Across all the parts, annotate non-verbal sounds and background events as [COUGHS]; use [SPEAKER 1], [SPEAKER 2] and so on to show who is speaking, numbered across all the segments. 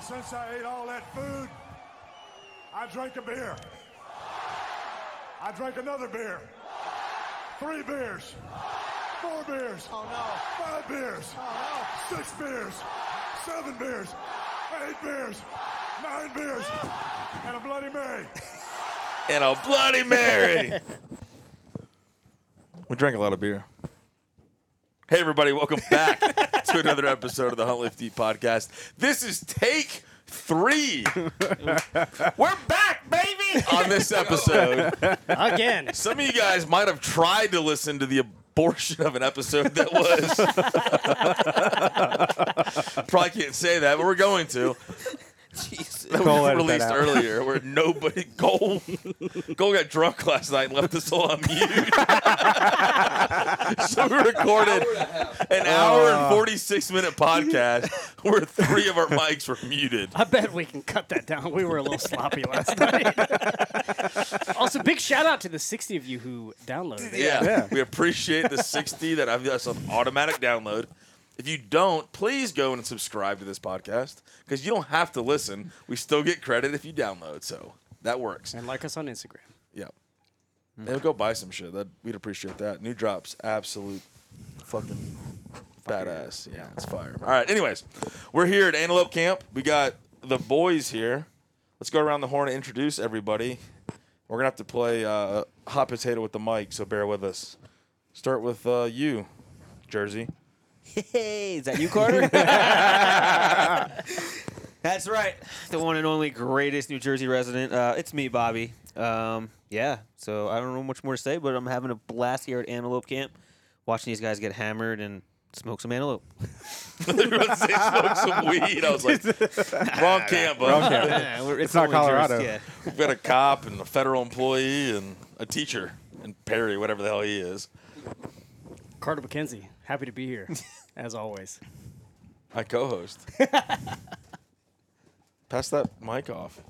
[SPEAKER 1] since I ate all that food, I drank a beer. I drank another beer. Three beers. Four beers.
[SPEAKER 2] Oh no.
[SPEAKER 1] Five beers.
[SPEAKER 2] Oh
[SPEAKER 1] Six beers. Seven beers. Eight beers. Nine beers. And a Bloody Mary.
[SPEAKER 3] and a Bloody Mary. [LAUGHS] we drank a lot of beer. Hey, everybody, welcome back [LAUGHS] to another episode of the Hunt Lift Deep podcast. This is take three
[SPEAKER 4] We're back, baby.
[SPEAKER 3] on this episode.
[SPEAKER 2] no. Again.
[SPEAKER 3] Some of you guys might have tried to listen to the abortion of an episode that was. [LAUGHS] Probably can't say that, but we're going to.
[SPEAKER 4] Jesus.
[SPEAKER 3] That
[SPEAKER 5] Cole
[SPEAKER 3] was
[SPEAKER 5] edit that
[SPEAKER 3] released
[SPEAKER 5] out.
[SPEAKER 3] earlier where nobody. Cole, Cole got drunk last night and left us all on mute. [LAUGHS] so we recorded an hour
[SPEAKER 5] Uh.
[SPEAKER 3] and 46 minute podcast where three of our mics were muted.
[SPEAKER 2] [LAUGHS] I bet we can cut that down. We were a little
[SPEAKER 4] [LAUGHS]
[SPEAKER 2] sloppy last night. [LAUGHS] also, big shout out to the 60 of you who downloaded it.
[SPEAKER 3] Yeah.
[SPEAKER 5] Yeah.
[SPEAKER 3] We appreciate the 60 that I've got on automatic download. If you don't, please go and subscribe to this podcast because you don't have to listen. We still get credit if you download. So that works.
[SPEAKER 2] And like us on Instagram.
[SPEAKER 3] Yeah. They'll go buy some shit. That we'd appreciate that. New drops, absolute fucking badass. Yeah, it's fire. All right. Anyways, we're here at Antelope Camp. We got the boys here. Let's go around the horn and introduce everybody. We're gonna have to play uh, hot potato with the mic, so bear with us. Start with uh, you, Jersey. [LAUGHS]
[SPEAKER 4] Hey, is that
[SPEAKER 2] [LAUGHS]
[SPEAKER 4] you, Carter? [LAUGHS] That's right. The one and only greatest New Jersey resident. Uh, it's me, Bobby. Um, yeah, so I don't know much more to say, but I'm having a blast here at Antelope Camp watching these guys get hammered and smoke some antelope.
[SPEAKER 3] Everyone say smoke some weed. I was like, wrong camp. bud.
[SPEAKER 5] Wrong camp.
[SPEAKER 4] Yeah, we're-
[SPEAKER 5] It's not
[SPEAKER 4] only Jersey-
[SPEAKER 5] Colorado.
[SPEAKER 4] yeah.
[SPEAKER 3] We've got a cop and a federal employee and a teacher and Perry, whatever the hell he is.
[SPEAKER 2] Carter McKenzie, happy to be here, as always.
[SPEAKER 3] My
[SPEAKER 6] [LAUGHS]
[SPEAKER 3] co-host. Pass that mic off.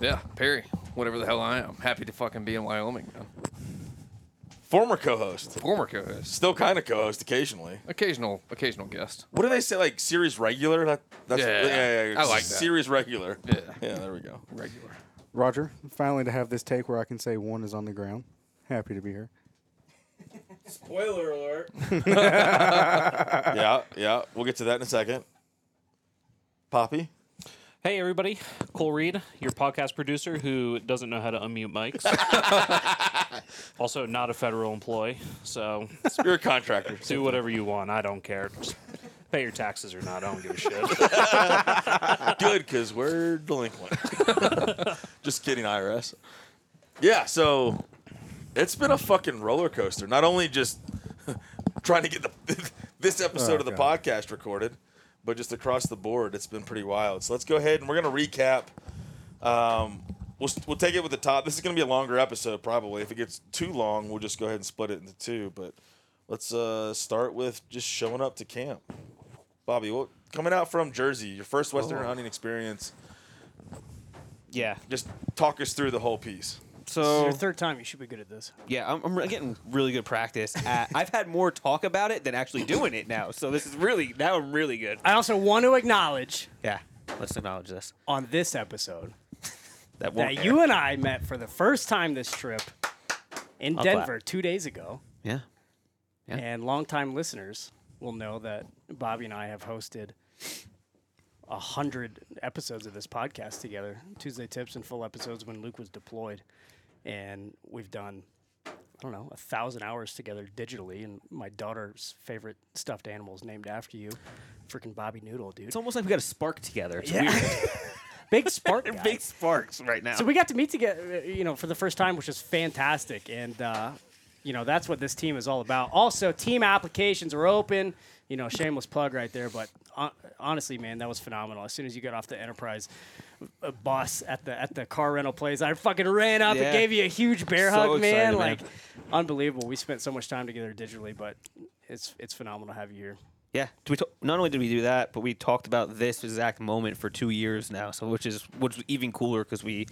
[SPEAKER 6] Yeah, Perry, whatever the hell I am. Happy to fucking be in Wyoming, man.
[SPEAKER 3] Former co-host,
[SPEAKER 6] Former co-host,
[SPEAKER 3] still kind of co-host occasionally.
[SPEAKER 6] occasional, occasional guest.
[SPEAKER 3] What do they say? Like series regular? That, that's
[SPEAKER 6] Yeah, I like that.
[SPEAKER 3] series regular.
[SPEAKER 6] Yeah.
[SPEAKER 3] yeah. There we go.
[SPEAKER 6] Regular.
[SPEAKER 5] Roger, finally to have this take where I can say one is on the ground. Happy to be here.
[SPEAKER 4] Spoiler alert.
[SPEAKER 3] yeah, yeah. We'll get to that in a second. Poppy.
[SPEAKER 7] Hey, everybody. Cole Reed, your podcast producer who doesn't know how to unmute mics.
[SPEAKER 3] [LAUGHS]
[SPEAKER 7] also, not a federal employee, so
[SPEAKER 3] You're a contractor.
[SPEAKER 7] do whatever you want. I don't care. Just pay your taxes or not. I don't give a
[SPEAKER 3] [LAUGHS]
[SPEAKER 7] shit.
[SPEAKER 3] Good, because we're delinquent. [LAUGHS] Just kidding, IRS. Yeah, so it's been a fucking roller coaster. Not only just [LAUGHS] trying to get the [LAUGHS] this episode
[SPEAKER 5] Oh,
[SPEAKER 3] of the
[SPEAKER 5] God.
[SPEAKER 3] podcast recorded, but just across the board, it's been pretty wild. So let's go ahead and we're gonna recap. Um, we'll s- we'll take it with the top. This is gonna be a longer episode probably. If it gets too long, we'll just go ahead and split it into two. But let's uh, start with just showing up to camp. Bobby, well, coming out from Jersey, your first Western hunting experience.
[SPEAKER 4] Yeah.
[SPEAKER 3] Just talk us through the whole piece.
[SPEAKER 2] This is
[SPEAKER 4] So
[SPEAKER 2] your third time. You should be good at this.
[SPEAKER 4] Yeah, I'm, I'm re- getting really good practice. At, I've had more talk about it than actually doing it now. So this is really now I'm really good.
[SPEAKER 2] I also want to acknowledge
[SPEAKER 4] Yeah, let's acknowledge this.
[SPEAKER 2] on this episode
[SPEAKER 4] That won't
[SPEAKER 2] that
[SPEAKER 4] air.
[SPEAKER 2] you and I met for the first time this trip in
[SPEAKER 4] I'll clap.
[SPEAKER 2] Denver two days ago.
[SPEAKER 4] Yeah. Yeah.
[SPEAKER 2] And longtime listeners will know that Bobby and I have hosted a hundred episodes of this podcast together, Tuesday Tips and full episodes when Luke was deployed, and we've done I don't know a thousand hours together digitally. And my daughter's favorite stuffed animal is named after you, freaking Bobby Noodle, dude.
[SPEAKER 4] It's almost like we got a spark together. It's
[SPEAKER 2] [LAUGHS] big spark,
[SPEAKER 4] weird.
[SPEAKER 2] guy.
[SPEAKER 4] Big sparks right now.
[SPEAKER 2] So we got to meet together, you know, for the first time, which is fantastic. And, uh, you know, that's what this team is all about. Also, team applications are open. You know, shameless plug right there. But hon- honestly, man, that was phenomenal. As soon as you got off the Enterprise uh, bus at the at the car rental place, I fucking ran up
[SPEAKER 4] Yeah.
[SPEAKER 2] and gave you a huge bear
[SPEAKER 4] So
[SPEAKER 2] hug, man.
[SPEAKER 4] excited, man.
[SPEAKER 2] Like, unbelievable. We spent so much time together digitally, but it's it's phenomenal to have you here.
[SPEAKER 4] yeah. We ta- not only did we do that, but we talked about this exact moment for two years now. So which is which is even cooler because we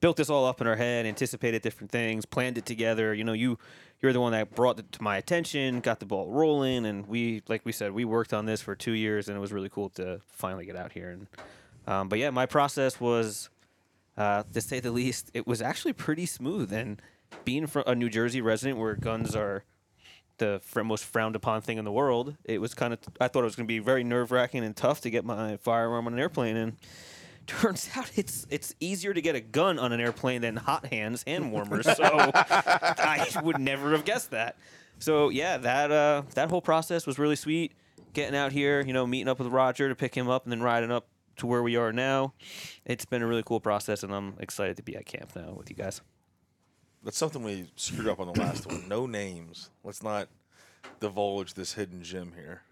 [SPEAKER 4] built this all up in our head, anticipated different things, planned it together. You know, you you're the one that brought it to my attention, got the ball rolling, and we, like we said, we worked on this for two years, and it was really cool to finally get out here. And um, but yeah, my process was, uh, to say the least, it was actually pretty smooth. And being from a New Jersey resident, where guns are the fr- most frowned upon thing in the world. It was kind of I thought it was going to be very nerve wracking and tough to get my firearm on an airplane, and [LAUGHS] turns out it's it's easier to get a gun on an airplane than hot hands hand warmers. so I would never have guessed that. So yeah, that uh, that whole process was really sweet. Getting out here, you know, meeting up with Roger to pick him up, and then riding up to where we are now. It's been a really cool process, and I'm excited to be at camp now with you guys.
[SPEAKER 3] That's something we screwed up on the last one. No names. Let's not divulge this hidden gem here.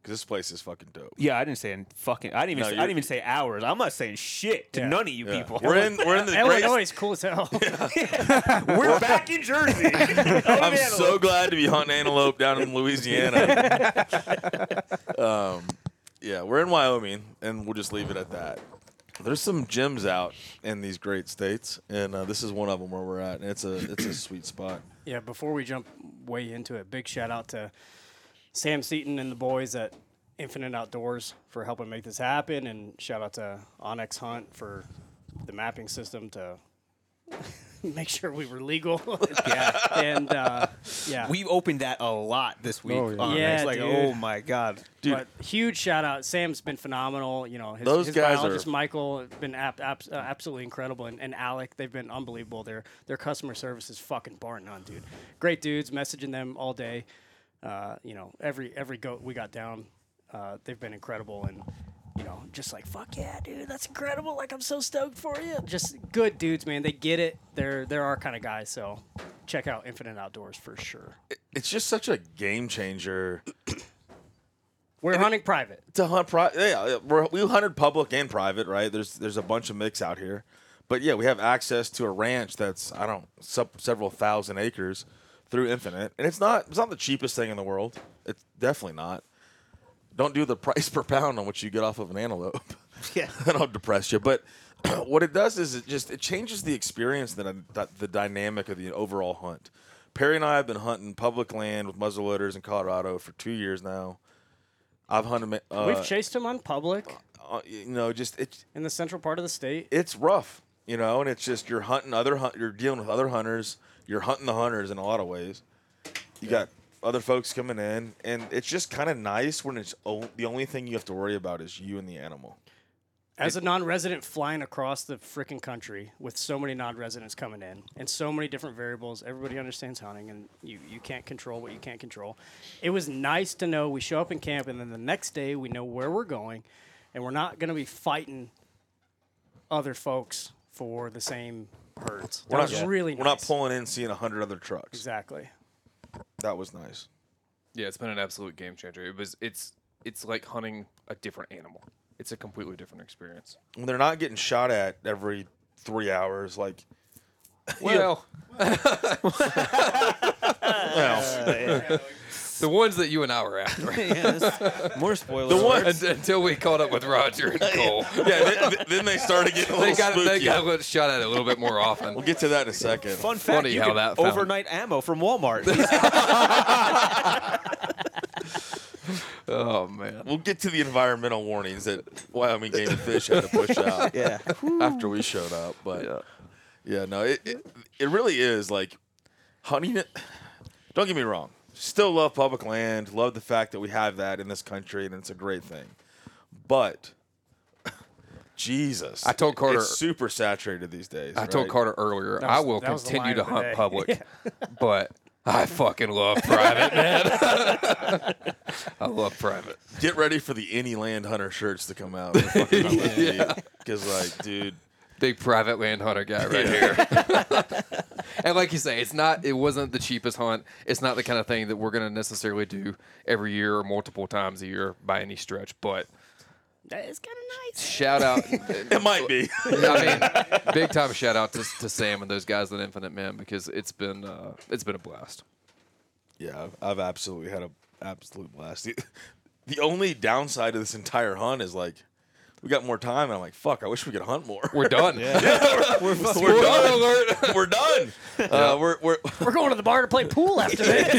[SPEAKER 3] Because this place is fucking dope.
[SPEAKER 4] Yeah, I didn't say in fucking. I didn't even.
[SPEAKER 3] No,
[SPEAKER 4] say, I
[SPEAKER 3] you're-
[SPEAKER 4] didn't even say hours. I'm not saying shit to
[SPEAKER 2] Yeah.
[SPEAKER 4] none of you
[SPEAKER 3] Yeah.
[SPEAKER 4] people.
[SPEAKER 3] [LAUGHS] We're
[SPEAKER 4] [LAUGHS]
[SPEAKER 3] in we're in the great
[SPEAKER 2] Illinois is cool as hell.
[SPEAKER 4] We're back in Jersey.
[SPEAKER 3] I'm so glad to be hunting antelope down in Louisiana. um, yeah, we're in Wyoming, and we'll just leave it at that. There's some gyms out in these great states, and uh, this is one of them where we're at, and it's a it's a sweet spot.
[SPEAKER 2] Yeah, before we jump way into it, big shout out to Sam Seaton and the boys at Infinite Outdoors for helping make this happen, and shout out to Onyx Hunt for the mapping system to [LAUGHS] make sure we were legal. yeah, and uh, yeah,
[SPEAKER 4] We opened that a lot this week.
[SPEAKER 5] Oh, yeah.
[SPEAKER 4] on it.
[SPEAKER 2] Yeah,
[SPEAKER 4] it's like,
[SPEAKER 2] dude.
[SPEAKER 4] oh my [LAUGHS] god.
[SPEAKER 3] Dude.
[SPEAKER 2] But huge shout out. Sam's been phenomenal. You know, his,
[SPEAKER 3] Those
[SPEAKER 2] his
[SPEAKER 3] guys
[SPEAKER 2] biologist
[SPEAKER 3] are-
[SPEAKER 2] Michael has been ab- ab- uh, absolutely incredible, and, and Alec they've been unbelievable. Their their customer service is fucking bar none, dude. Great dudes, messaging them all day. Uh, you know, every every goat we got down, uh, they've been incredible, and you know, just like fuck yeah, dude, that's incredible. Like I'm so stoked for you. Just good dudes, man. They get it. They're they're our kind of guys. So check out Infinite Outdoors for sure.
[SPEAKER 3] It's just such a game changer
[SPEAKER 2] We're hunting private.
[SPEAKER 3] to hunt. Pri- yeah, we're, we hunted public and private, right? There's there's a bunch of mix out here, but yeah, we have access to a ranch that's I don't sub, several thousand acres through Infinite, and it's not it's not the cheapest thing in the world. It's definitely not. Don't do the [LAUGHS] price per pound on which you get off of an antelope.
[SPEAKER 4] Yeah.
[SPEAKER 3] [LAUGHS] that'll depress you. But [CLEARS THROAT] what it does is it just it changes the experience that, that the dynamic of the overall hunt. Perry and I have been hunting public land with muzzleloaders in Colorado for two years now. I've hunted. ma- Uh,
[SPEAKER 2] We've chased them on public.
[SPEAKER 3] uh, you know, just it's
[SPEAKER 2] in the central part of the state.
[SPEAKER 3] it's rough, you know, and it's just you're hunting other hunt, you're dealing with other hunters, you're hunting the hunters in a lot of ways. You got other folks coming in, and it's just kind of nice when it's o- the only thing you have to worry about is you and the animal.
[SPEAKER 2] As a non-resident flying across the freaking country with so many non-residents coming in and so many different variables, everybody understands hunting and you, you can't control what you can't control. It was nice to know we show up in camp and then the next day we know where we're going and we're not going to be fighting other folks for the same herds. That
[SPEAKER 3] We're
[SPEAKER 2] was
[SPEAKER 3] not
[SPEAKER 2] really
[SPEAKER 3] we're
[SPEAKER 2] nice.
[SPEAKER 3] not pulling in and seeing hundred other trucks.
[SPEAKER 2] Exactly.
[SPEAKER 3] That was nice.
[SPEAKER 6] Yeah, it's been an absolute game changer. It was it's it's like hunting a different animal. It's a completely
[SPEAKER 3] [LAUGHS]
[SPEAKER 6] different experience.
[SPEAKER 3] When they're not getting shot at every three hours, [LAUGHS] like
[SPEAKER 6] Well,
[SPEAKER 3] [LAUGHS] well,
[SPEAKER 6] the ones that you and I
[SPEAKER 4] [LAUGHS]
[SPEAKER 6] were after [LAUGHS]
[SPEAKER 4] Yes. More spoilers.
[SPEAKER 3] The one-
[SPEAKER 6] Un- until we caught up with Roger and Cole.
[SPEAKER 3] yeah. Then, then- then they started getting a little
[SPEAKER 6] They got
[SPEAKER 3] spooky.
[SPEAKER 6] they got got shot at a little bit more often.
[SPEAKER 3] We'll get to that in a second.
[SPEAKER 4] Fun fact:
[SPEAKER 6] Funny
[SPEAKER 4] you
[SPEAKER 6] how
[SPEAKER 4] can
[SPEAKER 6] that found-
[SPEAKER 4] overnight ammo from Walmart.
[SPEAKER 6] oh man.
[SPEAKER 3] We'll get to the environmental warnings that Wyoming Game and Fish had to
[SPEAKER 6] [LAUGHS]
[SPEAKER 3] push out
[SPEAKER 4] yeah.
[SPEAKER 3] [LAUGHS] after we showed up. But yeah, no, it, it it really is like hunting. it- Don't get me wrong. Still love public land. Love the fact that we have that in this country, and it's a great thing. But [LAUGHS] Jesus,
[SPEAKER 6] I told Carter-
[SPEAKER 3] it's super saturated these days.
[SPEAKER 6] I told
[SPEAKER 3] right?
[SPEAKER 6] Carter earlier
[SPEAKER 2] That
[SPEAKER 6] I
[SPEAKER 2] was-
[SPEAKER 6] will
[SPEAKER 2] that was the line
[SPEAKER 6] continue to
[SPEAKER 2] of the
[SPEAKER 6] hunt
[SPEAKER 2] day. [LAUGHS]
[SPEAKER 6] public, but I fucking love private, man. [LAUGHS] I love private.
[SPEAKER 3] get ready for the any land hunter shirts to come
[SPEAKER 6] [LAUGHS]
[SPEAKER 3] out. Because like, dude,
[SPEAKER 6] Big private land hunter guy right here. and like you say, it's not it wasn't the cheapest hunt. It's not the kind of thing that we're gonna necessarily do every year or multiple times a year by any stretch, but
[SPEAKER 2] That is kind of nice.
[SPEAKER 6] shout out
[SPEAKER 3] [LAUGHS] it might be.
[SPEAKER 6] I mean big time shout out to, to Sam and those guys at Infinite Man because it's been uh, it's been a blast.
[SPEAKER 3] Yeah, I've, I've absolutely [LAUGHS] had a absolute blast. The, the only downside of this entire hunt is like we got more time, and I'm like, fuck, I wish we could hunt more.
[SPEAKER 6] We're
[SPEAKER 3] [LAUGHS]
[SPEAKER 6] done.
[SPEAKER 3] we're,
[SPEAKER 6] Spoiler
[SPEAKER 3] done.
[SPEAKER 6] alert.
[SPEAKER 3] We're [LAUGHS] done. Uh, we're we're
[SPEAKER 2] [LAUGHS]
[SPEAKER 3] [LAUGHS]
[SPEAKER 2] We're going to the bar to play pool after this.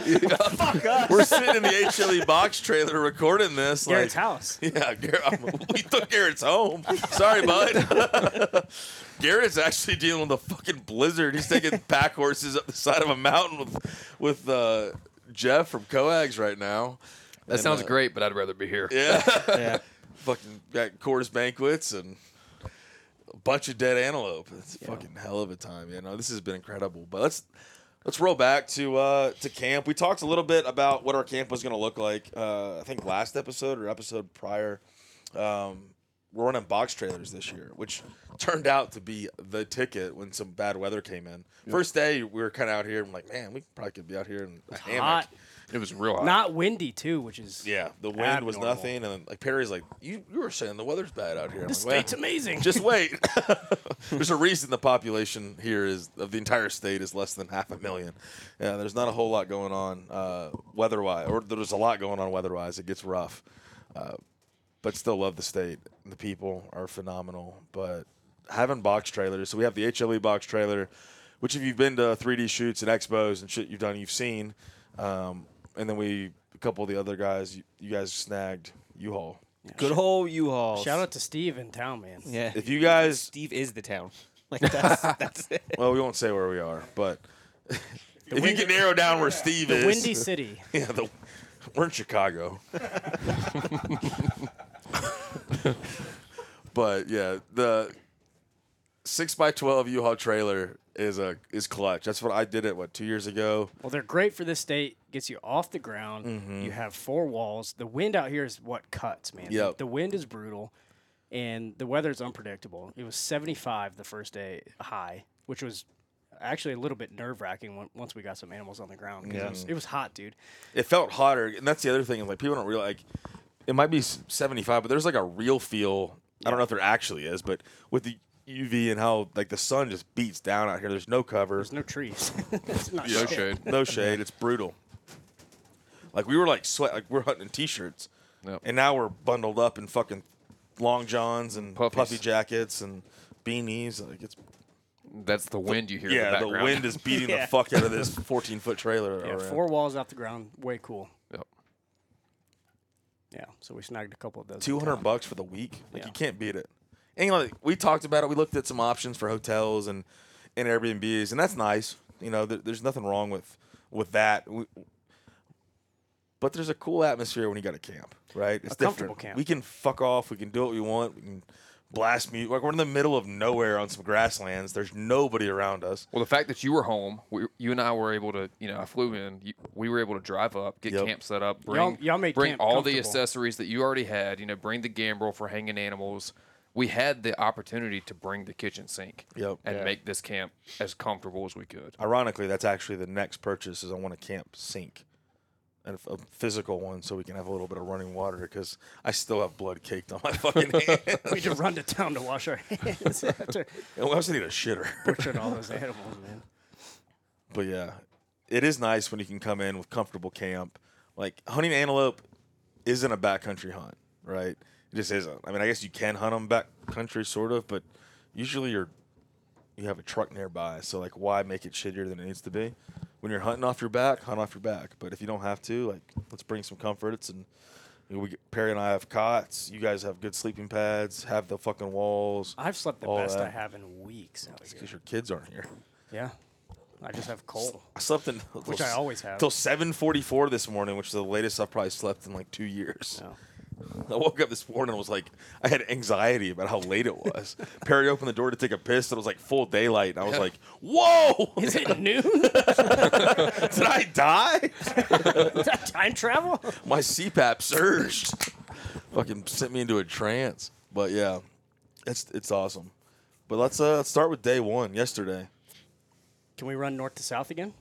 [SPEAKER 3] we're sitting in the HLE box trailer recording this.
[SPEAKER 2] Garrett's
[SPEAKER 3] like,
[SPEAKER 2] house.
[SPEAKER 3] [LAUGHS] Yeah, Garrett, I'm- we took Garrett's home. Sorry, bud. [LAUGHS] Garrett's actually dealing with a fucking blizzard. He's [LAUGHS] taking pack horses up the side of a mountain with with uh, Jeff from Coags right [LAUGHS] now.
[SPEAKER 6] That sounds
[SPEAKER 2] uh,
[SPEAKER 6] great, but I'd rather be here.
[SPEAKER 3] Yeah,
[SPEAKER 4] Yeah.
[SPEAKER 3] fucking got Coors banquets and a bunch of dead antelope. It's a fucking hell of a time. You know, this has been incredible. But let's let's roll back to uh, to camp. We talked a little bit about what our camp was going to look like. Uh, I think last episode or episode prior. Um, we're running box trailers this year, which turned out to be the ticket when some bad weather came in. First day, we were kind of out here. and like, man, we probably could be out here in a hammock.
[SPEAKER 2] Hot,
[SPEAKER 6] It was real hot.
[SPEAKER 2] not windy too, which is [LAUGHS]
[SPEAKER 3] Yeah, the wind was
[SPEAKER 2] Abnormal.
[SPEAKER 3] nothing, and then, like Perry's like, "You you were saying the weather's bad out here." I'm
[SPEAKER 2] the
[SPEAKER 3] like,
[SPEAKER 2] state's amazing.
[SPEAKER 3] just wait. [LAUGHS] there's a reason the population here is of the entire state is less than half a million. Yeah, there's not a whole lot going on uh, weather-wise, or there's a lot going on weather-wise. It gets rough, uh, but still love the state. The people are phenomenal, but having box trailers. So we have the HLE box trailer, which if you've been to 3D shoots and expos and shit you've done, you've seen. Um, and then we a couple of the other guys you, you guys snagged U-Haul.
[SPEAKER 4] Good hole U-Haul.
[SPEAKER 2] shout out to Steve in town, man.
[SPEAKER 4] Yeah.
[SPEAKER 3] If you guys
[SPEAKER 4] Steve is the town. [LAUGHS] Like that's that's it.
[SPEAKER 3] Well, we won't say where we are, but if you can narrow down where Steve
[SPEAKER 2] The
[SPEAKER 3] is, [LAUGHS]
[SPEAKER 2] Windy City.
[SPEAKER 3] yeah, the, we're in Chicago. but yeah, the six by twelve U-Haul trailer is a is clutch. That's what I did it what two years ago.
[SPEAKER 2] Well, they're great for this state. Gets you off the ground.
[SPEAKER 3] Mm-hmm.
[SPEAKER 2] You have four walls. The wind out here is what cuts, man.
[SPEAKER 3] Yep.
[SPEAKER 2] The wind is brutal, and the weather's unpredictable. It was 75 the first day high, which was actually a little bit nerve wracking once we got some animals on the ground. 'cause It, was, it was hot, dude.
[SPEAKER 3] It felt hotter, and that's the other thing. is, Like people don't realize like, it might be s- seventy five, but there's like a real feel. I don't know if there actually is, but with the UV and how like the sun just beats down out here, there's no cover.
[SPEAKER 2] There's
[SPEAKER 3] [LAUGHS]
[SPEAKER 2] no trees. It's not
[SPEAKER 6] No
[SPEAKER 2] shit.
[SPEAKER 6] shade.
[SPEAKER 3] no shade. It's brutal. Like we were like sweat, like we're hunting in t-shirts,
[SPEAKER 6] Yep.
[SPEAKER 3] and now we're bundled up in fucking long johns and
[SPEAKER 6] Puffies.
[SPEAKER 3] puffy jackets and beanies. Like it's
[SPEAKER 6] That's the wind you hear. in
[SPEAKER 3] yeah, the,
[SPEAKER 6] background.
[SPEAKER 3] wind is beating
[SPEAKER 4] Yeah.
[SPEAKER 3] the fuck out of this 14 foot trailer.
[SPEAKER 2] Yeah,
[SPEAKER 3] around.
[SPEAKER 2] four walls off the ground. Way cool.
[SPEAKER 6] Yep.
[SPEAKER 2] Yeah, so we snagged a couple of those. in
[SPEAKER 3] Two hundred
[SPEAKER 2] town.
[SPEAKER 3] bucks for the week. Like
[SPEAKER 2] Yeah.
[SPEAKER 3] you can't beat it. And you know, like, we talked about it. We looked at some options for hotels and and Airbnbs, and that's nice. You know, there, there's nothing wrong with with that. We, but there's a cool atmosphere when you got a camp, right? It's
[SPEAKER 2] comfortable camp.
[SPEAKER 3] We can fuck off. We can do what we want. We can blast music. Like we're in the middle of nowhere on some grasslands. There's nobody around us.
[SPEAKER 6] Well, the fact that you were home, we, you and I were able to, you know, I flew in. You, we were able to drive up, get
[SPEAKER 3] Yep.
[SPEAKER 6] camp set up, bring,
[SPEAKER 2] Y'all- y'all made
[SPEAKER 6] bring
[SPEAKER 2] camp
[SPEAKER 6] all the
[SPEAKER 2] comfortable.
[SPEAKER 6] accessories that you already had. You know, bring the gambrel for hanging animals. We had the opportunity to bring the kitchen sink
[SPEAKER 3] Yep.
[SPEAKER 6] and
[SPEAKER 3] Yeah.
[SPEAKER 6] make this camp as comfortable as we could.
[SPEAKER 3] Ironically, that's actually the next purchase is I want a camp sink. And a physical one, so we can have a little bit of running water, because I still have blood caked on my fucking [LAUGHS] hand.
[SPEAKER 2] [LAUGHS] We had to run to town to wash our [LAUGHS]
[SPEAKER 3] [LAUGHS]
[SPEAKER 2] hands after
[SPEAKER 3] And we also need a shitter.
[SPEAKER 2] butchering all those animals, man.
[SPEAKER 3] but yeah, it is nice when you can come in with comfortable camp. Like hunting antelope isn't a backcountry hunt, right? It just isn't. I mean, I guess you can hunt them backcountry sort of, but usually you're you have a truck nearby, so like why make it shittier than it needs to be? When you're hunting off your back, hunt off your back. But if you don't have to, like let's bring some comforts and you know, we Perry and I have cots. You guys have good sleeping pads. Have the fucking walls.
[SPEAKER 2] I've slept the
[SPEAKER 4] Oh,
[SPEAKER 3] all
[SPEAKER 2] best I
[SPEAKER 3] that.
[SPEAKER 2] have in weeks out here.
[SPEAKER 3] because your kids aren't here.
[SPEAKER 2] Yeah. I just have
[SPEAKER 4] [LAUGHS]
[SPEAKER 2] cold.
[SPEAKER 3] I slept in
[SPEAKER 2] [LAUGHS] Which I always have.
[SPEAKER 3] till seven forty four this morning, which is the latest I've probably slept in like two years.
[SPEAKER 2] No.
[SPEAKER 3] [LAUGHS] I woke up this morning and was like, I had anxiety about how late it
[SPEAKER 2] [LAUGHS]
[SPEAKER 3] was. Perry opened the door to take a piss, and it was like full daylight, and I was like, "Whoa, [LAUGHS]
[SPEAKER 2] Is
[SPEAKER 4] [LAUGHS]
[SPEAKER 2] it noon?
[SPEAKER 3] did I die?
[SPEAKER 2] Is that time travel?
[SPEAKER 3] My CPAP surged, [LAUGHS] fucking sent me into a trance." But yeah, it's it's awesome. But let's uh let's start with day one yesterday.
[SPEAKER 2] Can we run north to south again?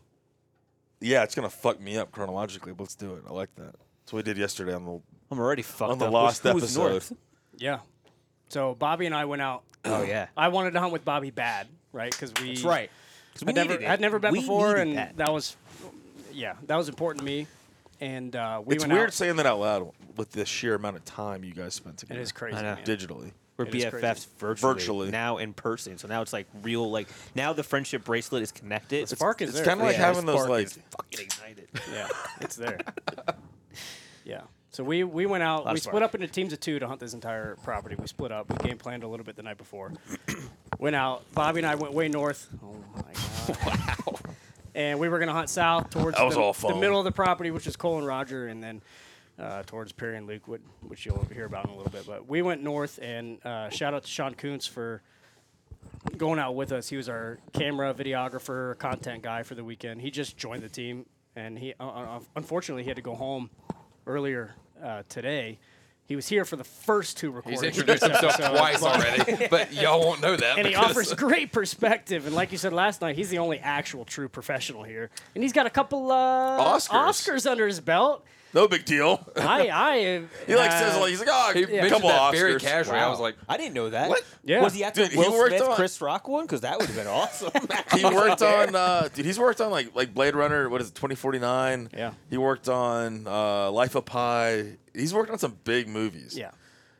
[SPEAKER 3] Yeah, it's gonna fuck me up chronologically, but let's do it. I like that. That's what we did yesterday on the
[SPEAKER 4] I'm already fucked
[SPEAKER 3] on the
[SPEAKER 4] up.
[SPEAKER 3] lost
[SPEAKER 4] Who's- who's
[SPEAKER 3] episode.
[SPEAKER 4] north?
[SPEAKER 2] Yeah. So Bobby and I went out.
[SPEAKER 4] [CLEARS THROAT] Oh yeah.
[SPEAKER 2] I wanted to hunt with Bobby bad, right? Because we
[SPEAKER 4] That's right. 'Cause we
[SPEAKER 2] I'd never,
[SPEAKER 4] needed it.
[SPEAKER 2] I'd never been
[SPEAKER 4] We
[SPEAKER 2] before,
[SPEAKER 4] needed
[SPEAKER 2] and
[SPEAKER 4] that.
[SPEAKER 2] was, yeah, that was important to me. And uh, we
[SPEAKER 3] It's
[SPEAKER 2] went
[SPEAKER 3] weird
[SPEAKER 2] out.
[SPEAKER 3] saying that out loud with the sheer amount of time you guys spent
[SPEAKER 2] It
[SPEAKER 3] together.
[SPEAKER 2] is crazy.
[SPEAKER 4] I know.
[SPEAKER 2] man.
[SPEAKER 3] Digitally.
[SPEAKER 4] We're
[SPEAKER 2] It is crazy.
[SPEAKER 4] BFFs virtually,
[SPEAKER 3] Virtually.
[SPEAKER 4] now in person. So now it's like real. Like now the friendship bracelet is connected. It's
[SPEAKER 2] Spark is
[SPEAKER 3] It's
[SPEAKER 2] there.
[SPEAKER 3] kind of like
[SPEAKER 4] Yeah,
[SPEAKER 3] having those
[SPEAKER 4] spark
[SPEAKER 3] like
[SPEAKER 4] is
[SPEAKER 3] [LAUGHS]
[SPEAKER 4] fucking ignited.
[SPEAKER 2] [LAUGHS] yeah, it's there. Yeah. So we, we went out. We
[SPEAKER 4] of
[SPEAKER 2] split
[SPEAKER 4] spark.
[SPEAKER 2] up into teams of two to hunt this entire property. We split up. We game planned a little bit the
[SPEAKER 3] [CLEARS THROAT]
[SPEAKER 2] night before. went out. Bobby and I went way north. Oh my god. wow.
[SPEAKER 3] [LAUGHS]
[SPEAKER 2] And we were gonna hunt south towards
[SPEAKER 3] That was
[SPEAKER 2] the,
[SPEAKER 3] all
[SPEAKER 2] the
[SPEAKER 3] fun.
[SPEAKER 2] middle of the property, which is Cole and Roger, and then uh, towards Perry and Luke, which, which you'll hear about in a little bit. But we went north, and uh, shout out to Sean Koontz for going out with us. He was our camera, videographer, content guy for the weekend. He just joined the team, and he uh, uh, unfortunately he had to go home earlier uh, today. He was here for the first two recordings.
[SPEAKER 6] He's
[SPEAKER 2] of
[SPEAKER 6] introduced
[SPEAKER 2] this
[SPEAKER 6] himself
[SPEAKER 2] episode,
[SPEAKER 6] twice
[SPEAKER 2] but-
[SPEAKER 6] already, but y'all won't know
[SPEAKER 2] [LAUGHS]
[SPEAKER 6] that.
[SPEAKER 2] and he
[SPEAKER 6] because-
[SPEAKER 2] offers great perspective. And like you said last night, he's the only actual true professional here, and he's got a couple uh,
[SPEAKER 3] Oscars.
[SPEAKER 2] Oscars under his belt.
[SPEAKER 3] no big deal. [LAUGHS]
[SPEAKER 2] I, I,
[SPEAKER 3] He like
[SPEAKER 2] uh,
[SPEAKER 3] says like he's like oh,
[SPEAKER 6] He
[SPEAKER 3] a
[SPEAKER 6] mentioned
[SPEAKER 3] couple
[SPEAKER 6] that
[SPEAKER 3] Oscars.
[SPEAKER 6] very casually. I was like,
[SPEAKER 4] I didn't know that.
[SPEAKER 3] What?
[SPEAKER 2] Yeah.
[SPEAKER 4] Was he at the
[SPEAKER 3] Dude, he
[SPEAKER 4] Will
[SPEAKER 3] worked
[SPEAKER 4] Smith,
[SPEAKER 3] on-
[SPEAKER 4] Chris Rock one? Because that
[SPEAKER 3] [LAUGHS]
[SPEAKER 4] would have been awesome.
[SPEAKER 3] [LAUGHS] he
[SPEAKER 4] [LAUGHS]
[SPEAKER 3] worked on uh, dude. He's worked on like like Blade Runner. What is it? Twenty forty nine.
[SPEAKER 2] Yeah.
[SPEAKER 3] He worked on uh, Life of Pi. He's worked on some big movies.
[SPEAKER 2] yeah,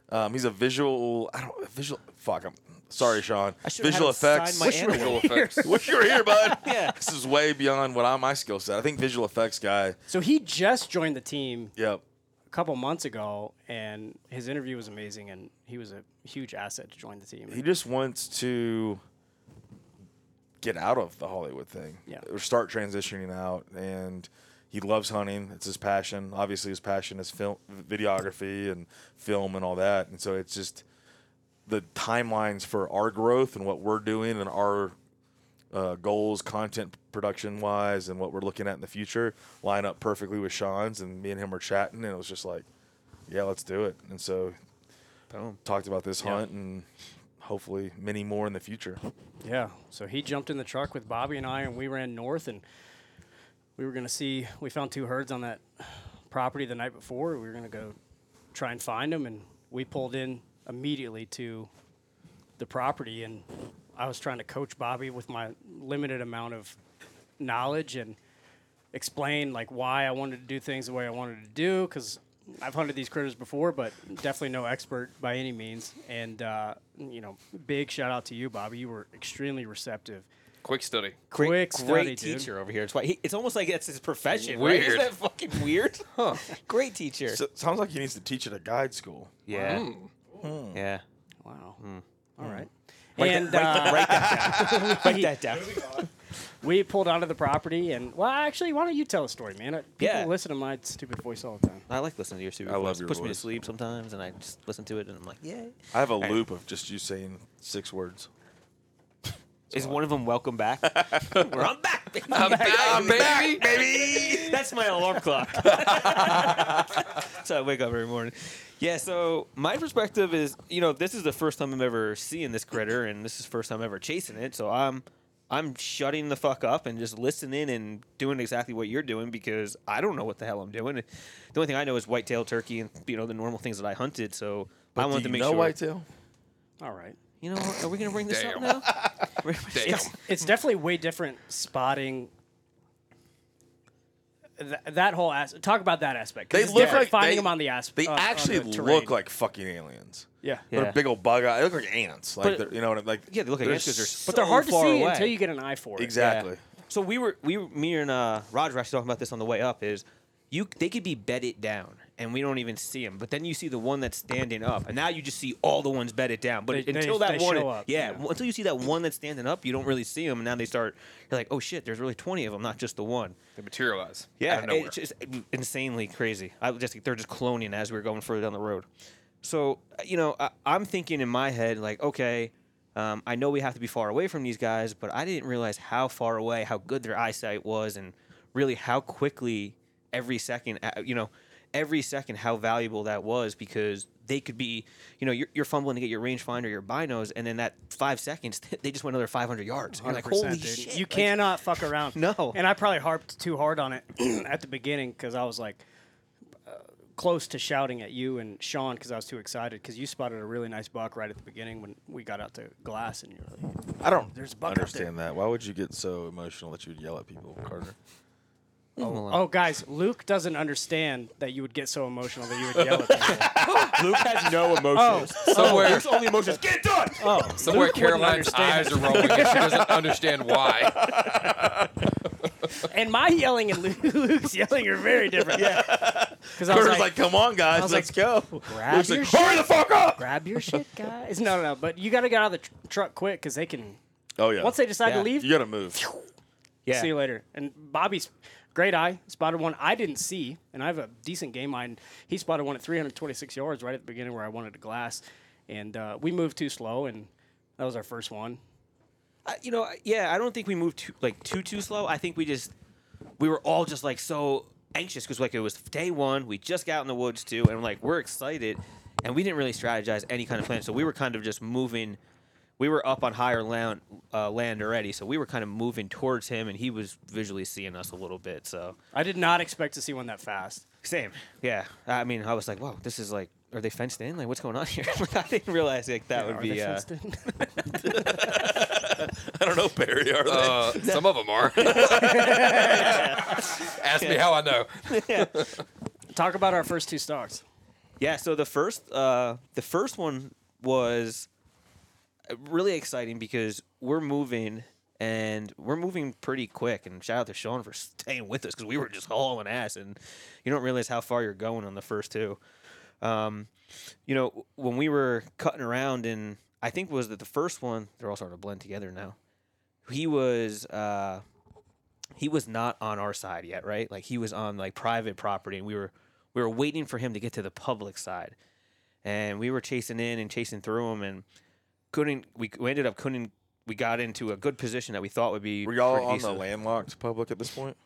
[SPEAKER 3] Um, he's a visual. I don't visual. Fuck. I'm sorry, Sean.
[SPEAKER 4] I should've
[SPEAKER 3] visual
[SPEAKER 4] had him sign
[SPEAKER 3] effects.
[SPEAKER 4] my
[SPEAKER 3] Wish you were
[SPEAKER 2] [LAUGHS]
[SPEAKER 4] animal.
[SPEAKER 3] visual effects. [LAUGHS] Wish you were here, bud.
[SPEAKER 4] [LAUGHS] Yeah.
[SPEAKER 3] This is way beyond what I, my skill set. I think visual effects guy.
[SPEAKER 2] so he just joined the team
[SPEAKER 3] Yep.
[SPEAKER 2] a couple months ago, and his interview was amazing, and he was a huge asset to join the team.
[SPEAKER 3] He just wants to get out of the Hollywood thing.
[SPEAKER 2] Yeah.
[SPEAKER 3] Or start transitioning out and he loves hunting. It's his passion. Obviously his passion is film videography and film and all that. And so it's just the timelines for our growth and what we're doing and our uh, goals, content production wise, and what we're looking at in the future line up perfectly with Sean's. And me and him were chatting, and it was just like, yeah, let's do it. And so, talked about this hunt and hopefully many more in the future.
[SPEAKER 2] Yeah. So he jumped in the truck with Bobby and I, and we ran north, and we were going to see. We found two herds on that property the night before. We were going to go try and find them, and we pulled in immediately to the property, and I was trying to coach Bobby with my limited amount of knowledge and explain like why I wanted to do things the way I wanted to do because I've hunted these critters before, but definitely no expert by any means. And uh, you know, big shout out to you, Bobby. You were extremely receptive.
[SPEAKER 6] quick study.
[SPEAKER 4] Great,
[SPEAKER 2] Quick study,
[SPEAKER 4] great
[SPEAKER 2] dude.
[SPEAKER 4] teacher over here. It's why he, it's almost like that's his profession. Right? Isn't
[SPEAKER 6] Weird.
[SPEAKER 4] that fucking
[SPEAKER 3] [LAUGHS]
[SPEAKER 4] weird? great teacher.
[SPEAKER 3] So, hmm. sounds like he needs to teach at a guide school.
[SPEAKER 4] yeah. Hmm. Yeah.
[SPEAKER 2] Wow. All right.
[SPEAKER 4] Hmm. Write
[SPEAKER 2] and
[SPEAKER 4] that,
[SPEAKER 2] uh,
[SPEAKER 4] write, write that down. write that down.
[SPEAKER 2] we pulled out of the property, and well, actually, why don't you tell a story, man? Uh, People
[SPEAKER 4] Yeah.
[SPEAKER 2] listen to my stupid voice all the time.
[SPEAKER 4] I like listening to your super.
[SPEAKER 3] I love
[SPEAKER 4] voice.
[SPEAKER 3] your
[SPEAKER 4] Puts me to
[SPEAKER 3] voice.
[SPEAKER 4] sleep sometimes, and I just listen to it, and I'm like, yeah.
[SPEAKER 3] I have a loop of just you saying six words.
[SPEAKER 4] Is one of them welcome back?
[SPEAKER 3] [LAUGHS]
[SPEAKER 4] We're on back. baby.
[SPEAKER 6] Ah, baby.
[SPEAKER 4] That's my alarm clock. [LAUGHS] so I wake up every morning. Yeah, so my perspective is, you know, this is the first time I'm ever seeing this critter, and this is the first time I'm ever chasing it. So I'm, I'm shutting the fuck up and just listening and doing exactly what you're doing because I don't know what the hell I'm doing. The only thing I know is whitetail turkey and you know the normal things that I hunted. So I
[SPEAKER 3] do
[SPEAKER 4] wanted to
[SPEAKER 3] you
[SPEAKER 4] make
[SPEAKER 3] know
[SPEAKER 4] sure.
[SPEAKER 3] whitetail.
[SPEAKER 2] All right.
[SPEAKER 4] You know, what? are we gonna bring this
[SPEAKER 6] Damn.
[SPEAKER 4] up now?
[SPEAKER 6] Damn.
[SPEAKER 2] it's definitely way different spotting th- that whole as- talk about that aspect 'cause
[SPEAKER 3] They
[SPEAKER 2] it's
[SPEAKER 3] look
[SPEAKER 2] different
[SPEAKER 3] like
[SPEAKER 2] finding
[SPEAKER 3] they-
[SPEAKER 2] them on the aspect
[SPEAKER 3] They actually look like fucking aliens.
[SPEAKER 2] yeah,
[SPEAKER 4] Yeah.
[SPEAKER 3] They're big old bug eyes. They look like ants. Like
[SPEAKER 4] But-
[SPEAKER 3] they're, you know what I'm like.
[SPEAKER 4] Yeah, they look like ants 'cause they're
[SPEAKER 3] s-
[SPEAKER 2] but they're
[SPEAKER 4] so
[SPEAKER 2] hard to see
[SPEAKER 4] far away.
[SPEAKER 2] until you get an eye for it
[SPEAKER 3] exactly.
[SPEAKER 4] Yeah. So we were we were- me and uh, Roger were actually talking about this on the way up is you they could be bedded down and we don't even see them, but then you see the one that's standing up, and now you just see all the ones bedded down. But
[SPEAKER 2] They-
[SPEAKER 4] until
[SPEAKER 2] they-
[SPEAKER 4] that
[SPEAKER 2] they
[SPEAKER 4] one,
[SPEAKER 2] show up,
[SPEAKER 4] yeah,
[SPEAKER 2] yeah.
[SPEAKER 4] w- until you see that one that's standing up, you don't really see them, and now they start. You're like, oh shit, there's really twenty of them, not just the one.
[SPEAKER 6] They materialize.
[SPEAKER 4] Yeah,
[SPEAKER 6] Out of nowhere.
[SPEAKER 4] Uh, it's just insanely crazy. I was just they're just cloning as we were going further down the road. So uh, you know, I, I'm thinking in my head like, okay, um, I know we have to be far away from these guys, but I didn't realize how far away, how good their eyesight was, and really how quickly every second, uh, you know, every second, how valuable that was because they could be, you know, you're, you're fumbling to get your rangefinder, your binos, and then that five seconds, [LAUGHS] they just went another 500 yards. You're like,
[SPEAKER 2] 100%,
[SPEAKER 4] holy
[SPEAKER 2] dude.
[SPEAKER 4] shit!
[SPEAKER 2] you
[SPEAKER 4] like,
[SPEAKER 2] cannot fuck
[SPEAKER 3] [LAUGHS]
[SPEAKER 2] around
[SPEAKER 4] No.
[SPEAKER 2] and i probably harped too hard on it [CLEARS THROAT] at the beginning because i was like uh, close to shouting at you and sean because i was too excited because you spotted a really nice buck right at the beginning when we got out to glass and you're like
[SPEAKER 3] I don't
[SPEAKER 2] There's a bug out there.
[SPEAKER 4] [LAUGHS]
[SPEAKER 3] understand that. Why would you get so emotional that you would yell at people, Carter?
[SPEAKER 2] Oh, guys, Luke doesn't understand that you would get so emotional that you would yell at people.
[SPEAKER 8] Luke has
[SPEAKER 3] [LAUGHS]
[SPEAKER 8] no emotions.
[SPEAKER 6] Somewhere,
[SPEAKER 8] Luke's only emotions. Get it done.
[SPEAKER 2] Oh,
[SPEAKER 6] somewhere
[SPEAKER 2] Luke wouldn't
[SPEAKER 6] Caroline's
[SPEAKER 2] understand.
[SPEAKER 6] eyes are rolling and
[SPEAKER 2] [LAUGHS]
[SPEAKER 6] she doesn't understand why.
[SPEAKER 2] And my yelling and Lu- [LAUGHS] Luke's yelling are very different. [LAUGHS] Yeah. Because Oh, I was
[SPEAKER 3] Carter's
[SPEAKER 2] like,
[SPEAKER 3] like, "Come on, guys,
[SPEAKER 2] was
[SPEAKER 3] let's go."
[SPEAKER 2] grab
[SPEAKER 3] Luke's
[SPEAKER 2] your
[SPEAKER 3] like,
[SPEAKER 2] shit.
[SPEAKER 3] "Hurry the fuck up!"
[SPEAKER 2] grab your shit, guys. No, no, no. But you got to get out of the tr- truck quick because they can.
[SPEAKER 3] Oh yeah.
[SPEAKER 2] Once they decide to
[SPEAKER 4] Yeah.
[SPEAKER 2] leave,
[SPEAKER 3] you gotta move.
[SPEAKER 4] Yeah.
[SPEAKER 2] see you later. And Bobby's great eye spotted one I didn't see, and I have a decent game eye. And he spotted one at 326 yards right at the beginning where I wanted to glass, and uh, we moved too slow, and that was our first one.
[SPEAKER 4] I, you know, I- yeah, I don't think we moved too, like too too slow. I think we just we were all just like so anxious because like it was day one. We just got out in the woods too, and like we're excited, and we didn't really strategize any kind of plan. So we were kind of just moving. We were up on higher land uh, land already, so we were kind of moving towards him, and he was visually seeing us a little bit. So
[SPEAKER 2] I did not expect to see one that fast.
[SPEAKER 4] same, yeah. I mean, I was like, "Whoa, this is like, are they fenced in? Like, what's going on here?" [LAUGHS] Like, I didn't realize like that would
[SPEAKER 2] Are
[SPEAKER 4] be.
[SPEAKER 2] they
[SPEAKER 4] Uh,
[SPEAKER 2] fenced [LAUGHS] in?
[SPEAKER 3] I don't know, Barry. Are they?
[SPEAKER 6] Uh, some of them
[SPEAKER 2] [LAUGHS]
[SPEAKER 6] are. [LAUGHS] Ask me how I know.
[SPEAKER 2] Talk about our first two stocks.
[SPEAKER 4] Yeah, so the first uh, the first one was uh, really exciting because we're moving and we're moving pretty quick. And shout out to Sean for [LAUGHS] staying with us because we were just hauling ass, and you don't realize how far you're going on the first two. Um, you know, when we were cutting around, and I think was that the first one they're all starting to blend together now. He was. Uh, he was not on our side yet, right? Like he was on like private property, and we were we were waiting for him to get to the public side, and we were chasing in and chasing through him, and couldn't. We, we ended up couldn't. We got into a good position that we thought would be.
[SPEAKER 3] Were y'all
[SPEAKER 4] pretty
[SPEAKER 3] on the
[SPEAKER 4] decent.
[SPEAKER 3] landlocked public at this point?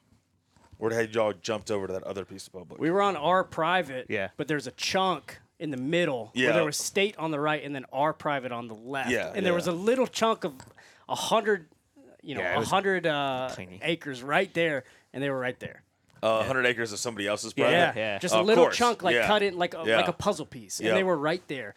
[SPEAKER 3] Or had y'all jumped over to that other piece of public?
[SPEAKER 2] We were on our private,
[SPEAKER 4] Yeah.
[SPEAKER 2] but there's a chunk in the middle where
[SPEAKER 3] Yeah.
[SPEAKER 2] there was state on the right and then our private on the left.
[SPEAKER 3] Yeah,
[SPEAKER 2] and there was
[SPEAKER 3] yeah.
[SPEAKER 2] a little chunk of a hundred, you know,
[SPEAKER 4] Yeah, it
[SPEAKER 2] a
[SPEAKER 4] was
[SPEAKER 2] hundred uh,
[SPEAKER 4] tiny.
[SPEAKER 2] acres right there, and they were right there.
[SPEAKER 3] Uh, 100 acres of somebody else's private?
[SPEAKER 2] Yeah,
[SPEAKER 4] yeah.
[SPEAKER 2] just a
[SPEAKER 3] Of
[SPEAKER 2] little
[SPEAKER 3] course,
[SPEAKER 2] chunk, like
[SPEAKER 3] yeah.
[SPEAKER 2] cut in, like a,
[SPEAKER 3] Yeah.
[SPEAKER 2] like a puzzle piece, and
[SPEAKER 3] Yeah.
[SPEAKER 2] they were right there.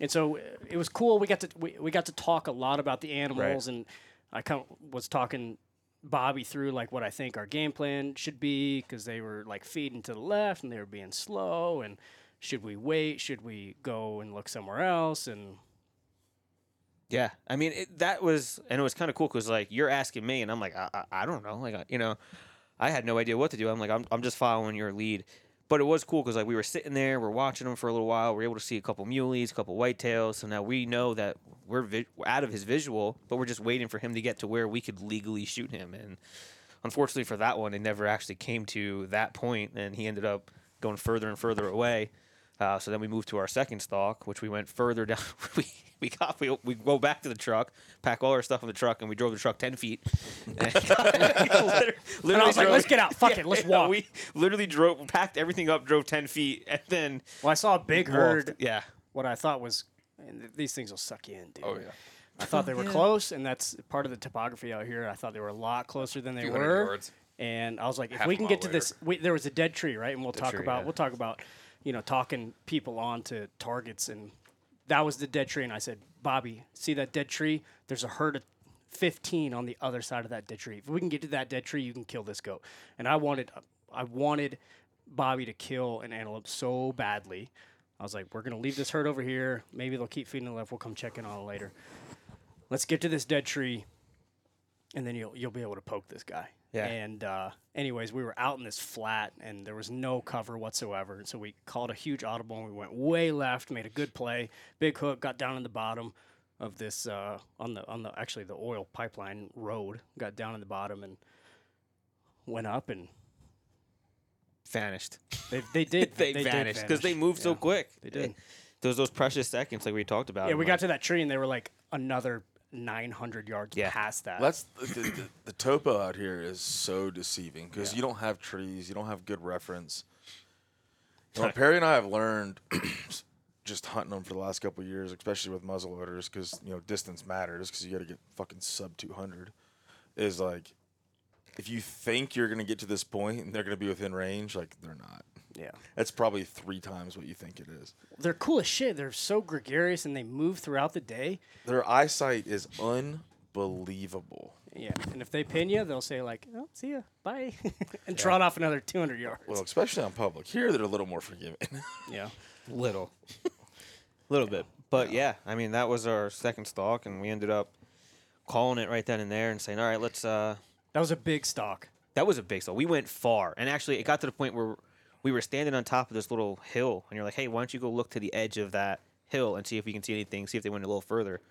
[SPEAKER 2] And so uh, it was cool. We got to we, we got to talk a lot about the animals, and I kind of was talking Bobby through like what I think our game plan should be because they were like feeding to the left and they were being slow, and should we wait? Should we go and look somewhere else? And [LAUGHS]
[SPEAKER 4] Yeah, I mean it, that was, and it was kind of cool because like you're asking me, and I'm like, I, I, I don't know, like I- you know, I had no idea what to do. I'm like, I'm, I'm just following your lead, but it was cool because like we were sitting there, we're watching them for a little while, we're able to see a couple muleys, a couple whitetails, so now we know that we're, vi- we're out of his visual, but we're just waiting for him to get to where we could legally shoot him, and unfortunately for that one, it never actually came to that point, and he ended up going further and further away. Uh, so then we moved to our second stalk, which we went further [LAUGHS] down. we we got we, we go back to the truck, pack all our stuff in the truck, and we drove the truck ten feet.
[SPEAKER 2] [LAUGHS]
[SPEAKER 4] And literally,
[SPEAKER 2] and I was like,
[SPEAKER 4] drove-
[SPEAKER 2] let's get out, fuck it, let's
[SPEAKER 4] [LAUGHS] Yeah,
[SPEAKER 2] walk.
[SPEAKER 4] We literally drove, packed everything up, drove ten feet, and then
[SPEAKER 2] well, I saw a big
[SPEAKER 4] walked.
[SPEAKER 2] herd.
[SPEAKER 4] Yeah,
[SPEAKER 2] What I thought was, and th- these things will suck you in, dude.
[SPEAKER 6] Oh yeah.
[SPEAKER 2] I thought they were close, and that's part of the topography out here. I thought they were a lot closer than they
[SPEAKER 6] Few hundred
[SPEAKER 2] were.
[SPEAKER 6] yards.
[SPEAKER 2] And I was like, if
[SPEAKER 6] Half
[SPEAKER 2] we
[SPEAKER 6] a
[SPEAKER 2] can
[SPEAKER 6] mile
[SPEAKER 2] get to
[SPEAKER 6] later.
[SPEAKER 2] this, we, there was a dead tree, right? And we'll talk
[SPEAKER 6] tree,
[SPEAKER 2] about
[SPEAKER 6] yeah.
[SPEAKER 2] we'll talk about you know talking people on to targets, and that was the dead tree. And I said, Bobby, see that dead tree? There's a herd of 15 on the other side of that dead tree. If we can get to that dead tree, you can kill this goat. And I wanted, I wanted Bobby to kill an antelope so badly. I was like, we're gonna leave this herd over here. Maybe they'll keep feeding the left. We'll come check in on it later let's get to this dead tree and then you'll you'll be able to poke this guy
[SPEAKER 4] Yeah.
[SPEAKER 2] and uh, anyways we were out in this flat and there was no cover whatsoever so we called a huge audible and we went way left made a good play big hook got down in the bottom of this uh, on the on the actually the oil pipeline road got down in the bottom and went up and
[SPEAKER 4] vanished.
[SPEAKER 2] they, they did
[SPEAKER 4] [LAUGHS] They,
[SPEAKER 2] did
[SPEAKER 4] vanished because they
[SPEAKER 2] vanish.
[SPEAKER 4] moved so
[SPEAKER 2] Yeah.
[SPEAKER 4] quick.
[SPEAKER 2] They did.
[SPEAKER 4] Those those precious seconds, like we talked about.
[SPEAKER 2] yeah
[SPEAKER 4] and,
[SPEAKER 2] we
[SPEAKER 4] like,
[SPEAKER 2] got to that tree and they were like another 900 yards
[SPEAKER 4] Yeah.
[SPEAKER 2] past that
[SPEAKER 3] That's the, the, the, the topo out here is so deceiving because you don't have trees, you don't have good reference. You know, Perry and I have learned [CLEARS THROAT] just hunting them for the last couple of years, especially with muzzleloaders, because you know distance matters because you got to get fucking sub two hundred. Is like if you think you're gonna get to this point and they're gonna be within range, like they're not.
[SPEAKER 2] yeah
[SPEAKER 3] That's probably three times what you think it is.
[SPEAKER 2] they're cool as shit. They're so gregarious and they move throughout the day.
[SPEAKER 3] Their eyesight is unbelievable.
[SPEAKER 2] Yeah, and if they pin you, they'll say like, "Oh, see ya, bye," [LAUGHS] and trot off another 200 yards.
[SPEAKER 3] Well, especially on public. Here, they're a little more forgiving. [LAUGHS]
[SPEAKER 2] yeah,
[SPEAKER 4] Little. Little bit. But yeah, I mean that was our second stalk and we ended up calling it right then and there and saying, All right, let's uh
[SPEAKER 2] that was a big stock.
[SPEAKER 4] that was a big sell. We went far. And actually it got to the point where we were standing on top of this little hill and you're like, Hey, why don't you go look to the edge of that hill and see if we can see anything, see if they went a little further.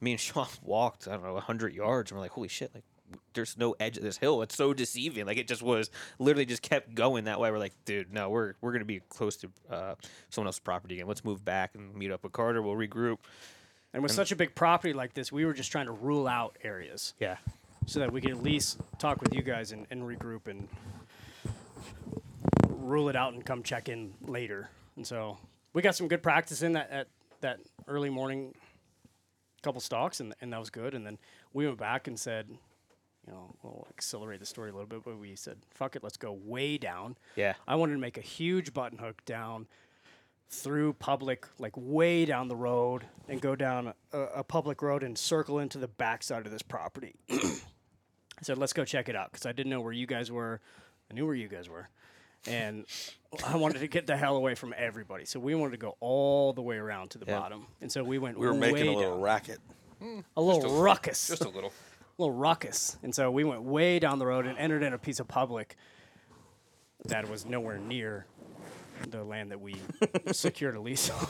[SPEAKER 4] Me and [LAUGHS] Sean walked, I don't know, hundred yards and we're like, Holy shit, like w- there's no edge of this hill. It's so deceiving. Like it just was literally just kept going that way. We're like, dude, no, we're we're gonna be close to uh, someone else's property again. Let's move back and meet up with Carter. We'll regroup.
[SPEAKER 2] And with such a big property like this, we were just trying to rule out areas
[SPEAKER 4] Yeah.
[SPEAKER 2] so that we could at least talk with you guys and, and regroup and rule it out and come check in later. And so we got some good practice in that at that early morning couple stalks and, and that was good. And then we went back and said, you know, we'll accelerate the story a little bit, but we said, fuck it, let's go way down.
[SPEAKER 4] Yeah.
[SPEAKER 2] I wanted to make a huge button hook down through public, like way down the road, and go down a, a public road and circle into the backside of this property. [CLEARS THROAT] I said, let's go check it out because I didn't know where you guys were. I knew where you guys were. And [LAUGHS] I wanted to get the hell away from everybody. So we wanted to go all the way around to the
[SPEAKER 4] Yeah.
[SPEAKER 2] bottom. And so we went
[SPEAKER 3] We were making
[SPEAKER 2] way
[SPEAKER 3] a little
[SPEAKER 2] down.
[SPEAKER 3] racket. [LAUGHS]
[SPEAKER 2] a little ruckus
[SPEAKER 6] Just a little.
[SPEAKER 2] little ruckus. And so we went way down the road and entered in a piece of public that was nowhere near the land [LAUGHS] that we secured a lease on.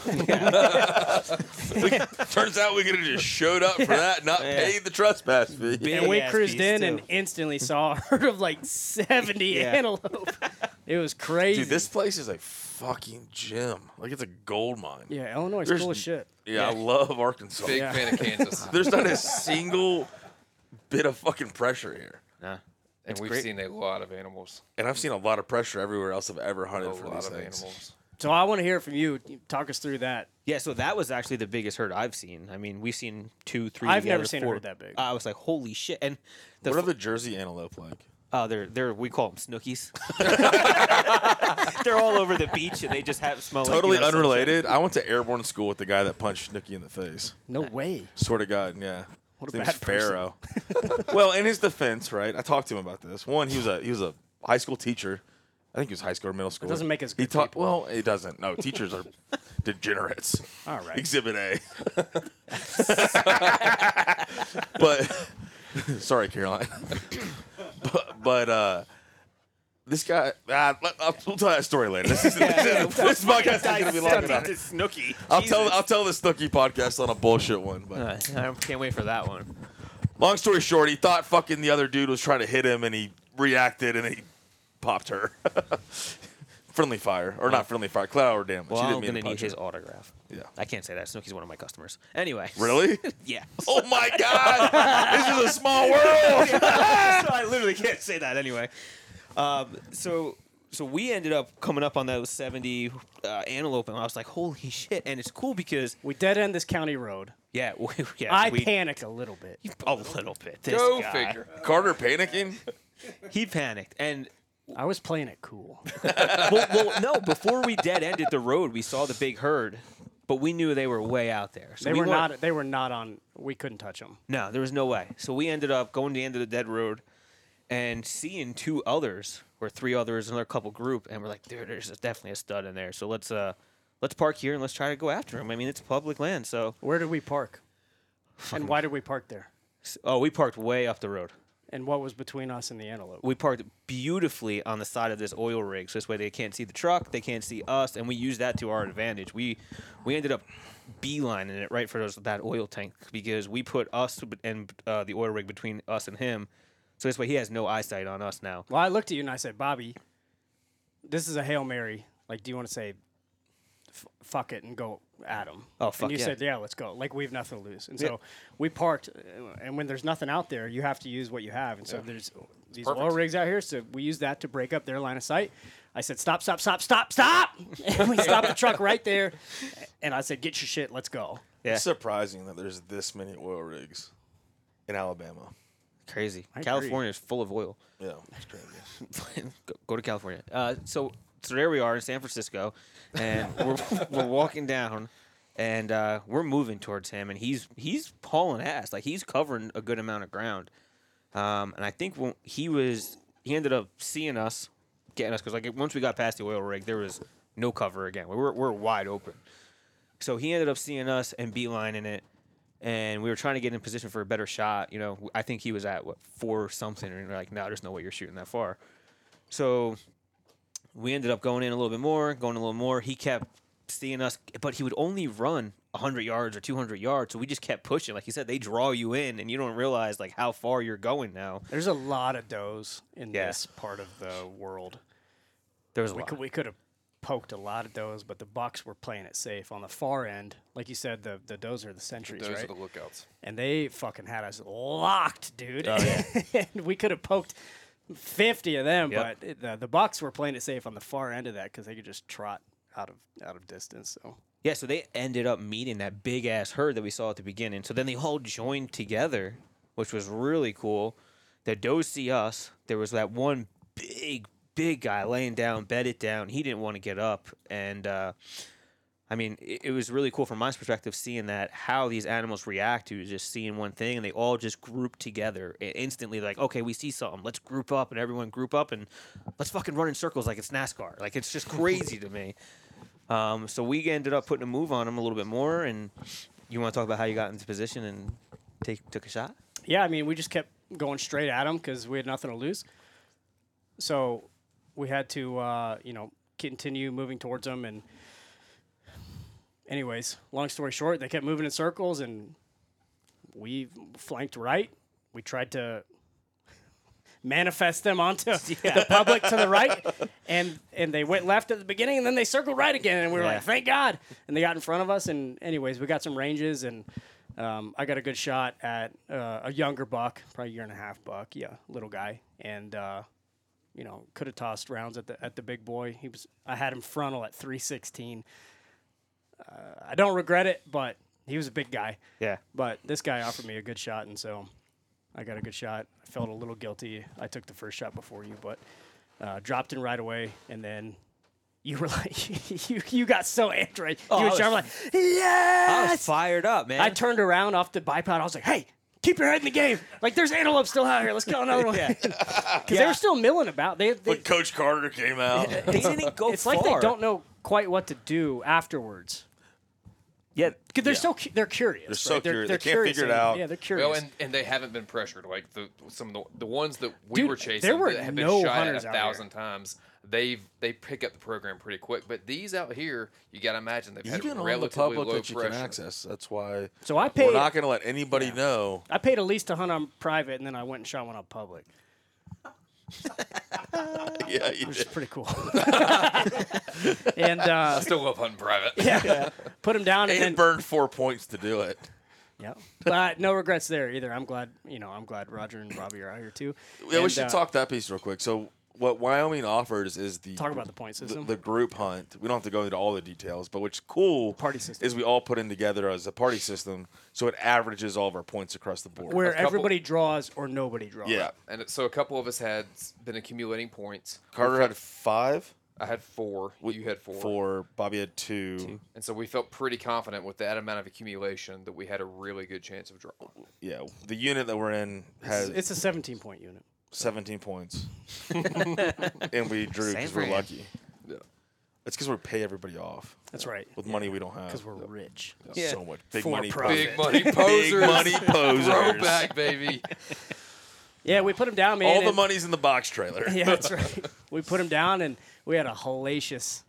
[SPEAKER 3] Turns out we could have just showed up for that, not paid the trespass fee.
[SPEAKER 2] and we
[SPEAKER 4] Big-ass
[SPEAKER 2] cruised
[SPEAKER 4] piece,
[SPEAKER 2] in
[SPEAKER 4] too.
[SPEAKER 2] and instantly saw a herd of like 70 [LAUGHS]
[SPEAKER 4] Yeah.
[SPEAKER 2] antelope. It was crazy.
[SPEAKER 3] Dude, this place is a fucking gem. Like it's a gold mine.
[SPEAKER 2] yeah, Illinois is
[SPEAKER 3] There's
[SPEAKER 2] cool as
[SPEAKER 3] n-
[SPEAKER 2] shit.
[SPEAKER 3] Yeah, I love Arkansas.
[SPEAKER 6] Big
[SPEAKER 2] Yeah.
[SPEAKER 6] fan
[SPEAKER 2] [LAUGHS]
[SPEAKER 6] of Kansas.
[SPEAKER 3] [LAUGHS] There's not a single bit of fucking pressure here.
[SPEAKER 4] Nah.
[SPEAKER 6] and we've
[SPEAKER 4] great.
[SPEAKER 6] seen a lot of animals.
[SPEAKER 3] And I've seen a lot of pressure everywhere else I've ever
[SPEAKER 6] A
[SPEAKER 3] hunted for
[SPEAKER 6] lot
[SPEAKER 3] these
[SPEAKER 6] of
[SPEAKER 3] things.
[SPEAKER 6] animals.
[SPEAKER 2] So I want to hear from you. Talk us through that.
[SPEAKER 4] Yeah, so that was actually the biggest herd I've seen. I mean, we've seen two, three.
[SPEAKER 2] I've never
[SPEAKER 4] together,
[SPEAKER 2] seen a
[SPEAKER 4] four.
[SPEAKER 2] herd that big.
[SPEAKER 4] I was like, holy shit! And the,
[SPEAKER 3] What
[SPEAKER 4] f-
[SPEAKER 3] are the Jersey antelope like?
[SPEAKER 4] uh, they're they're we call
[SPEAKER 3] [LAUGHS]
[SPEAKER 4] them snookies. [LAUGHS] they're all over the beach and they just have smell. like, you
[SPEAKER 3] Totally
[SPEAKER 4] know, sunshine.
[SPEAKER 3] unrelated. I went to airborne school with the guy that punched Snooky in the face.
[SPEAKER 2] No way.
[SPEAKER 3] Swear to God, yeah.
[SPEAKER 2] What a
[SPEAKER 3] His
[SPEAKER 2] bad person. [LAUGHS]
[SPEAKER 3] Pharaoh. well, in his defense, right? I talked to him about this. One, he was a he was a high school teacher. I think he was high school or middle school.
[SPEAKER 2] doesn't make us
[SPEAKER 3] He
[SPEAKER 2] good
[SPEAKER 3] taught.
[SPEAKER 2] people.
[SPEAKER 3] Well, it doesn't. No, teachers
[SPEAKER 2] [LAUGHS]
[SPEAKER 3] are degenerates.
[SPEAKER 2] All right.
[SPEAKER 3] Exhibit
[SPEAKER 2] [LAUGHS]
[SPEAKER 3] A. [LAUGHS] but [LAUGHS] sorry, Caroline. [COUGHS] but but uh, this guy. Ah, let- I'll, we'll tell that story later. This, is, this, is, this podcast is gonna be long enough.
[SPEAKER 4] Snooky.
[SPEAKER 3] I'll tell I'll tell the Snooky podcast on a bullshit one. But
[SPEAKER 4] Uh, I can't wait for that one.
[SPEAKER 3] long story short, he thought fucking the other dude was trying to hit him, and he reacted and he popped her. [LAUGHS] friendly fire or not friendly fire? Cloud or damage?
[SPEAKER 4] Well,
[SPEAKER 3] he
[SPEAKER 4] I'm
[SPEAKER 3] didn't mean
[SPEAKER 4] gonna
[SPEAKER 3] to
[SPEAKER 4] need
[SPEAKER 3] punch
[SPEAKER 4] his
[SPEAKER 3] her.
[SPEAKER 4] autograph.
[SPEAKER 3] Yeah.
[SPEAKER 4] I can't say that. Snooky's one of my customers. Anyway. [LAUGHS]
[SPEAKER 3] Really? [LAUGHS]
[SPEAKER 4] Yeah.
[SPEAKER 3] Oh my god! this is a small
[SPEAKER 4] [LAUGHS]
[SPEAKER 3] world.
[SPEAKER 4] so I literally can't say that anyway. Um, so so we ended up coming up on those 70 uh, antelope, and I was like, holy shit! And it's cool because
[SPEAKER 2] We dead end this county road.
[SPEAKER 4] yeah, [LAUGHS] we, yeah,
[SPEAKER 2] I
[SPEAKER 4] we,
[SPEAKER 2] panicked a little bit.
[SPEAKER 4] a little bit. This
[SPEAKER 6] Go
[SPEAKER 4] guy.
[SPEAKER 6] figure.
[SPEAKER 3] Carter panicking.
[SPEAKER 4] He panicked, and
[SPEAKER 2] I was playing it cool.
[SPEAKER 4] [LAUGHS] well, well, no, before we dead ended the road, we saw the big herd, but we knew they were way out there. So
[SPEAKER 2] They
[SPEAKER 4] we
[SPEAKER 2] were
[SPEAKER 4] weren't-
[SPEAKER 2] not. They were not on. We couldn't touch them.
[SPEAKER 4] No, there was no way. So we ended up going to the end of the dead road and seeing two others or three others, another couple group, and we're like, dude, there's definitely a stud in there. So let's uh let's park here and let's try to go after him. I mean, it's public land, so
[SPEAKER 2] Where did we park? And why did we park there?
[SPEAKER 4] oh, we parked way up the road.
[SPEAKER 2] And what was between us and the antelope?
[SPEAKER 4] We parked beautifully on the side of this oil rig, so this way they can't see the truck, they can't see us, and we used that to our advantage. We we ended up beelining it right for those that oil tank because we put us and uh, the oil rig between us and him, so this way he has no eyesight on us now.
[SPEAKER 2] Well, I looked at you and I said, Bobby, this is a hail mary. Like, do you want to say, f- fuck it and go at him?
[SPEAKER 4] Oh, fuck
[SPEAKER 2] And you
[SPEAKER 4] yeah.
[SPEAKER 2] said, yeah, let's go. Like we have nothing to lose. And so we parked. uh, And when there's nothing out there, you have to use what you have. And so there's these oil rigs out here. So we used that to break up their line of sight. I said, stop, stop, stop, stop, stop. [LAUGHS] and we stopped the truck right there. And I said, get your shit. Let's go.
[SPEAKER 4] Yeah.
[SPEAKER 3] It's surprising that there's this many oil rigs in Alabama.
[SPEAKER 4] Crazy.
[SPEAKER 2] agree.
[SPEAKER 4] California is full of oil.
[SPEAKER 3] Yeah, it's crazy.
[SPEAKER 4] go, [LAUGHS] go to California. Uh, so, so there we are in San Francisco, and we're, we're walking down, and uh, we're moving towards him, and he's he's hauling ass, like he's covering a good amount of ground. Um, and I think when he was, he ended up seeing us, getting us because like once we got past the oil rig, there was no cover again. We were we were wide open. So he ended up seeing us and beelining it, and we were trying to get in position for a better shot. You know, I think he was at what four something, and we're like, no, there's no way you're shooting that far. So we ended up going in a little bit more, going a little more. He kept seeing us, but he would only run 100 yards or 200 yards. So we just kept pushing. Like you said, they draw you in, and you don't realize like how far you're going now.
[SPEAKER 2] There's a lot of does in
[SPEAKER 4] Yeah.
[SPEAKER 2] this part of the world.
[SPEAKER 4] There was a
[SPEAKER 2] We
[SPEAKER 4] lot.
[SPEAKER 2] could we could have poked a lot of does, but the Bucks were playing it safe on the far end. Like you said, the the does are the sentries,
[SPEAKER 6] Those are
[SPEAKER 2] right?
[SPEAKER 6] the lookouts.
[SPEAKER 2] and they fucking had us locked, dude. [LAUGHS] and we could have poked fifty of them,
[SPEAKER 4] Yep.
[SPEAKER 2] but it- the the Bucks were playing it safe on the far end of that because they could just trot out of out of distance. So
[SPEAKER 4] Yeah, so they ended up meeting that big ass herd that we saw at the beginning. So then they all joined together, which was really cool. The does see us. There was that one big, big guy laying down, bedded down. He didn't want to get up. And uh, I mean, it, it was really cool from my perspective seeing that how these animals react to just seeing one thing and they all just group together I- instantly. Like, okay, we see something. Let's group up and everyone group up and let's fucking run in circles like it's NASCAR. Like, it's just crazy to me. Um, so we ended up putting a move on him a little bit more. And you want to talk about how you got into position and take took a shot?
[SPEAKER 2] yeah, I mean, we just kept going straight at them because we had nothing to lose. So we had to, uh, you know, continue moving towards them. And, anyways, long story short, they kept moving in circles, and we flanked right. We tried to manifest them onto [LAUGHS] the public to the right, and and they went left at the beginning, and then they circled right again, and we were
[SPEAKER 4] Yeah.
[SPEAKER 2] like, thank God! And they got in front of us, and anyways, we got some ranges, and um, I got a good shot at uh, a younger buck, probably a year and a half buck, yeah, little guy, and. Uh, you know, could have tossed rounds at the at the big boy. He was I had him frontal at 316. Uh, I don't regret it, but he was a big guy.
[SPEAKER 4] Yeah.
[SPEAKER 2] But this guy offered me a good shot, and so I got a good shot. I felt a little guilty. I took the first shot before you, but uh, dropped in right away, and then. You were [LAUGHS] like, you, you got so amped, right?
[SPEAKER 4] Oh, I
[SPEAKER 2] you were
[SPEAKER 4] was-
[SPEAKER 2] trying, like, yes!
[SPEAKER 4] I was fired up, man.
[SPEAKER 2] I turned around off the bipod. I was like, hey, keep your head in the game. Like, there's antelope still out here. Let's
[SPEAKER 3] [LAUGHS]
[SPEAKER 2] kill another one. [LAUGHS] Because they were still milling about. They, they,
[SPEAKER 3] But Coach Carter came
[SPEAKER 4] [LAUGHS]
[SPEAKER 3] out.
[SPEAKER 4] [LAUGHS] they didn't go
[SPEAKER 2] it's like they don't know quite what to do afterwards.
[SPEAKER 4] yet.
[SPEAKER 2] 'Cause They're so cu- they're curious.
[SPEAKER 3] so
[SPEAKER 2] right?
[SPEAKER 3] curious. They can't figure it
[SPEAKER 2] and-
[SPEAKER 3] out.
[SPEAKER 2] Yeah, they're curious.
[SPEAKER 6] Well, and, and they haven't been pressured like the some of the, the ones that we
[SPEAKER 2] Dude,
[SPEAKER 6] were
[SPEAKER 2] there
[SPEAKER 6] chasing
[SPEAKER 2] were
[SPEAKER 6] that have been
[SPEAKER 2] no
[SPEAKER 6] shot at
[SPEAKER 2] hunters
[SPEAKER 6] a
[SPEAKER 2] out here.
[SPEAKER 6] thousand times. They've they pick up the program pretty quick, but these out here, you got to imagine they've had
[SPEAKER 3] Even on the
[SPEAKER 6] relatively
[SPEAKER 3] public
[SPEAKER 6] low
[SPEAKER 3] that you
[SPEAKER 6] pressure.
[SPEAKER 3] can access. That's why
[SPEAKER 2] So I
[SPEAKER 3] we're
[SPEAKER 2] paid-
[SPEAKER 3] not going to let anybody
[SPEAKER 2] [LAUGHS]
[SPEAKER 3] know.
[SPEAKER 2] I paid at least to hunt on private, and then I went and shot one on public. Uh,
[SPEAKER 3] Yeah, you
[SPEAKER 2] Which
[SPEAKER 3] did.
[SPEAKER 2] is pretty cool. [LAUGHS] and uh, [LAUGHS]
[SPEAKER 6] I still love hunting private.
[SPEAKER 2] yeah, put him down, and
[SPEAKER 3] And
[SPEAKER 2] then
[SPEAKER 3] burned four points to do it.
[SPEAKER 2] yeah. But no regrets there either. I'm glad you know. I'm glad Roger and Robbie are out here too.
[SPEAKER 3] Yeah, we
[SPEAKER 2] And,
[SPEAKER 3] should
[SPEAKER 2] uh,
[SPEAKER 3] talk that piece real quick. So what Wyoming offers is the
[SPEAKER 2] Talk about the point
[SPEAKER 3] the,
[SPEAKER 2] system.
[SPEAKER 3] the group hunt. We don't have to go into all the details, but what's cool
[SPEAKER 2] Party system.
[SPEAKER 3] is we all put in together as a party system, so it averages all of our points across the board.
[SPEAKER 2] where
[SPEAKER 6] a couple-
[SPEAKER 2] everybody draws or nobody draws.
[SPEAKER 3] yeah,
[SPEAKER 6] And it- so a couple of us had s- been accumulating points.
[SPEAKER 3] Carter had five,
[SPEAKER 6] I had four. You had four.
[SPEAKER 3] four. Bobby had two.
[SPEAKER 6] And so we felt pretty confident with that amount of accumulation that we had a really good chance of drawing.
[SPEAKER 3] Yeah, the unit that we're in has
[SPEAKER 2] It's a 17 point unit.
[SPEAKER 3] 17 points, and we drew because
[SPEAKER 4] Same
[SPEAKER 3] we're
[SPEAKER 4] brand.
[SPEAKER 3] lucky. It's because we pay everybody off
[SPEAKER 2] That's right.
[SPEAKER 3] with money we don't have.
[SPEAKER 2] Because we're rich.
[SPEAKER 4] Yeah.
[SPEAKER 3] so much big
[SPEAKER 2] For
[SPEAKER 3] money, [LAUGHS]
[SPEAKER 2] profit.
[SPEAKER 6] Big money
[SPEAKER 3] big
[SPEAKER 6] posers. [LAUGHS]
[SPEAKER 3] money posers.
[SPEAKER 6] Throwback, baby.
[SPEAKER 2] Yeah, we put him down, man.
[SPEAKER 3] All the
[SPEAKER 2] and-
[SPEAKER 3] money's in the box trailer.
[SPEAKER 2] [LAUGHS] Yeah, that's right. we put him down, and we had a hellacious.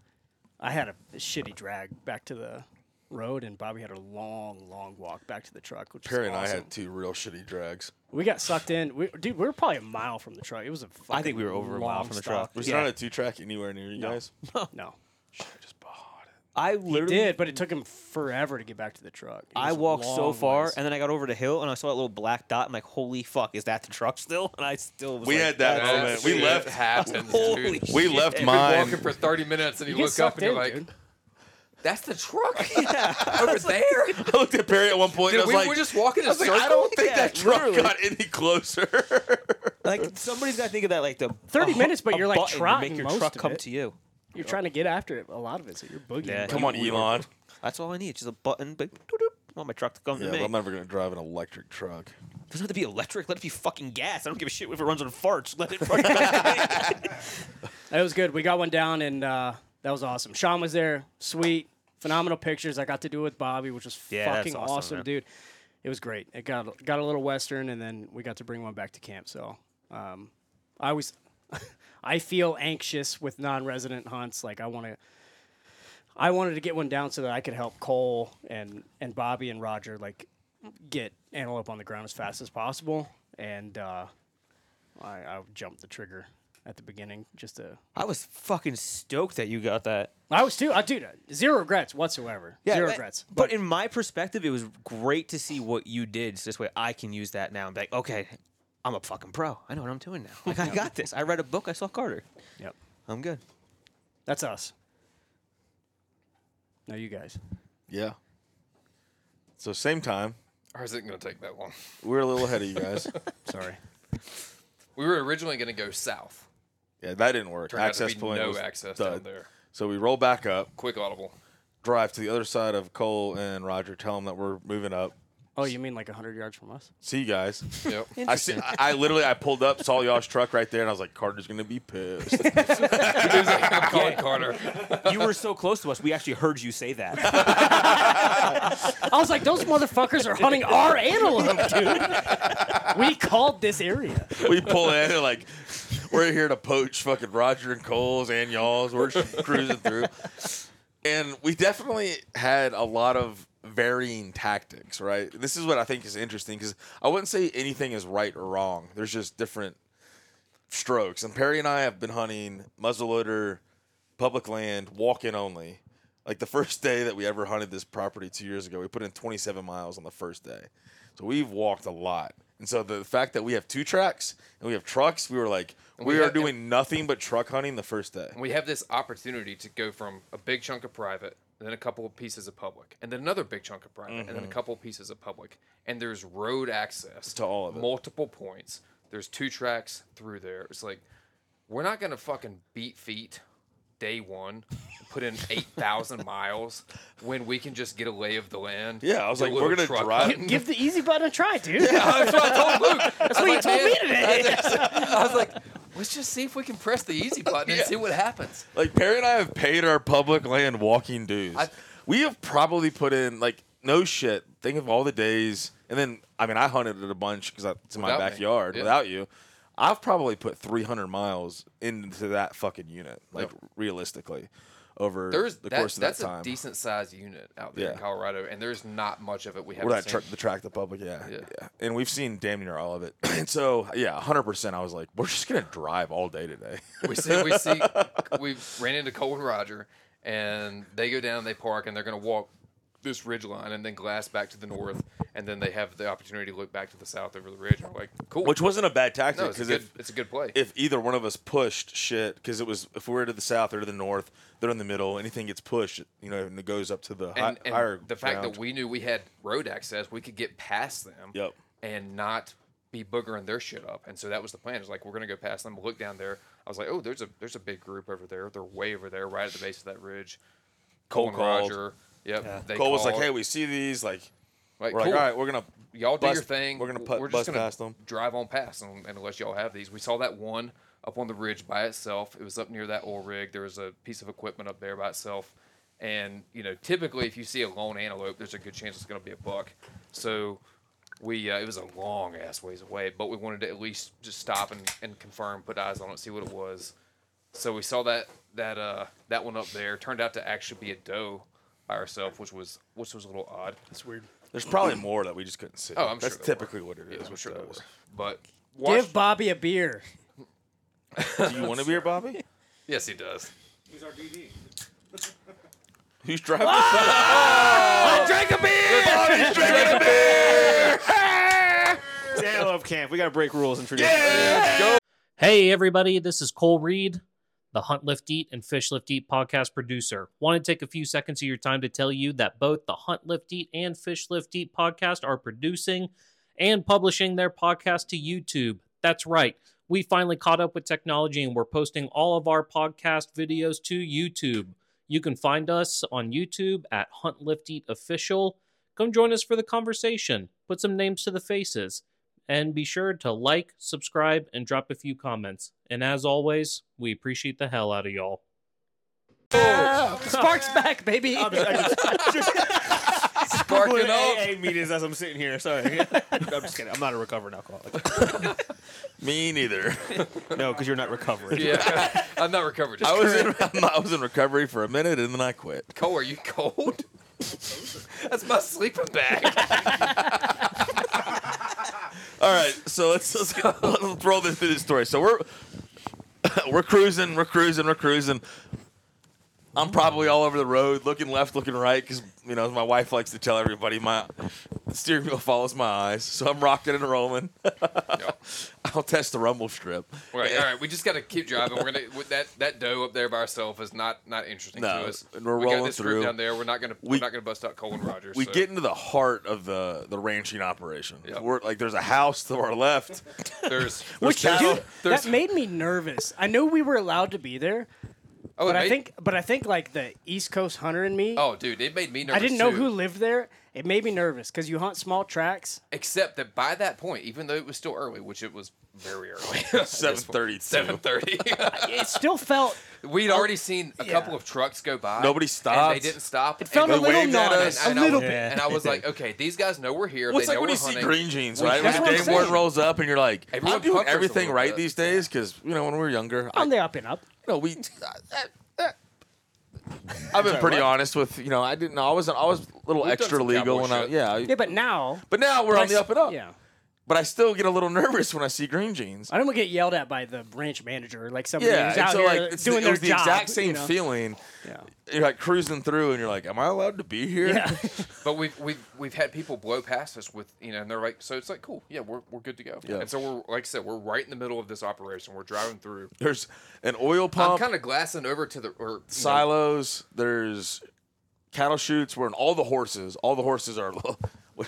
[SPEAKER 2] I had a shitty drag back to the road, and Bobby had a long, long walk back to the truck. Which
[SPEAKER 3] Perry
[SPEAKER 2] was
[SPEAKER 3] and I
[SPEAKER 2] awesome.
[SPEAKER 3] had two real shitty drags.
[SPEAKER 2] We got sucked in. We, dude, we were probably a mile from the truck. It was a.
[SPEAKER 4] I think we were over a mile
[SPEAKER 2] long
[SPEAKER 4] from the
[SPEAKER 2] stop.
[SPEAKER 4] truck.
[SPEAKER 3] Was
[SPEAKER 4] Yeah.
[SPEAKER 3] it not a two track anywhere near you guys?
[SPEAKER 2] No,
[SPEAKER 3] Just bought it.
[SPEAKER 4] I
[SPEAKER 2] he
[SPEAKER 4] literally
[SPEAKER 2] did, but it took him forever to get back to the truck. It
[SPEAKER 4] I
[SPEAKER 2] was a
[SPEAKER 4] walked so
[SPEAKER 2] long
[SPEAKER 4] far,
[SPEAKER 2] ways.
[SPEAKER 4] and then I got over the hill, and I saw that little black dot. I'm like, "Holy fuck, is that the truck still?" [LAUGHS] And I still was
[SPEAKER 3] We
[SPEAKER 4] like,
[SPEAKER 3] had that
[SPEAKER 6] That
[SPEAKER 3] moment. We
[SPEAKER 6] shit
[SPEAKER 3] left.
[SPEAKER 6] Happens,
[SPEAKER 4] [LAUGHS] Holy
[SPEAKER 6] dude.
[SPEAKER 4] shit.
[SPEAKER 3] We
[SPEAKER 4] [LAUGHS]
[SPEAKER 3] left
[SPEAKER 6] You've been
[SPEAKER 3] mine.
[SPEAKER 6] walking for 30 minutes and you,
[SPEAKER 2] You get
[SPEAKER 6] look up
[SPEAKER 2] sucked
[SPEAKER 6] and you're
[SPEAKER 2] in,
[SPEAKER 6] like,
[SPEAKER 2] dude.
[SPEAKER 6] that's the
[SPEAKER 3] [LAUGHS]
[SPEAKER 6] truck [LAUGHS] over there?
[SPEAKER 3] I looked at Perry at one point. and I was
[SPEAKER 6] Dude, we
[SPEAKER 3] like,
[SPEAKER 6] were just walking in
[SPEAKER 3] I,
[SPEAKER 6] a
[SPEAKER 3] was like,
[SPEAKER 6] circle.
[SPEAKER 3] I don't think
[SPEAKER 4] Yeah,
[SPEAKER 3] that truck
[SPEAKER 4] literally.
[SPEAKER 3] got any closer.
[SPEAKER 4] like somebody's got to think of that like the
[SPEAKER 2] 30
[SPEAKER 4] a-
[SPEAKER 2] minutes, but
[SPEAKER 4] a
[SPEAKER 2] you're, like,
[SPEAKER 4] button to
[SPEAKER 2] trotting
[SPEAKER 4] make your
[SPEAKER 2] most
[SPEAKER 4] truck
[SPEAKER 2] of
[SPEAKER 4] come
[SPEAKER 2] it.
[SPEAKER 4] to you.
[SPEAKER 2] you're trying to get after it. A lot of it, so you're boogieing.
[SPEAKER 4] Yeah.
[SPEAKER 2] bro.
[SPEAKER 3] Come on, Elon.
[SPEAKER 4] That's all I need, just a button. But doop, doop. I want my truck to come
[SPEAKER 3] Yeah,
[SPEAKER 4] to me.
[SPEAKER 3] I'm never going to drive an electric truck.
[SPEAKER 4] doesn't have to be electric. Let it be fucking gas. I don't give a shit if it runs on farts. Let it [LAUGHS] fucking.
[SPEAKER 2] That was good. We got one down, and uh, that was awesome. Sean was there. Sweet, phenomenal pictures. I got to do it with Bobby, which was
[SPEAKER 4] Yeah, that's
[SPEAKER 2] fucking
[SPEAKER 4] awesome,
[SPEAKER 2] awesome,
[SPEAKER 4] man.
[SPEAKER 2] dude. It was great. It got got a little western, and then we got to bring one back to camp. So, um, I was, [LAUGHS] I feel anxious with non-resident hunts. Like I want to. I wanted to get one down so that I could help Cole and, and Bobby and Roger like get antelope on the ground as fast as possible, and uh, I, I jumped the trigger at the beginning just to
[SPEAKER 4] I was fucking stoked that you got that.
[SPEAKER 2] I was too. I dude, uh, zero regrets whatsoever. zero
[SPEAKER 4] but-
[SPEAKER 2] regrets.
[SPEAKER 4] But in my perspective, it was great to see what you did. So this way, I can use that now. and be like, okay, I'm a fucking pro. I know what I'm doing now. Like, I got this. I read a book. I saw Carter.
[SPEAKER 2] Yep.
[SPEAKER 4] I'm [LAUGHS] good.
[SPEAKER 2] That's us. No, you guys.
[SPEAKER 3] Yeah. So same time,
[SPEAKER 6] [LAUGHS] Or is it going to take that long?
[SPEAKER 3] we're a little ahead of you guys.
[SPEAKER 6] [LAUGHS]
[SPEAKER 2] Sorry.
[SPEAKER 6] We were originally going to go south.
[SPEAKER 3] yeah, that didn't work.
[SPEAKER 6] Turned out to
[SPEAKER 3] access
[SPEAKER 6] be
[SPEAKER 3] point
[SPEAKER 6] no
[SPEAKER 3] was
[SPEAKER 6] access
[SPEAKER 3] dud.
[SPEAKER 6] down there.
[SPEAKER 3] So we roll back up,
[SPEAKER 6] Quick audible.
[SPEAKER 3] drive to the other side of Cole and Roger. Tell them that we're moving up.
[SPEAKER 2] Oh, you mean like hundred yards from us? [LAUGHS]
[SPEAKER 3] See you guys. [LAUGHS]
[SPEAKER 6] Yep.
[SPEAKER 3] I see. I I literally I pulled up, saw y'all's truck right there, and I was like, Carter's gonna be pissed.
[SPEAKER 6] He was
[SPEAKER 3] [LAUGHS]
[SPEAKER 6] like, I'm calling Carter.
[SPEAKER 4] You were so close to us. We actually heard you say that.
[SPEAKER 2] I was like, those motherfuckers
[SPEAKER 6] [LAUGHS]
[SPEAKER 2] are hunting our antelope, dude. We called this area.
[SPEAKER 3] we pull in and like we're here to poach fucking Roger and Cole's and y'all's. We're just cruising through. And we definitely had a lot of varying tactics, right? This is what I think is interesting because I wouldn't say anything is right or wrong. There's just different strokes. And Perry and I have been hunting muzzleloader, public land, walk in only. Like the first day that we ever hunted this property two years ago, we put in 27 miles on the first day. So we've walked a lot. And so the fact that we have two tracks and we have trucks, we were like, we,
[SPEAKER 6] we
[SPEAKER 3] are
[SPEAKER 6] have-
[SPEAKER 3] doing nothing but truck hunting the first day.
[SPEAKER 6] We have this opportunity to go from a big chunk of private, then a couple of pieces of public, and then another big chunk of private, and then a couple of pieces of public. And there's road access
[SPEAKER 3] Mm-hmm. To all of it.
[SPEAKER 6] multiple points. There's two tracks through there. It's like we're not gonna fucking beat feet day one, and put in eight
[SPEAKER 3] [LAUGHS]
[SPEAKER 6] thousand miles when we can just get a lay of the land.
[SPEAKER 3] Yeah, I was
[SPEAKER 6] do a
[SPEAKER 3] like,
[SPEAKER 6] little
[SPEAKER 3] we're gonna
[SPEAKER 6] truck
[SPEAKER 3] drive-
[SPEAKER 6] hunting.
[SPEAKER 2] Give the easy button a try, dude.
[SPEAKER 6] That's what I told Luke.
[SPEAKER 2] [LAUGHS] That's what you told me today.
[SPEAKER 6] [LAUGHS] I was like, let's just see if we can press the easy button
[SPEAKER 3] [LAUGHS]
[SPEAKER 6] and see what happens.
[SPEAKER 3] Like Perry and I have paid our public land walking dues. we have probably put in like no shit. Think of all the days, and then I mean I hunted it a bunch because it's in my
[SPEAKER 6] Without me.
[SPEAKER 3] backyard.
[SPEAKER 6] Yeah.
[SPEAKER 3] Without you, I've probably put 300 miles into that fucking unit. Like realistically, over
[SPEAKER 6] There's
[SPEAKER 3] the
[SPEAKER 6] that-
[SPEAKER 3] course of
[SPEAKER 6] that's
[SPEAKER 3] that time.
[SPEAKER 6] a decent sized unit out there in
[SPEAKER 3] Yeah.
[SPEAKER 6] Colorado, and there's not much of it we haven't
[SPEAKER 3] We're not
[SPEAKER 6] seen.
[SPEAKER 3] truck the track the public, yeah,
[SPEAKER 6] Yeah.
[SPEAKER 3] yeah. And we've seen damn near all of it. [CLEARS THROAT] and so yeah, 100. percent I was like, we're just gonna drive all day today. [LAUGHS]
[SPEAKER 6] we see we see we ran into Cole and Roger, and they go down, they park, and they're gonna walk this ridge line and then glass back to the north, and then they have the opportunity to look back to the south over the ridge. And we're like, cool.
[SPEAKER 3] Which wasn't a bad tactic
[SPEAKER 6] no, it's a
[SPEAKER 3] because
[SPEAKER 6] good,
[SPEAKER 3] if
[SPEAKER 6] it's a good play.
[SPEAKER 3] if either one of us pushed shit, because it was if we were to the south or to the north, they're in the middle. Anything gets pushed, you know, and it goes up to the hi-
[SPEAKER 6] and, and
[SPEAKER 3] higher.
[SPEAKER 6] the fact
[SPEAKER 3] ground.
[SPEAKER 6] that we knew we had road access, we could get past them.
[SPEAKER 3] Yep.
[SPEAKER 6] And not be boogering their shit up, and so that was the plan. It's like we're gonna go past them, look down there. I was like, oh, there's a there's a big group over there. They're way over there, right at the base of that ridge.
[SPEAKER 3] Cole
[SPEAKER 6] and
[SPEAKER 3] called.
[SPEAKER 6] Roger. Yep. They
[SPEAKER 3] Cole was like,
[SPEAKER 6] called.
[SPEAKER 3] "Hey, we see these. Like,
[SPEAKER 6] Like,
[SPEAKER 3] we're
[SPEAKER 6] cool.
[SPEAKER 3] like, all right, we're gonna
[SPEAKER 6] y'all do
[SPEAKER 3] bust-
[SPEAKER 6] your thing.
[SPEAKER 3] We're gonna
[SPEAKER 6] w-
[SPEAKER 3] put,
[SPEAKER 6] we're just
[SPEAKER 3] bust
[SPEAKER 6] gonna
[SPEAKER 3] past them.
[SPEAKER 6] drive on past them, and unless y'all have these, we saw that one up on the ridge by itself. It was up near that oil rig. There was a piece of equipment up there by itself, and you know, typically if you see a lone antelope, there's a good chance it's gonna be a buck. So we uh, it was a long ass ways away, but we wanted to at least just stop and, and confirm, put eyes on it, see what it was. So we saw that that uh that one up there turned out to actually be a doe by herself, which was which was a little odd.
[SPEAKER 3] There's probably more that we just couldn't see.
[SPEAKER 6] Oh, I'm sure
[SPEAKER 3] that's
[SPEAKER 6] there
[SPEAKER 3] typically what it
[SPEAKER 6] Yeah,
[SPEAKER 3] is.
[SPEAKER 6] I'm
[SPEAKER 3] with
[SPEAKER 6] sure there
[SPEAKER 3] those.
[SPEAKER 6] were. [LAUGHS] But
[SPEAKER 2] Give Bobby a beer.
[SPEAKER 3] Do you want to be here,
[SPEAKER 6] [LAUGHS]
[SPEAKER 3] Bobby?
[SPEAKER 6] yes,
[SPEAKER 2] [LAUGHS]
[SPEAKER 6] he does.
[SPEAKER 8] He's our DD.
[SPEAKER 3] Who's driving? Oh!
[SPEAKER 6] Ah!
[SPEAKER 3] I drank a beer. Bobby's drinking a beer.
[SPEAKER 4] Dale [LAUGHS] of camp. We got to break rules and traditions.
[SPEAKER 3] Yeah. Go.
[SPEAKER 9] Hey, everybody, this is Cole Reed, the Hunt Lift Eat and Fish Lift Eat podcast producer. Want to take a few seconds of your time to tell you that both the Hunt Lift Eat and Fish Lift Eat podcast are producing and publishing their podcast to YouTube. That's right. We finally caught up with technology and we're posting all of our podcast videos to YouTube. You can find us on YouTube at Hunt Lift Eat Official. Come join us for the conversation. Put some names to the faces And be sure to like, subscribe, and drop a few comments. And as always, we appreciate the hell out of y'all.
[SPEAKER 6] [LAUGHS]
[SPEAKER 2] Sparks back, baby.
[SPEAKER 3] Sparking
[SPEAKER 4] Googling
[SPEAKER 3] up.
[SPEAKER 4] AA meetings as I'm sitting here. Sorry, [LAUGHS] I'm just kidding. I'm not a recovering alcoholic.
[SPEAKER 3] Me neither.
[SPEAKER 4] [LAUGHS] No, because you're not recovering.
[SPEAKER 6] Yeah, [LAUGHS] I'm not recovered. Just
[SPEAKER 3] I [LAUGHS] was
[SPEAKER 6] [LAUGHS]
[SPEAKER 3] in I was in recovery for a minute and then I quit.
[SPEAKER 6] cold. Are you cold? [LAUGHS] That's my sleeping
[SPEAKER 3] [LAUGHS]
[SPEAKER 6] bag.
[SPEAKER 3] All right, so let's let's, get, let's roll this through this story. So we're [COUGHS] we're cruising, we're cruising, we're cruising. I'm probably all over the road, looking left, looking right, because you know as my wife likes to tell everybody my steering wheel follows my eyes. So I'm rocking and rolling. [LAUGHS] I'll test the rumble strip.
[SPEAKER 6] All right, all right. We just got to keep driving. We're gonna with that that dough up there by ourselves is not not interesting
[SPEAKER 3] No,
[SPEAKER 6] to us.
[SPEAKER 3] and we're
[SPEAKER 6] we
[SPEAKER 3] rolling
[SPEAKER 6] got this
[SPEAKER 3] through.
[SPEAKER 6] group down there. We're not gonna we,
[SPEAKER 3] We-
[SPEAKER 6] are not gonna bust out Cole and Rogers.
[SPEAKER 3] We
[SPEAKER 6] so.
[SPEAKER 3] get into the heart of the the ranching operation.
[SPEAKER 6] Yep.
[SPEAKER 3] We're like, there's a house to our left.
[SPEAKER 2] [LAUGHS]
[SPEAKER 6] there's
[SPEAKER 2] Which
[SPEAKER 3] There's
[SPEAKER 2] dude,
[SPEAKER 3] cattle.
[SPEAKER 6] [LAUGHS] There's-
[SPEAKER 2] that made me nervous. I knew we were allowed to be there,
[SPEAKER 6] oh, it
[SPEAKER 2] but I
[SPEAKER 6] made-
[SPEAKER 2] think but I think like the East Coast hunter in me.
[SPEAKER 6] oh dude, it made me
[SPEAKER 2] I
[SPEAKER 6] nervous.
[SPEAKER 2] didn't know
[SPEAKER 6] too.
[SPEAKER 2] who lived there. It made me nervous because you hunt small tracks.
[SPEAKER 6] Except that by that point, even though it was still early, which it was very
[SPEAKER 3] [LAUGHS]
[SPEAKER 6] early, [LAUGHS]
[SPEAKER 3] Seven thirty.
[SPEAKER 2] [LAUGHS]
[SPEAKER 6] seven thirty, [LAUGHS]
[SPEAKER 3] [LAUGHS]
[SPEAKER 2] It still felt
[SPEAKER 6] we'd already seen a
[SPEAKER 2] Oh, yeah.
[SPEAKER 6] couple of trucks go by.
[SPEAKER 3] Nobody
[SPEAKER 6] And
[SPEAKER 3] stopped.
[SPEAKER 6] they didn't stop. It
[SPEAKER 2] felt
[SPEAKER 3] They
[SPEAKER 2] a little
[SPEAKER 3] waved at
[SPEAKER 2] nauseous,
[SPEAKER 3] us.
[SPEAKER 2] a
[SPEAKER 6] and
[SPEAKER 2] little
[SPEAKER 6] I,
[SPEAKER 2] bit.
[SPEAKER 6] And I
[SPEAKER 2] [LAUGHS]
[SPEAKER 6] was like, okay, these guys know we're here.
[SPEAKER 3] Well, it's
[SPEAKER 6] they
[SPEAKER 3] like
[SPEAKER 6] know
[SPEAKER 3] when
[SPEAKER 6] we're
[SPEAKER 3] you
[SPEAKER 6] hunting.
[SPEAKER 3] see green jeans, right?
[SPEAKER 2] That's
[SPEAKER 3] When
[SPEAKER 2] what
[SPEAKER 3] the
[SPEAKER 2] I'm
[SPEAKER 3] game warden
[SPEAKER 2] saying.
[SPEAKER 3] rolls up and you're like,
[SPEAKER 6] Everyone
[SPEAKER 3] I'm doing
[SPEAKER 6] puckers a
[SPEAKER 3] everything
[SPEAKER 6] little
[SPEAKER 3] right
[SPEAKER 6] bit.
[SPEAKER 3] these days because you know when we were younger, I,
[SPEAKER 2] on the up and up.
[SPEAKER 3] no,
[SPEAKER 2] [LAUGHS]
[SPEAKER 3] we. uh, I've been pretty honest with you know I didn't know I wasn't I was a little
[SPEAKER 6] We've done
[SPEAKER 3] extra
[SPEAKER 6] some
[SPEAKER 3] legal
[SPEAKER 6] cowboy
[SPEAKER 3] when I
[SPEAKER 6] shit.
[SPEAKER 3] yeah, I-
[SPEAKER 2] Yeah, but now
[SPEAKER 3] but now we're
[SPEAKER 2] but I
[SPEAKER 3] on the
[SPEAKER 2] s-
[SPEAKER 3] up and up
[SPEAKER 2] Yeah,
[SPEAKER 3] but I still get a little [LAUGHS] nervous when I see green jeans
[SPEAKER 2] I don't wanna get yelled at by the branch manager like somebody
[SPEAKER 3] yeah
[SPEAKER 2] who's
[SPEAKER 3] and
[SPEAKER 2] out
[SPEAKER 3] so
[SPEAKER 2] here
[SPEAKER 3] like it's
[SPEAKER 2] doing
[SPEAKER 3] the, it
[SPEAKER 2] their
[SPEAKER 3] was the
[SPEAKER 2] job.
[SPEAKER 3] exact same
[SPEAKER 2] you know?
[SPEAKER 3] feeling
[SPEAKER 2] Yeah.
[SPEAKER 3] you're like cruising through and you're like am I allowed to be here
[SPEAKER 2] Yeah. [LAUGHS]
[SPEAKER 6] But we've we've we've had people blow past us with you know, and they're like, so it's like cool, yeah, we're we're good to go.
[SPEAKER 3] Yeah.
[SPEAKER 6] And so we're like I said, we're right in the middle of this operation. We're driving through.
[SPEAKER 3] [LAUGHS] there's an oil
[SPEAKER 6] I'm
[SPEAKER 3] pump
[SPEAKER 6] kind of glassing over to the or you know,
[SPEAKER 3] silos. There's cattle chutes. We're in all the horses. All the horses are [LAUGHS] lo-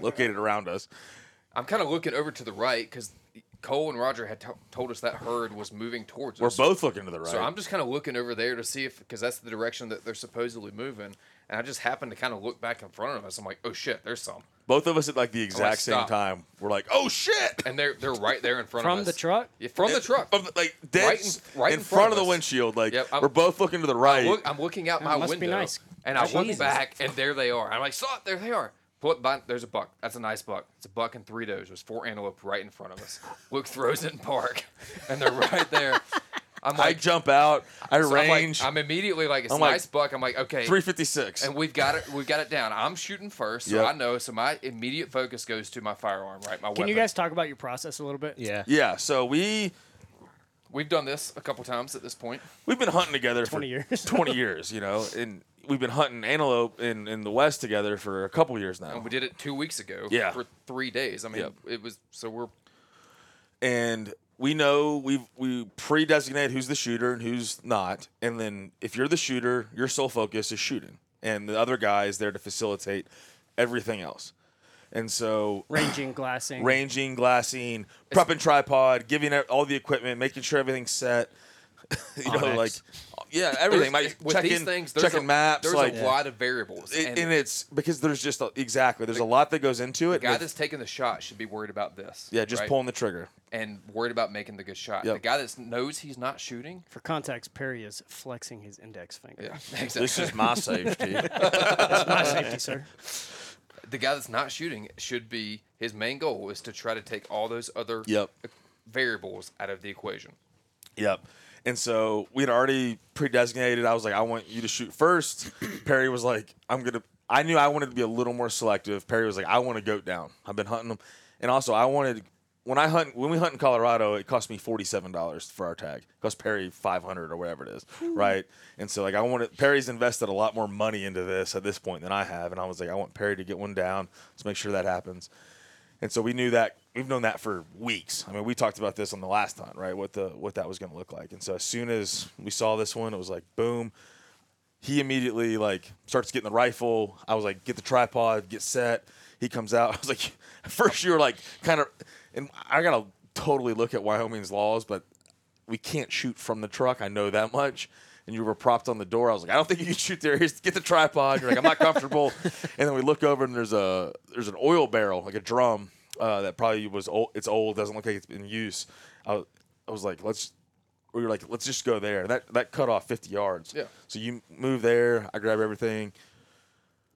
[SPEAKER 3] located around us.
[SPEAKER 6] I'm kind of looking over to the right because Cole and Roger had to told us that herd was moving towards
[SPEAKER 3] We're
[SPEAKER 6] us.
[SPEAKER 3] both looking to the right.
[SPEAKER 6] So I'm just kind of looking over there to see if, because that's the direction that they're supposedly moving. And I just happened to kind of look back in front of us. I'm like, oh shit, there's some.
[SPEAKER 3] both of us at like the exact same
[SPEAKER 6] stop.
[SPEAKER 3] time. We're like, oh shit!
[SPEAKER 6] Oh, And they're they're right there in front of
[SPEAKER 2] From
[SPEAKER 6] us.
[SPEAKER 2] the truck?
[SPEAKER 6] Yeah, from the truck.
[SPEAKER 3] From the- like dead
[SPEAKER 6] Right in-
[SPEAKER 3] s-
[SPEAKER 6] right
[SPEAKER 3] in,
[SPEAKER 6] in
[SPEAKER 3] front
[SPEAKER 6] front
[SPEAKER 3] of
[SPEAKER 6] of
[SPEAKER 3] the
[SPEAKER 6] us.
[SPEAKER 3] window. Like
[SPEAKER 6] Yep, I'm-
[SPEAKER 3] we're both looking to the right.
[SPEAKER 6] Look, I'm looking out my
[SPEAKER 2] must be
[SPEAKER 6] window,
[SPEAKER 2] nice.
[SPEAKER 6] and I look
[SPEAKER 2] Jesus.
[SPEAKER 6] back, and there they are. I'm like, saw it, there they are. Pull up by, there's a buck. That's a nice buck. It's a buck and three does. There's four antelope right in front of us. Luke throws it in park, [LAUGHS] and they're right there. I'm
[SPEAKER 3] I
[SPEAKER 6] like,
[SPEAKER 3] jump out. I
[SPEAKER 6] so I'm, like-
[SPEAKER 3] range.
[SPEAKER 6] I'm immediately like, it's a
[SPEAKER 3] I'm like,
[SPEAKER 6] nice buck. I'm like, okay,
[SPEAKER 3] 356.
[SPEAKER 6] and we've got it. We've got it down. I'm shooting first, so
[SPEAKER 3] Yep.
[SPEAKER 6] I know. So my immediate focus goes to my firearm, right? My
[SPEAKER 2] Can
[SPEAKER 6] weapon.
[SPEAKER 2] you guys talk about your process a little bit?
[SPEAKER 4] Yeah.
[SPEAKER 3] yeah. So we
[SPEAKER 6] We've done this a couple times at this point.
[SPEAKER 3] we've been hunting together
[SPEAKER 2] 20
[SPEAKER 3] for
[SPEAKER 2] years.
[SPEAKER 3] 20 years. You know, and we've been hunting antelope in in the west together for a couple years now.
[SPEAKER 6] And we did it two weeks ago.
[SPEAKER 3] Yeah.
[SPEAKER 6] For three days. I mean,
[SPEAKER 3] Yep.
[SPEAKER 6] it was so we're
[SPEAKER 3] and we know we we pre-designate who's the shooter and who's not and then if you're the shooter your sole focus is shooting and the other guy is there to facilitate everything else and so
[SPEAKER 2] [COUGHS] Ranging, glassing.
[SPEAKER 3] ranging glassing prepping tripod giving out all the equipment making sure everything's set [LAUGHS] you know like
[SPEAKER 4] Onyx.
[SPEAKER 3] yeah everything
[SPEAKER 6] There's-
[SPEAKER 3] like
[SPEAKER 6] with
[SPEAKER 3] checking,
[SPEAKER 6] these things, there's
[SPEAKER 3] checking
[SPEAKER 6] a,
[SPEAKER 3] maps
[SPEAKER 6] There's
[SPEAKER 3] like
[SPEAKER 6] a lot of variables.
[SPEAKER 3] it-
[SPEAKER 6] and
[SPEAKER 3] and, it's because there's just a, exactly there's a lot that goes into it
[SPEAKER 6] the guy
[SPEAKER 3] and
[SPEAKER 6] that's taking the shot should be worried about this.
[SPEAKER 3] yeah just
[SPEAKER 6] right?
[SPEAKER 3] pulling the trigger
[SPEAKER 6] and worried about making the good shot.
[SPEAKER 3] Yep.
[SPEAKER 6] The guy that knows he's not shooting.
[SPEAKER 2] For context, Perry is flexing his index finger.
[SPEAKER 6] Yeah, [LAUGHS] exactly.
[SPEAKER 3] this is my safety [LAUGHS]
[SPEAKER 2] That's my safety, sir.
[SPEAKER 6] the guy that's not shooting should be his main goal is to try to take all those other
[SPEAKER 3] Yep.
[SPEAKER 6] variables out of the equation.
[SPEAKER 3] Yep. And so we had already pre-designated. I was like, I want you to shoot first. Perry was like, I'm gonna. I knew I wanted to be a little more selective. Perry was like, I want to go down. I've been hunting them, and also I wanted when I hunt when we hunt in Colorado, it cost me forty seven dollars for our tag. It cost Perry five hundred or whatever it is, right? And so like I wanted Perry's invested a lot more money into this at this point than I have, and I was like, I want Perry to get one down. Let's make sure that happens. And so we knew that we've known that for weeks. I mean, we talked about this on the last time, right? What the what that was going to look like. And so as soon as we saw this one, it was like boom. He immediately like starts getting the rifle. I was like, get the tripod, get set. He comes out. [LAUGHS] I was like, at first you were like kind of, and I gotta totally look at Wyoming's laws, but we can't shoot from the truck. I know that much. And you were propped on the door. I was like, I don't think you can [LAUGHS] shoot there. Here's get the tripod. You're like, I'm not comfortable. and then we look over and there's a there's an oil barrel, like a drum uh, that probably was old. It's old. Doesn't look like it's been used. I was, I was like, let's. We were like, let's just go there. That that cut off fifty yards.
[SPEAKER 6] Yeah.
[SPEAKER 3] So you move there. I grab everything.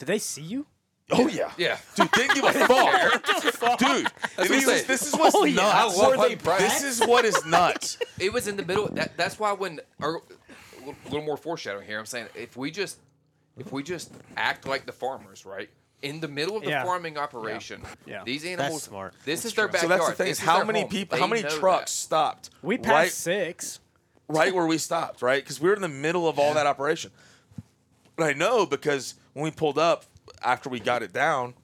[SPEAKER 2] Did they see you?
[SPEAKER 3] Oh yeah.
[SPEAKER 6] Yeah.
[SPEAKER 3] Dude, didn't
[SPEAKER 6] [LAUGHS]
[SPEAKER 3] give a fuck. Dude,
[SPEAKER 6] That's what I'm
[SPEAKER 3] this is,
[SPEAKER 6] saying. Oh,
[SPEAKER 3] this is what's nuts.
[SPEAKER 6] I love how
[SPEAKER 3] this is what is nuts.
[SPEAKER 6] It was in the middle. That, that's why when our, a little more foreshadowing here. I'm saying if we just if we just act like the farmers, right? In the middle of the
[SPEAKER 2] Yeah.
[SPEAKER 6] farming operation,
[SPEAKER 2] Yeah.
[SPEAKER 6] these animals.
[SPEAKER 4] smart.
[SPEAKER 6] This is their
[SPEAKER 3] So
[SPEAKER 6] [LAUGHS] backyard.
[SPEAKER 3] that's the thing
[SPEAKER 6] This
[SPEAKER 3] is
[SPEAKER 6] is
[SPEAKER 3] how
[SPEAKER 6] their
[SPEAKER 3] many
[SPEAKER 6] home.
[SPEAKER 3] people,
[SPEAKER 6] They
[SPEAKER 3] how many
[SPEAKER 6] know
[SPEAKER 3] trucks stopped?
[SPEAKER 2] We passed
[SPEAKER 3] right, [LAUGHS]
[SPEAKER 2] six.
[SPEAKER 3] right where we stopped, right? Because we were in the middle of all that operation. But I know because when we pulled up after we got it down,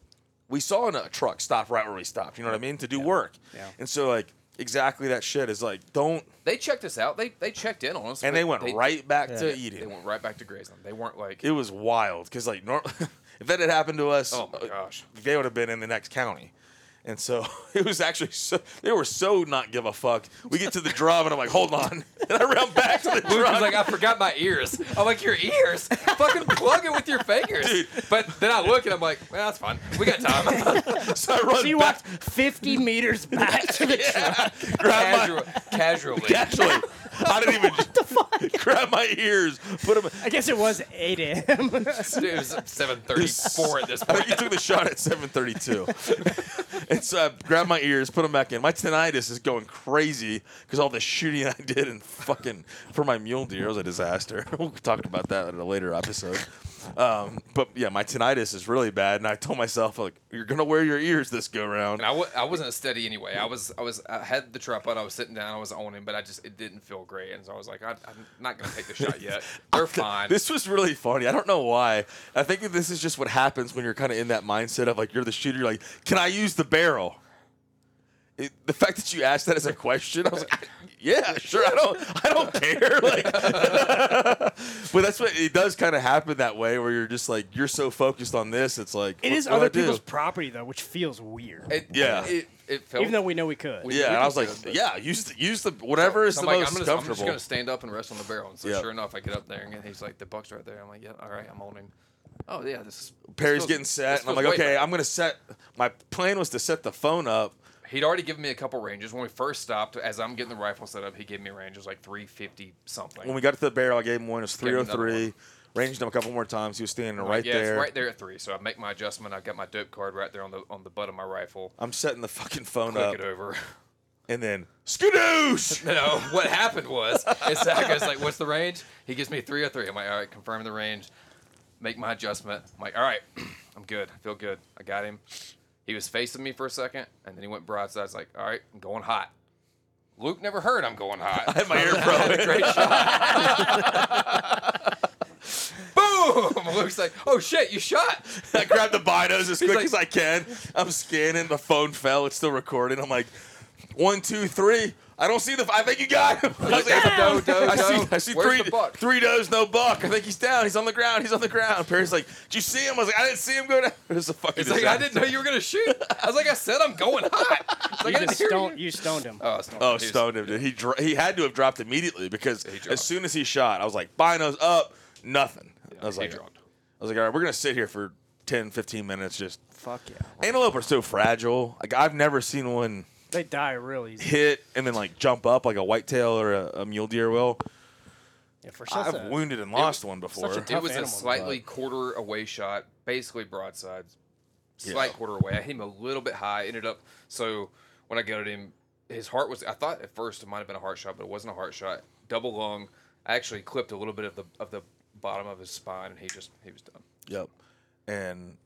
[SPEAKER 3] we saw a truck stop right where we stopped. You know what I mean? To do work.
[SPEAKER 2] Yeah.
[SPEAKER 3] And so like exactly that shit is like don't
[SPEAKER 6] That. They checked us out. They they checked in on us,
[SPEAKER 3] and
[SPEAKER 6] but
[SPEAKER 3] they went right back to eating.
[SPEAKER 6] They went right back to grazing. They weren't like,
[SPEAKER 3] it was wild because like nor- [LAUGHS] if that had happened to us
[SPEAKER 6] Oh, my
[SPEAKER 3] uh, [LAUGHS]
[SPEAKER 6] gosh.
[SPEAKER 3] they would have been in the next county and so [LAUGHS] it was actually so they were so not give a fuck we get to the drum and i'm like hold on [LAUGHS] and i round back to the
[SPEAKER 6] Luke
[SPEAKER 3] drum
[SPEAKER 6] was like, I forgot my ears. I'm like, your
[SPEAKER 3] [LAUGHS]
[SPEAKER 6] ears? Fucking plug it with your fingers. But then I look and I'm like, well, that's fine. We
[SPEAKER 3] [LAUGHS]
[SPEAKER 6] got time.
[SPEAKER 3] so i run
[SPEAKER 2] So you
[SPEAKER 3] back
[SPEAKER 2] walked 50 meters back to the truck.
[SPEAKER 3] grab my-
[SPEAKER 6] [LAUGHS] Casual, casually.
[SPEAKER 3] Actually, I didn't even [LAUGHS] grab my ears. Put them.
[SPEAKER 2] I guess it was 8 a.m.
[SPEAKER 6] It was 7:34
[SPEAKER 3] [LAUGHS]
[SPEAKER 6] at this
[SPEAKER 3] I
[SPEAKER 6] point.
[SPEAKER 3] think you took the shot at 7:32, [LAUGHS] and so I grabbed my ears, put them back in. My tinnitus is going crazy because all the shooting I did and fucking for my mule deer was a disaster. [LAUGHS] we'll talk about that in a later episode. Um, but yeah, my tinnitus is really bad, and I told myself like, "You're gonna wear your ears this go round."
[SPEAKER 6] And I w- I wasn't steady anyway. I was I was I had the tripod. I was sitting down. I was on him, but I just it didn't feel great. And so I was like, I, I'm not gonna take the
[SPEAKER 3] [LAUGHS]
[SPEAKER 6] shot yet. They're fine.
[SPEAKER 3] This was really funny. I don't know why. I think that this is just what happens when you're kind of in that mindset of like you're the shooter. You're like, can I use the barrel? It, the fact that you asked that as a question, I was like, yeah, sure. I don't, I don't care. [LAUGHS] Like, but that's what it does kind of happen that way, where you're just like you're so focused on this. It's like
[SPEAKER 2] It
[SPEAKER 3] what
[SPEAKER 2] is
[SPEAKER 3] do I
[SPEAKER 2] other
[SPEAKER 3] do?
[SPEAKER 2] people's property, though, which feels weird.
[SPEAKER 6] It,
[SPEAKER 3] Yeah.
[SPEAKER 6] It, it felt.
[SPEAKER 2] Even though we know we could.
[SPEAKER 6] We-
[SPEAKER 3] Yeah, and I was
[SPEAKER 6] can
[SPEAKER 3] like,
[SPEAKER 6] do it, but-
[SPEAKER 3] yeah, use the, use the whatever is
[SPEAKER 6] So
[SPEAKER 3] the
[SPEAKER 6] I'm like,
[SPEAKER 3] most
[SPEAKER 6] I'm, gonna, I'm just
[SPEAKER 3] comfortable.
[SPEAKER 6] gonna stand up and rest on the barrel. And so
[SPEAKER 3] Yeah.
[SPEAKER 6] sure enough, I get up there and he's like, the buck's right there. I'm like, yeah, all right, I'm on him. Oh yeah, this is this
[SPEAKER 3] Perry's
[SPEAKER 6] feels-
[SPEAKER 3] getting
[SPEAKER 6] this
[SPEAKER 3] set, and I'm like,
[SPEAKER 6] feels way
[SPEAKER 3] okay,
[SPEAKER 6] better."
[SPEAKER 3] I'm gonna set. My plan was to set the phone up.
[SPEAKER 6] He'd already given me a couple ranges when we first stopped. As I'm getting the rifle set up, he gave me a range. It was like 350 something.
[SPEAKER 3] when we got to the barrel, I gave him one. It was
[SPEAKER 6] Gave him another
[SPEAKER 3] 303. Ranged him a couple more times. He was standing
[SPEAKER 6] I'm
[SPEAKER 3] right
[SPEAKER 6] like, yeah,
[SPEAKER 3] there.
[SPEAKER 6] it's right there at three. So I make my adjustment. I've got my dope card right there on the on the butt of my rifle.
[SPEAKER 3] I'm setting the fucking phone
[SPEAKER 6] Click
[SPEAKER 3] up,
[SPEAKER 6] it over. [LAUGHS]
[SPEAKER 3] and then skadoosh.
[SPEAKER 6] No, what happened was, is Zach goes like, "What's the range?" He gives me three or three. I'm like, "All right, confirm the range, make my adjustment." I'm like, "All right, [CLEARS THROAT] I'm good. I feel good. I got him." He was facing me for a second, and then he went broadside. I was like, "All right, I'm going hot." Luke never heard I'm going hot. I
[SPEAKER 3] had my ear broke.
[SPEAKER 6] had a [LAUGHS] great shot. [LAUGHS] Boom! Luke's like, "Oh shit, you shot!"
[SPEAKER 3] [LAUGHS] I grabbed the binos as quick
[SPEAKER 6] like-
[SPEAKER 3] as I can. I'm scanning. The phone fell. It's still recording. I'm like, one, two, three. I don't see the. I think you got him. [LAUGHS] I, was like,
[SPEAKER 6] doe, doe,
[SPEAKER 3] I see.
[SPEAKER 6] doe.
[SPEAKER 3] I see
[SPEAKER 6] Where's
[SPEAKER 3] three.
[SPEAKER 6] the buck?
[SPEAKER 3] Three does, no buck. I think he's down. He's on the ground. He's on the ground. Perry's like, did you see him? I was like, I didn't see him go down. [LAUGHS] It was a fucking.
[SPEAKER 6] He's like, "I
[SPEAKER 3] disaster.
[SPEAKER 6] didn't know you were gonna shoot." I was like, "I said I'm going hot." It's like,
[SPEAKER 2] You
[SPEAKER 6] I didn't
[SPEAKER 2] just
[SPEAKER 6] hear
[SPEAKER 2] stoned,
[SPEAKER 6] you.
[SPEAKER 2] you stoned him.
[SPEAKER 6] Oh, Stone.
[SPEAKER 3] [LAUGHS] Oh, stoned him, dude. He dro- he had to have dropped immediately because
[SPEAKER 6] He dropped.
[SPEAKER 3] as soon as he shot, I was like, binos up, nothing. I was
[SPEAKER 6] he
[SPEAKER 3] like,
[SPEAKER 6] dropped.
[SPEAKER 3] I was like, all right, we're gonna sit here for 10, 15 minutes. Just
[SPEAKER 2] Fuck yeah.
[SPEAKER 3] antelope are so fragile. Like I've never seen one
[SPEAKER 2] They die real easy.
[SPEAKER 3] hit and then like jump up like a whitetail or a, a mule deer will.
[SPEAKER 2] Yeah, for sure.
[SPEAKER 3] I've wounded and lost one before.
[SPEAKER 2] such a
[SPEAKER 6] It
[SPEAKER 2] tough
[SPEAKER 6] was a
[SPEAKER 2] animal to
[SPEAKER 6] slightly quarter away shot, basically broadside, slight
[SPEAKER 3] Yeah.
[SPEAKER 6] quarter away. I hit him a little bit high. Ended up so when I gutted him, his heart was. I thought at first it might have been a heart shot, but it wasn't a heart shot. Double lung. I actually clipped a little bit of the of the bottom of his spine, and he just he
[SPEAKER 3] [LAUGHS]
[SPEAKER 6] was done.
[SPEAKER 3] Yep. And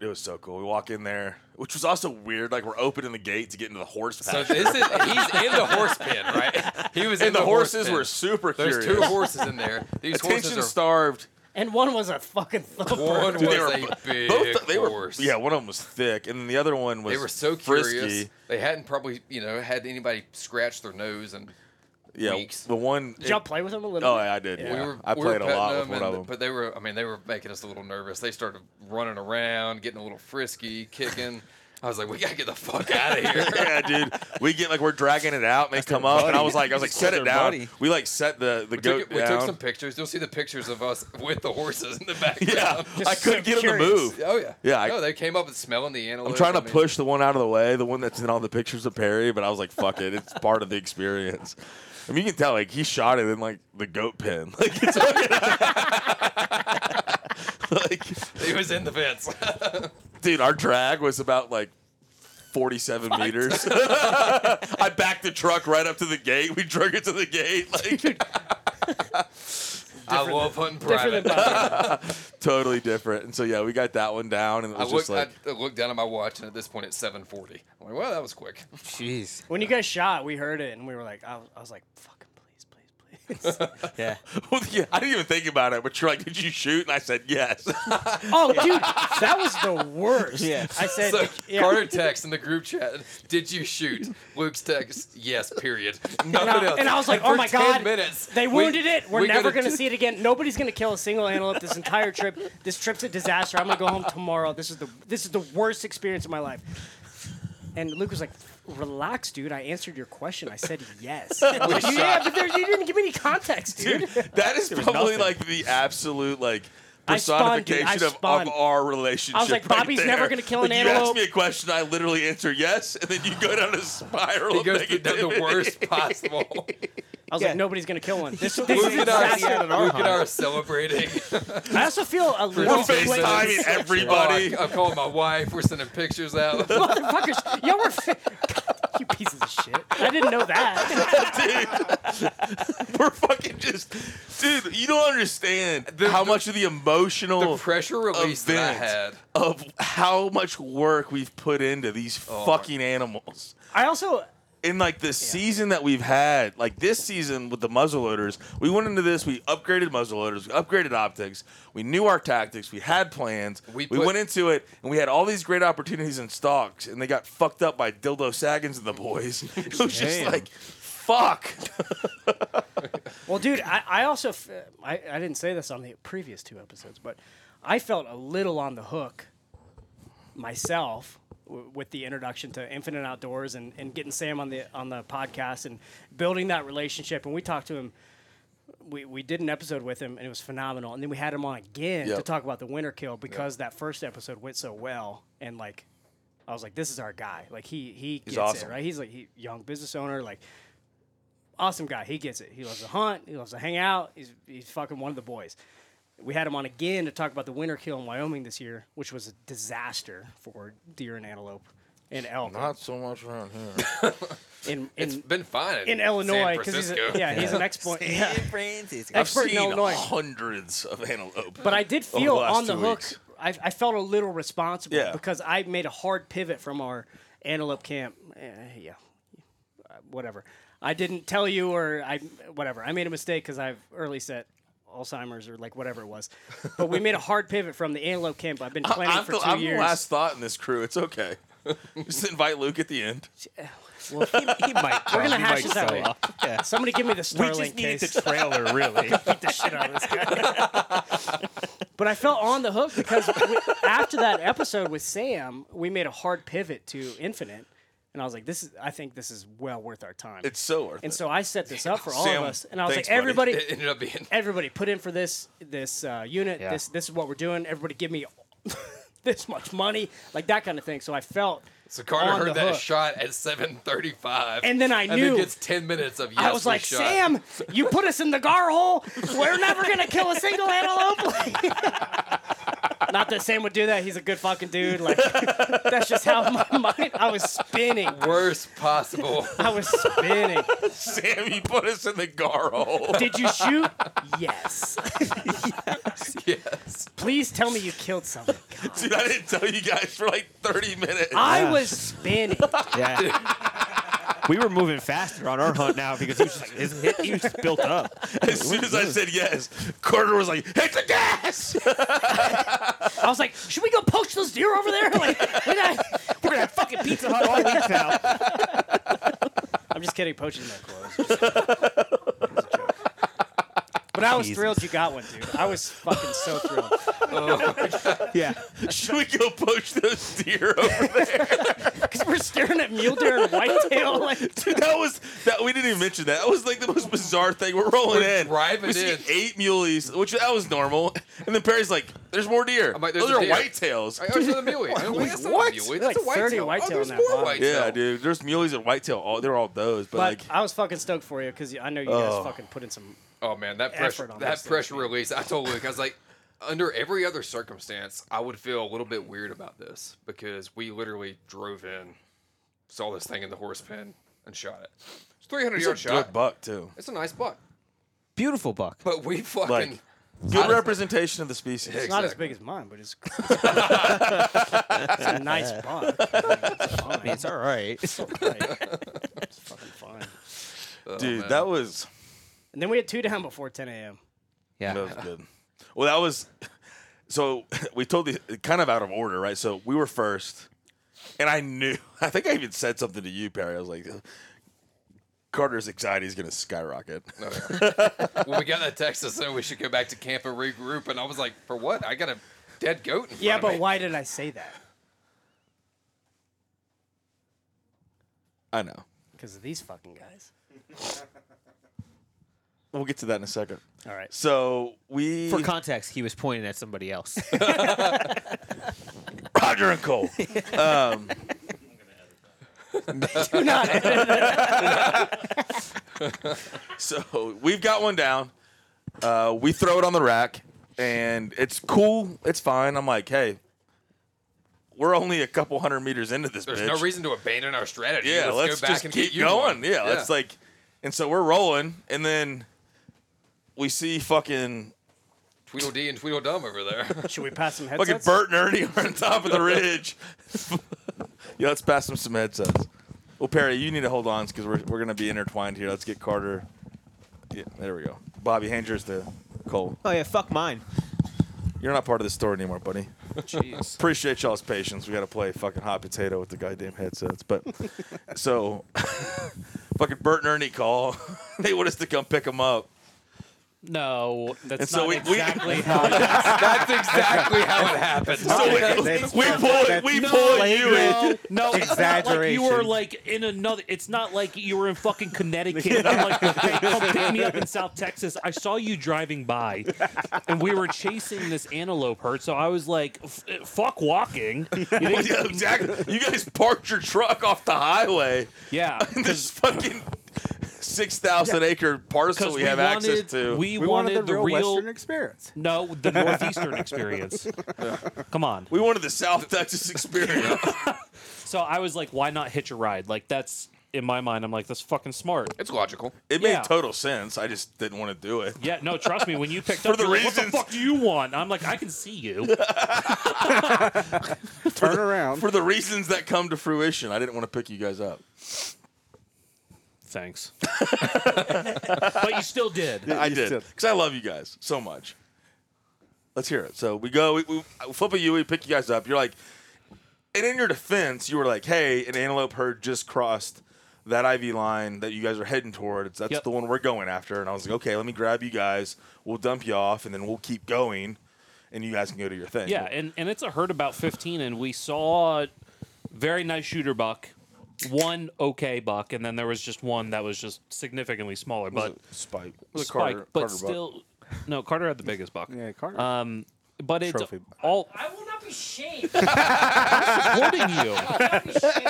[SPEAKER 3] it was so cool. We walk in there, which was also weird. Like we're opening the gate to get into the horse
[SPEAKER 6] So
[SPEAKER 3] pasture.
[SPEAKER 6] this is he's in the horse
[SPEAKER 3] [LAUGHS]
[SPEAKER 6] pen, right? He was in
[SPEAKER 3] and the, horses
[SPEAKER 6] pen.
[SPEAKER 3] were super
[SPEAKER 6] There's
[SPEAKER 3] curious.
[SPEAKER 6] two horses in there. These
[SPEAKER 3] Attention
[SPEAKER 6] horses are.
[SPEAKER 3] starved.
[SPEAKER 2] And one was a fucking thumper.
[SPEAKER 6] One was
[SPEAKER 3] Dude, they
[SPEAKER 6] a
[SPEAKER 3] were bo-
[SPEAKER 6] big
[SPEAKER 3] both. They
[SPEAKER 6] horse.
[SPEAKER 3] were. Yeah, one of them was thick, and then the other one was.
[SPEAKER 6] They were so
[SPEAKER 3] frisky.
[SPEAKER 6] curious. They hadn't probably, you know, had anybody scratch their nose, and
[SPEAKER 3] Yeah,
[SPEAKER 6] weeks.
[SPEAKER 3] the one. [LAUGHS]
[SPEAKER 2] Did y'all play with him a little
[SPEAKER 3] Oh,
[SPEAKER 2] bit?
[SPEAKER 3] yeah, I did. Yeah.
[SPEAKER 6] we were.
[SPEAKER 3] I
[SPEAKER 6] we were
[SPEAKER 3] played a
[SPEAKER 6] petting
[SPEAKER 3] lot with one
[SPEAKER 6] and-
[SPEAKER 3] of them.
[SPEAKER 6] But they were, I mean, they were making us a little nervous. They started running around, getting a little frisky, kicking. I was like, we gotta get the fuck out of [LAUGHS] here.
[SPEAKER 3] [LAUGHS] yeah, dude. We get like we're dragging it out, and they come up, and I was like, I was like,
[SPEAKER 4] That's
[SPEAKER 3] set
[SPEAKER 4] their
[SPEAKER 3] it down.
[SPEAKER 4] buddy.
[SPEAKER 3] We like set the the
[SPEAKER 6] We
[SPEAKER 3] goat
[SPEAKER 6] [LAUGHS] took, it- we
[SPEAKER 3] down.
[SPEAKER 6] took
[SPEAKER 3] [LAUGHS]
[SPEAKER 6] some pictures. You'll see the pictures of us with the horses in the
[SPEAKER 3] [LAUGHS] yeah,
[SPEAKER 6] background.
[SPEAKER 3] I couldn't get him to
[SPEAKER 2] curious.
[SPEAKER 3] move.
[SPEAKER 6] Oh yeah.
[SPEAKER 3] Yeah, I-
[SPEAKER 6] no, they came up and smelling the antelope.
[SPEAKER 3] I'm trying to
[SPEAKER 6] I mean,
[SPEAKER 3] push the one out of the way, the one that's in all the pictures of Perry, but I was like, fuck it, it's part of the experience. I mean, you can tell like he shot it in like the goat pen, [LAUGHS] like it's like. [LAUGHS]
[SPEAKER 6] He was in the fence. [LAUGHS]
[SPEAKER 3] Dude, our drag was about like 47 meters. [LAUGHS] I backed the truck right up to the gate. We drug it to the gate. Like,
[SPEAKER 6] I love hunting
[SPEAKER 2] Different
[SPEAKER 6] private.
[SPEAKER 2] than Bobby.
[SPEAKER 3] totally different. And so, yeah, we got that one down. And it
[SPEAKER 6] I
[SPEAKER 3] was
[SPEAKER 6] looked,
[SPEAKER 3] just like, [LAUGHS]
[SPEAKER 6] I looked down at my watch, and at this point, it's 7:40. I'm like, well, that was
[SPEAKER 2] [LAUGHS]
[SPEAKER 6] quick.
[SPEAKER 4] Jeez.
[SPEAKER 2] when you guys shot, we heard it and we were like, I was, I was like, fucking please, please, please.
[SPEAKER 4] Yeah.
[SPEAKER 3] Well, yeah, I didn't even think about it. But you're like, did you shoot? And I said, yes.
[SPEAKER 2] oh, dude, that was the worst.
[SPEAKER 4] [LAUGHS] Yeah.
[SPEAKER 2] I said,
[SPEAKER 6] So
[SPEAKER 2] yeah.
[SPEAKER 6] [LAUGHS] Carter texts in the group chat, "Did you shoot?" Luke's text, "Yes." Period.
[SPEAKER 2] [LAUGHS]
[SPEAKER 6] Nothing
[SPEAKER 2] And I,
[SPEAKER 6] else.
[SPEAKER 2] and I was like,
[SPEAKER 6] for
[SPEAKER 2] oh my
[SPEAKER 6] 10
[SPEAKER 2] god,
[SPEAKER 6] minutes,
[SPEAKER 2] they
[SPEAKER 6] we-
[SPEAKER 2] wounded it. We're
[SPEAKER 6] we
[SPEAKER 2] never
[SPEAKER 6] gotta
[SPEAKER 2] going to
[SPEAKER 6] do- [LAUGHS]
[SPEAKER 2] see it again. Nobody's going to kill a single antelope this entire trip. This trip's a disaster. I'm going to go home tomorrow. This is the this is the worst experience of my life. And Luke was like, relax, dude. I answered your question. I said [LAUGHS] yes. yeah, but there, you didn't give me any context, dude.
[SPEAKER 3] [LAUGHS] that is probably like the absolute like
[SPEAKER 2] I spun, dude. I
[SPEAKER 3] personification of,
[SPEAKER 2] spun.
[SPEAKER 3] of our relationship.
[SPEAKER 2] I was like,
[SPEAKER 3] right
[SPEAKER 2] Bobby's
[SPEAKER 3] there.
[SPEAKER 2] never gonna kill an
[SPEAKER 3] Like, You ask
[SPEAKER 2] antelope.
[SPEAKER 3] me a question, I literally answer yes, and then you go down a spiral.
[SPEAKER 6] He goes
[SPEAKER 3] of
[SPEAKER 6] to the, the
[SPEAKER 3] negativity.
[SPEAKER 6] worst possible.
[SPEAKER 2] I was
[SPEAKER 4] Yeah.
[SPEAKER 2] like, nobody's going to kill one. This, this
[SPEAKER 6] Luke
[SPEAKER 2] is a
[SPEAKER 6] and I,
[SPEAKER 2] disaster.
[SPEAKER 6] Luke and I
[SPEAKER 3] [LAUGHS]
[SPEAKER 6] are celebrating.
[SPEAKER 2] I also feel a
[SPEAKER 3] [LAUGHS] We're
[SPEAKER 2] little bit.
[SPEAKER 6] Facebook.
[SPEAKER 2] [LAUGHS]
[SPEAKER 3] FaceTiming everybody.
[SPEAKER 6] Oh, I, I called my wife. We're sending
[SPEAKER 3] [LAUGHS]
[SPEAKER 6] pictures out.
[SPEAKER 3] Oh,
[SPEAKER 2] Motherfuckers, y'all were. [LAUGHS] you pieces of shit. I didn't know that.
[SPEAKER 3] [LAUGHS] We're fucking just, dude. You don't understand how much of the emotional
[SPEAKER 6] the pressure release that I
[SPEAKER 3] event
[SPEAKER 6] had.
[SPEAKER 3] of how much work we've put into these
[SPEAKER 6] Oh
[SPEAKER 3] fucking animals.
[SPEAKER 2] I also.
[SPEAKER 3] in like the season that we've had, like this season with the muzzleloaders, we went into this, we upgraded muzzleloaders, we upgraded optics, we knew our tactics, we had plans,
[SPEAKER 6] We
[SPEAKER 3] we,
[SPEAKER 6] put-
[SPEAKER 3] went into it, and we had all these great opportunities in stocks, and they got fucked up by Dildo Saggins and the boys. [LAUGHS] it was just like, fuck.
[SPEAKER 2] Well, dude, I, I also. F- I, I didn't say this on the previous two episodes, but I felt a little on the hook myself w- with the introduction to Infinite Outdoors and, and getting Sam on the on the podcast and building that relationship. And we talked to him. We, we did an episode with him and it was phenomenal. And then we had him on again to
[SPEAKER 3] Yep.
[SPEAKER 2] talk about the winter kill because that first episode went so well. And like, I was like, this is our guy. Like he he gets
[SPEAKER 3] awesome.
[SPEAKER 2] it right. He's like he, young business owner. Like awesome guy. He gets it. He loves to hunt. He loves to hang out. He's, he's fucking one of the boys. We had him on again to talk about the winter kill in Wyoming this year, which was a disaster for deer and antelope and elk
[SPEAKER 3] Not so much around here.
[SPEAKER 2] in
[SPEAKER 6] It's
[SPEAKER 2] in,
[SPEAKER 6] been fine
[SPEAKER 2] in Illinois
[SPEAKER 6] because
[SPEAKER 2] he's a, yeah, he's an expert. Yeah.
[SPEAKER 4] Francisco.
[SPEAKER 3] I've
[SPEAKER 2] Expert in
[SPEAKER 3] seen
[SPEAKER 2] Illinois.
[SPEAKER 3] hundreds of antelope.
[SPEAKER 2] But I did
[SPEAKER 3] over
[SPEAKER 2] feel
[SPEAKER 3] last
[SPEAKER 2] on the
[SPEAKER 3] two
[SPEAKER 2] hook.
[SPEAKER 3] weeks.
[SPEAKER 2] I, I felt a little responsible
[SPEAKER 3] Yeah.
[SPEAKER 2] because I made a hard pivot from our antelope camp. Eh, yeah, Uh, whatever. I didn't tell you or I whatever. I made a mistake because I've early set Alzheimer's or like whatever it was. But we made a hard pivot from the antelope camp. I've been planning
[SPEAKER 3] I'm,
[SPEAKER 2] for
[SPEAKER 3] the,
[SPEAKER 2] 2
[SPEAKER 3] Uh, I'm the
[SPEAKER 2] years.
[SPEAKER 3] last thought in this crew. It's okay. [LAUGHS] just invite Luke at the end.
[SPEAKER 2] [LAUGHS]
[SPEAKER 4] He might.
[SPEAKER 2] We're gonna
[SPEAKER 4] he
[SPEAKER 2] hash
[SPEAKER 4] might
[SPEAKER 2] this out
[SPEAKER 4] sell
[SPEAKER 2] [LAUGHS] later.
[SPEAKER 4] off. Yeah.
[SPEAKER 2] Somebody give me the Starlink
[SPEAKER 9] We just needed
[SPEAKER 2] case. [LAUGHS]
[SPEAKER 9] the trailer, really.
[SPEAKER 2] beat the shit out of this guy. [LAUGHS] but I felt on the hook because we, after that episode with Sam, we made a hard pivot to Infinite, and I was like, "This is. I think this is well worth our time."
[SPEAKER 3] It's so worth
[SPEAKER 2] and
[SPEAKER 3] it.
[SPEAKER 2] so I set this up for all
[SPEAKER 3] Sam,
[SPEAKER 2] of us, and I was
[SPEAKER 3] thanks,
[SPEAKER 2] like,
[SPEAKER 3] buddy.
[SPEAKER 2] "Everybody,
[SPEAKER 6] [LAUGHS] It ended up being
[SPEAKER 2] everybody, put in for this this uh, unit.
[SPEAKER 4] Yeah.
[SPEAKER 2] This this is what we're doing. Everybody, give me." [LAUGHS] This much money, like that kind of thing. So I felt
[SPEAKER 6] so Carter
[SPEAKER 2] on the
[SPEAKER 6] heard that
[SPEAKER 2] hook.
[SPEAKER 6] shot at 7:35,
[SPEAKER 2] And then I
[SPEAKER 6] and
[SPEAKER 2] knew.
[SPEAKER 6] Then gets 10 minutes of yes.
[SPEAKER 2] I was
[SPEAKER 6] we
[SPEAKER 2] like,
[SPEAKER 6] shot.
[SPEAKER 2] Sam, you put us in the gar hole. We're never gonna kill a single antelope. [LAUGHS] Not that Sam would do that. He's a good fucking dude. Like that's just how my [LAUGHS] mind. I was spinning.
[SPEAKER 6] worst
[SPEAKER 3] [LAUGHS]
[SPEAKER 6] possible.
[SPEAKER 2] I was spinning.
[SPEAKER 3] Sam, you put us in the gar hole. [LAUGHS]
[SPEAKER 2] Did you shoot? Yes. [LAUGHS]
[SPEAKER 6] yes.
[SPEAKER 2] Please tell me you killed someone.
[SPEAKER 3] Dude, I didn't tell you guys for like 30 minutes.
[SPEAKER 2] I was spinning.
[SPEAKER 4] Yeah. we were moving faster on our hunt now because he was just like, his hit, he was just built up.
[SPEAKER 3] as soon as I said yes, Carter was like, hit the gas! [LAUGHS]
[SPEAKER 2] I was like, should we go poach those deer over there? Like, we're gonna, we're gonna have fucking pizza.
[SPEAKER 4] Not all week now.
[SPEAKER 2] I'm just kidding. Poaching's not cool.
[SPEAKER 3] [LAUGHS]
[SPEAKER 2] It was just- it was a joke. But I was
[SPEAKER 4] Jesus.
[SPEAKER 2] thrilled you got one, dude. I was fucking so thrilled.
[SPEAKER 4] Yeah.
[SPEAKER 3] Should we go poach those deer over there? [LAUGHS]
[SPEAKER 2] Because we're staring at mule deer and whitetail. Like,
[SPEAKER 3] Dude, that was that. We didn't even mention that. That was like the most bizarre thing. We're rolling
[SPEAKER 6] We're
[SPEAKER 3] in,
[SPEAKER 6] driving
[SPEAKER 3] We see
[SPEAKER 6] in.
[SPEAKER 3] eight muleys, which that was normal. And then Perry's like, "There's more deer.
[SPEAKER 6] I'm like, "There's
[SPEAKER 3] Those
[SPEAKER 6] a
[SPEAKER 3] are
[SPEAKER 6] deer."
[SPEAKER 3] whitetails."
[SPEAKER 6] I always saw the muley. I'm like, that's not a
[SPEAKER 3] What?
[SPEAKER 6] muley,
[SPEAKER 2] Like
[SPEAKER 6] That's a
[SPEAKER 2] 30
[SPEAKER 6] whitetail.
[SPEAKER 2] whitetail
[SPEAKER 6] oh, there's
[SPEAKER 2] in that
[SPEAKER 6] more
[SPEAKER 2] box.
[SPEAKER 6] whitetail.
[SPEAKER 3] Yeah, dude. There's muleys and whitetail. All they're all those, but,
[SPEAKER 2] but
[SPEAKER 3] like
[SPEAKER 2] I was fucking stoked for you because I know you guys fucking put in some.
[SPEAKER 6] Oh man, that pressure,
[SPEAKER 2] Effort on
[SPEAKER 6] that
[SPEAKER 2] those things,
[SPEAKER 6] pressure
[SPEAKER 2] man.
[SPEAKER 6] release. I told Luke, I was like, under every other circumstance, I would feel a little bit weird about this because we literally drove in, saw this thing in the horse pen, and shot it. It's 300
[SPEAKER 3] it's
[SPEAKER 6] yard
[SPEAKER 3] a good
[SPEAKER 6] shot.
[SPEAKER 3] buck too.
[SPEAKER 6] It's a nice buck,
[SPEAKER 4] Beautiful buck.
[SPEAKER 6] but we fucking.
[SPEAKER 3] Like,
[SPEAKER 6] I
[SPEAKER 3] Good
[SPEAKER 6] was-
[SPEAKER 3] representation of the species.
[SPEAKER 2] It's not as
[SPEAKER 6] Exactly.
[SPEAKER 2] big as mine, but it's, [LAUGHS] it's a
[SPEAKER 3] [LAUGHS]
[SPEAKER 2] nice buck. It's fine.
[SPEAKER 4] It's all right.
[SPEAKER 2] Right. It's fucking fine.
[SPEAKER 6] oh,
[SPEAKER 3] Dude,
[SPEAKER 6] man.
[SPEAKER 3] that was
[SPEAKER 2] And then we had two down before 10 a.m.
[SPEAKER 4] Yeah.
[SPEAKER 3] That was good. Well, that was [LAUGHS] so [LAUGHS] we told the kind of out of order, right? So we were first, and I knew. [LAUGHS] I think I even said something to you, Perry. I was like, "Carter's anxiety is going to skyrocket."
[SPEAKER 6] when we got that text that said we should go back to camp and regroup, and I was like, for what? I got a dead goat. In front
[SPEAKER 2] Yeah,
[SPEAKER 6] of me.
[SPEAKER 2] but why did I say that?
[SPEAKER 3] I know.
[SPEAKER 2] Because of these fucking guys.
[SPEAKER 3] We'll get to that in a second.
[SPEAKER 2] All right.
[SPEAKER 3] So we
[SPEAKER 4] For context, he was pointing at somebody [LAUGHS] else.
[SPEAKER 3] Roger and Cole. um,
[SPEAKER 2] Do not edit it.
[SPEAKER 3] so we've got one down. Uh, we throw it on the rack, and it's cool. It's fine. I'm like, hey, we're only a couple hundred meters into this.
[SPEAKER 6] There's
[SPEAKER 3] bitch.
[SPEAKER 6] no reason to abandon our strategy.
[SPEAKER 3] Yeah, let's,
[SPEAKER 6] go back
[SPEAKER 3] just
[SPEAKER 6] and
[SPEAKER 3] keep
[SPEAKER 6] get you
[SPEAKER 3] going.
[SPEAKER 6] one.
[SPEAKER 3] Yeah, let's like, and so we're rolling, and then we see fucking
[SPEAKER 6] Tweedledee and Tweedledum over
[SPEAKER 3] [LAUGHS]
[SPEAKER 6] there.
[SPEAKER 2] Should we pass some
[SPEAKER 3] fucking
[SPEAKER 2] headsets?
[SPEAKER 3] Bert and Ernie are on top of the ridge. [LAUGHS] yeah, let's pass them some headsets. Well, Perry, you need to hold on because we're we're gonna be intertwined here. Let's get Carter. Yeah, there we go. Bobby, hand yours to Cole.
[SPEAKER 4] oh yeah, fuck mine.
[SPEAKER 3] You're not part of this story anymore, buddy.
[SPEAKER 6] Jeez.
[SPEAKER 3] Appreciate y'all's patience. We got to play fucking hot potato with the goddamn headsets. [LAUGHS] But so [LAUGHS] fucking Bert and Ernie call. [LAUGHS] they want us to come pick them up.
[SPEAKER 7] No, that's
[SPEAKER 3] And so
[SPEAKER 7] not
[SPEAKER 3] we- we-
[SPEAKER 7] exactly how.
[SPEAKER 6] That's exactly how it happened.
[SPEAKER 3] So we,
[SPEAKER 5] That's-
[SPEAKER 3] we pull we
[SPEAKER 7] No,
[SPEAKER 3] pull
[SPEAKER 7] like,
[SPEAKER 3] you in.
[SPEAKER 7] No, it's not like you were
[SPEAKER 5] Exaggeration.
[SPEAKER 7] like in another. It's not like you were in fucking Connecticut. I'm like, hey, come pick me up in South Texas. I saw you driving by, and we were chasing this antelope herd. So I was like, f- fuck walking. [LAUGHS] You think-
[SPEAKER 3] Yeah, exactly. You guys parked your truck off the highway [LAUGHS]
[SPEAKER 7] yeah,
[SPEAKER 3] in this fucking six thousand acre parcel
[SPEAKER 7] because
[SPEAKER 3] we have
[SPEAKER 7] wanted,
[SPEAKER 3] access to.
[SPEAKER 7] We,
[SPEAKER 5] We
[SPEAKER 7] wanted, the real.
[SPEAKER 5] Western experience.
[SPEAKER 7] no, the [LAUGHS] northeastern experience. Come on.
[SPEAKER 3] we wanted the South
[SPEAKER 7] [LAUGHS]
[SPEAKER 3] Texas experience.
[SPEAKER 7] So I was like, why not hitch a ride? Like that's in my mind. I'm like, that's fucking smart.
[SPEAKER 6] It's logical.
[SPEAKER 3] it made
[SPEAKER 7] Yeah.
[SPEAKER 3] total sense. I just didn't want to do it.
[SPEAKER 7] Yeah, no, trust me. When you
[SPEAKER 3] [LAUGHS]
[SPEAKER 7] picked
[SPEAKER 3] For
[SPEAKER 7] up,
[SPEAKER 3] the
[SPEAKER 7] you're like, what the
[SPEAKER 3] reasons-
[SPEAKER 7] fuck do you want? I'm like, I can see you.
[SPEAKER 5] Turn around.
[SPEAKER 3] For the reasons that come to fruition, I didn't want to pick you guys up.
[SPEAKER 7] Thanks. but you still did.
[SPEAKER 3] I
[SPEAKER 5] you
[SPEAKER 3] did
[SPEAKER 5] said-
[SPEAKER 3] because I love you guys so much. Let's hear it. So we go, we, we I flip a U, we pick you guys up. You're like, and in your defense, you were like, hey, an antelope herd just crossed that IV line that you guys are heading towards. That's
[SPEAKER 7] Yep.
[SPEAKER 3] the one we're going after. And I was like, okay, let me grab you guys. We'll dump you off, and then we'll keep going, and you guys can go to your thing.
[SPEAKER 7] Yeah, and, and it's a herd about 15, and we saw a very nice shooter buck, one okay buck, and then there was just one that was just significantly smaller.
[SPEAKER 3] Was
[SPEAKER 7] But
[SPEAKER 3] it Spike,
[SPEAKER 7] was
[SPEAKER 3] Was it
[SPEAKER 7] Spike, but
[SPEAKER 3] Buck?
[SPEAKER 7] still, no, Carter had the biggest buck.
[SPEAKER 5] Yeah, Carter.
[SPEAKER 7] Um, but it's
[SPEAKER 5] Trophy.
[SPEAKER 7] all
[SPEAKER 8] I will not be shamed.
[SPEAKER 7] supporting you.
[SPEAKER 3] [LAUGHS]
[SPEAKER 8] I will not be shamed.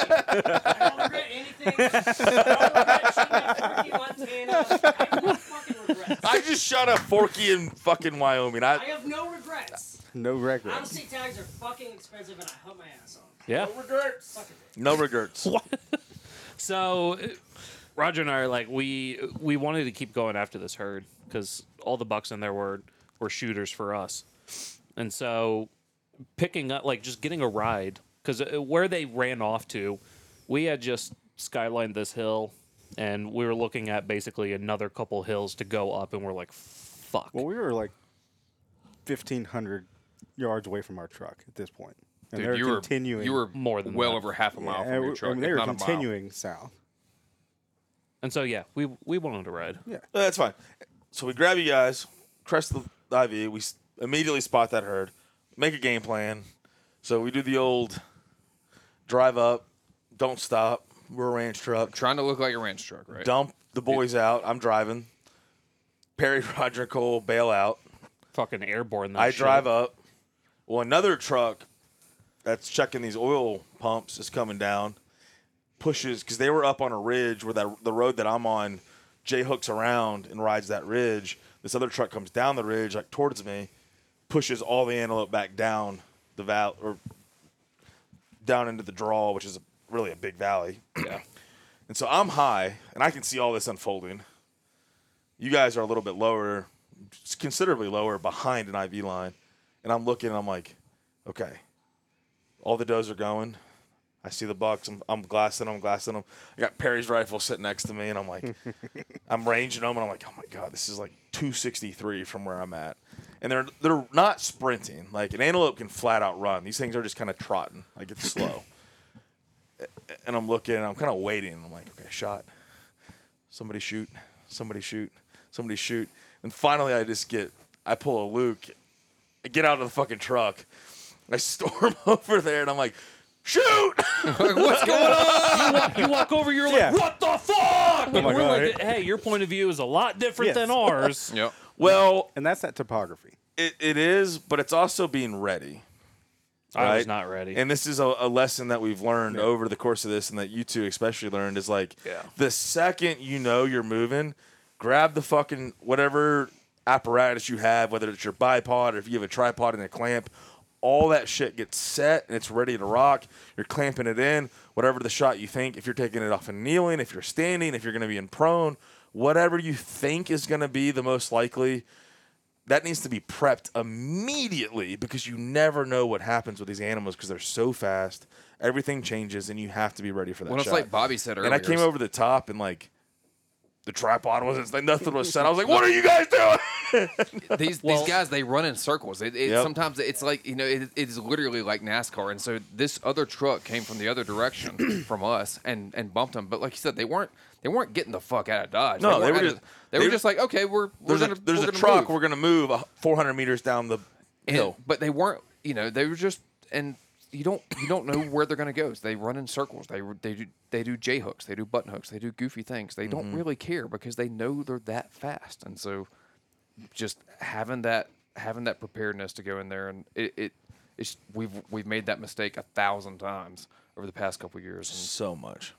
[SPEAKER 8] I don't regret anything. I don't regret cheating at Rocky Montana. I have no fucking regrets.
[SPEAKER 3] I just shot a forky in fucking Wyoming.
[SPEAKER 8] I
[SPEAKER 3] I,
[SPEAKER 8] have no regrets.
[SPEAKER 5] no records.
[SPEAKER 8] Out-of-state tags are fucking expensive, and I hunt my ass off.
[SPEAKER 7] Yeah.
[SPEAKER 3] no regrets.
[SPEAKER 7] So uh, Roger and I are like we we wanted to keep going after this herd because all the bucks in there were were shooters for us, and so picking up like just getting a ride because where they ran off to, we had just skylined this hill, and we were looking at basically another couple hills to go up, and we're like, fuck.
[SPEAKER 5] Well, we were like 1,500 yards away from our truck at this point, and
[SPEAKER 6] Dude,
[SPEAKER 5] they're
[SPEAKER 6] you were
[SPEAKER 5] continuing.
[SPEAKER 6] You were
[SPEAKER 7] More than
[SPEAKER 6] well
[SPEAKER 7] that.
[SPEAKER 6] over half a
[SPEAKER 5] yeah,
[SPEAKER 6] mile
[SPEAKER 5] and
[SPEAKER 6] from your
[SPEAKER 5] we-
[SPEAKER 6] truck.
[SPEAKER 5] and
[SPEAKER 6] if
[SPEAKER 5] they were
[SPEAKER 6] not a mile.
[SPEAKER 5] continuing south.
[SPEAKER 7] And so yeah, we we wanted a ride.
[SPEAKER 3] Uh, That's fine. So we grab you guys, crest the IV. We s- immediately spot that herd. make a game plan. So we do the old drive up, don't stop. We're a ranch truck.
[SPEAKER 6] Trying to look like a ranch truck, right? [LAUGHS]
[SPEAKER 3] Dump the boys out. I'm driving. Perry, [LAUGHS] Roger, and Cole bail out.
[SPEAKER 7] Fucking airborne. That
[SPEAKER 3] I
[SPEAKER 7] shit.
[SPEAKER 3] drive up. Well, another truck that's checking these oil pumps is coming down, pushes because they were up on a ridge where that the road that I'm on, Jay hooks around and rides that ridge. This other truck comes down the ridge like towards me, pushes all the antelope back down the val or down into the draw, which is a, really a big valley. Yeah. and so I'm high and I can see all this unfolding. You guys are a little bit lower, s- considerably lower behind an IV line. And I'm looking and I'm like, okay, all the does are going. I see the bucks. I'm, I'm glassing them, glassing them. I got Perry's rifle sitting next to me and I'm like, I'm ranging them and I'm like, oh my God, this is like 263 from where I'm at. And they're they're not sprinting. Like an antelope can flat out run. These things are just kind of trotting. Like it's slow. and I'm looking, I'm kind of waiting. I'm like, okay, shot. Somebody shoot. Somebody shoot. Somebody shoot. And finally, I just get, I pull a Luke. I get out of the fucking truck. I [LAUGHS] storm over there and I'm like, shoot! [LAUGHS]
[SPEAKER 6] What's going on?
[SPEAKER 7] You walk over. You're like,
[SPEAKER 5] Yeah. Oh
[SPEAKER 7] what the fuck? And
[SPEAKER 5] my
[SPEAKER 7] we're
[SPEAKER 5] God.
[SPEAKER 7] like, hey, your point of view is a lot different
[SPEAKER 5] Yes.
[SPEAKER 7] than
[SPEAKER 5] [LAUGHS]
[SPEAKER 7] ours.
[SPEAKER 6] Yep.
[SPEAKER 3] well,
[SPEAKER 5] And that's that topography.
[SPEAKER 3] it, it is, but it's also being ready.
[SPEAKER 7] I was
[SPEAKER 3] Right.
[SPEAKER 7] not ready.
[SPEAKER 3] And this is a, a lesson that we've learned over the course of this, and that you two especially learned is like the second you know you're moving, grab the fucking whatever apparatus you have, whether it's your bipod or if you have a tripod and a clamp, all that shit gets set and it's ready to rock. You're clamping it in, whatever the shot you think, if you're taking it off and kneeling, if you're standing, if you're going to be in prone, whatever you think is going to be the most likely that needs to be prepped immediately because you never know what happens with these animals because they're so fast. Everything changes, and you have to be ready for that.
[SPEAKER 6] Well, it's
[SPEAKER 3] shot.
[SPEAKER 6] like Bobby said earlier.
[SPEAKER 3] and I came over the top, and like the tripod wasn't like nothing was set. I was like, "What are you guys doing?"
[SPEAKER 6] [LAUGHS] these these guys they run in circles. It, it,
[SPEAKER 3] Yep.
[SPEAKER 6] Sometimes it's like you know it, it's literally like NASCAR. And so this other truck came from the
[SPEAKER 3] [CLEARS THROAT]
[SPEAKER 6] other direction from us and and bumped them. But like you said, they weren't they weren't getting the fuck out of dodge.
[SPEAKER 3] No, they
[SPEAKER 6] weren't
[SPEAKER 3] were
[SPEAKER 6] out of-
[SPEAKER 3] just-
[SPEAKER 6] they,
[SPEAKER 3] they
[SPEAKER 6] were
[SPEAKER 3] were-
[SPEAKER 6] just like okay, we're
[SPEAKER 3] there's
[SPEAKER 6] we're
[SPEAKER 3] a
[SPEAKER 6] gonna,
[SPEAKER 3] there's
[SPEAKER 6] we're
[SPEAKER 3] a
[SPEAKER 6] gonna
[SPEAKER 3] truck.
[SPEAKER 6] move.
[SPEAKER 3] We're gonna move a 400 meters down the
[SPEAKER 6] And-
[SPEAKER 3] hill.
[SPEAKER 6] but they weren't. You know, they were just and you don't you don't know where they're going to go. So they run in circles. They they do they do J hooks. They do button hooks. They do goofy things. They don't
[SPEAKER 3] Mm-hmm.
[SPEAKER 6] really care because they know they're that fast. And so, just having that having that preparedness to go in there and it, it it's we've we've made that mistake a thousand times over the past couple years.
[SPEAKER 3] so much.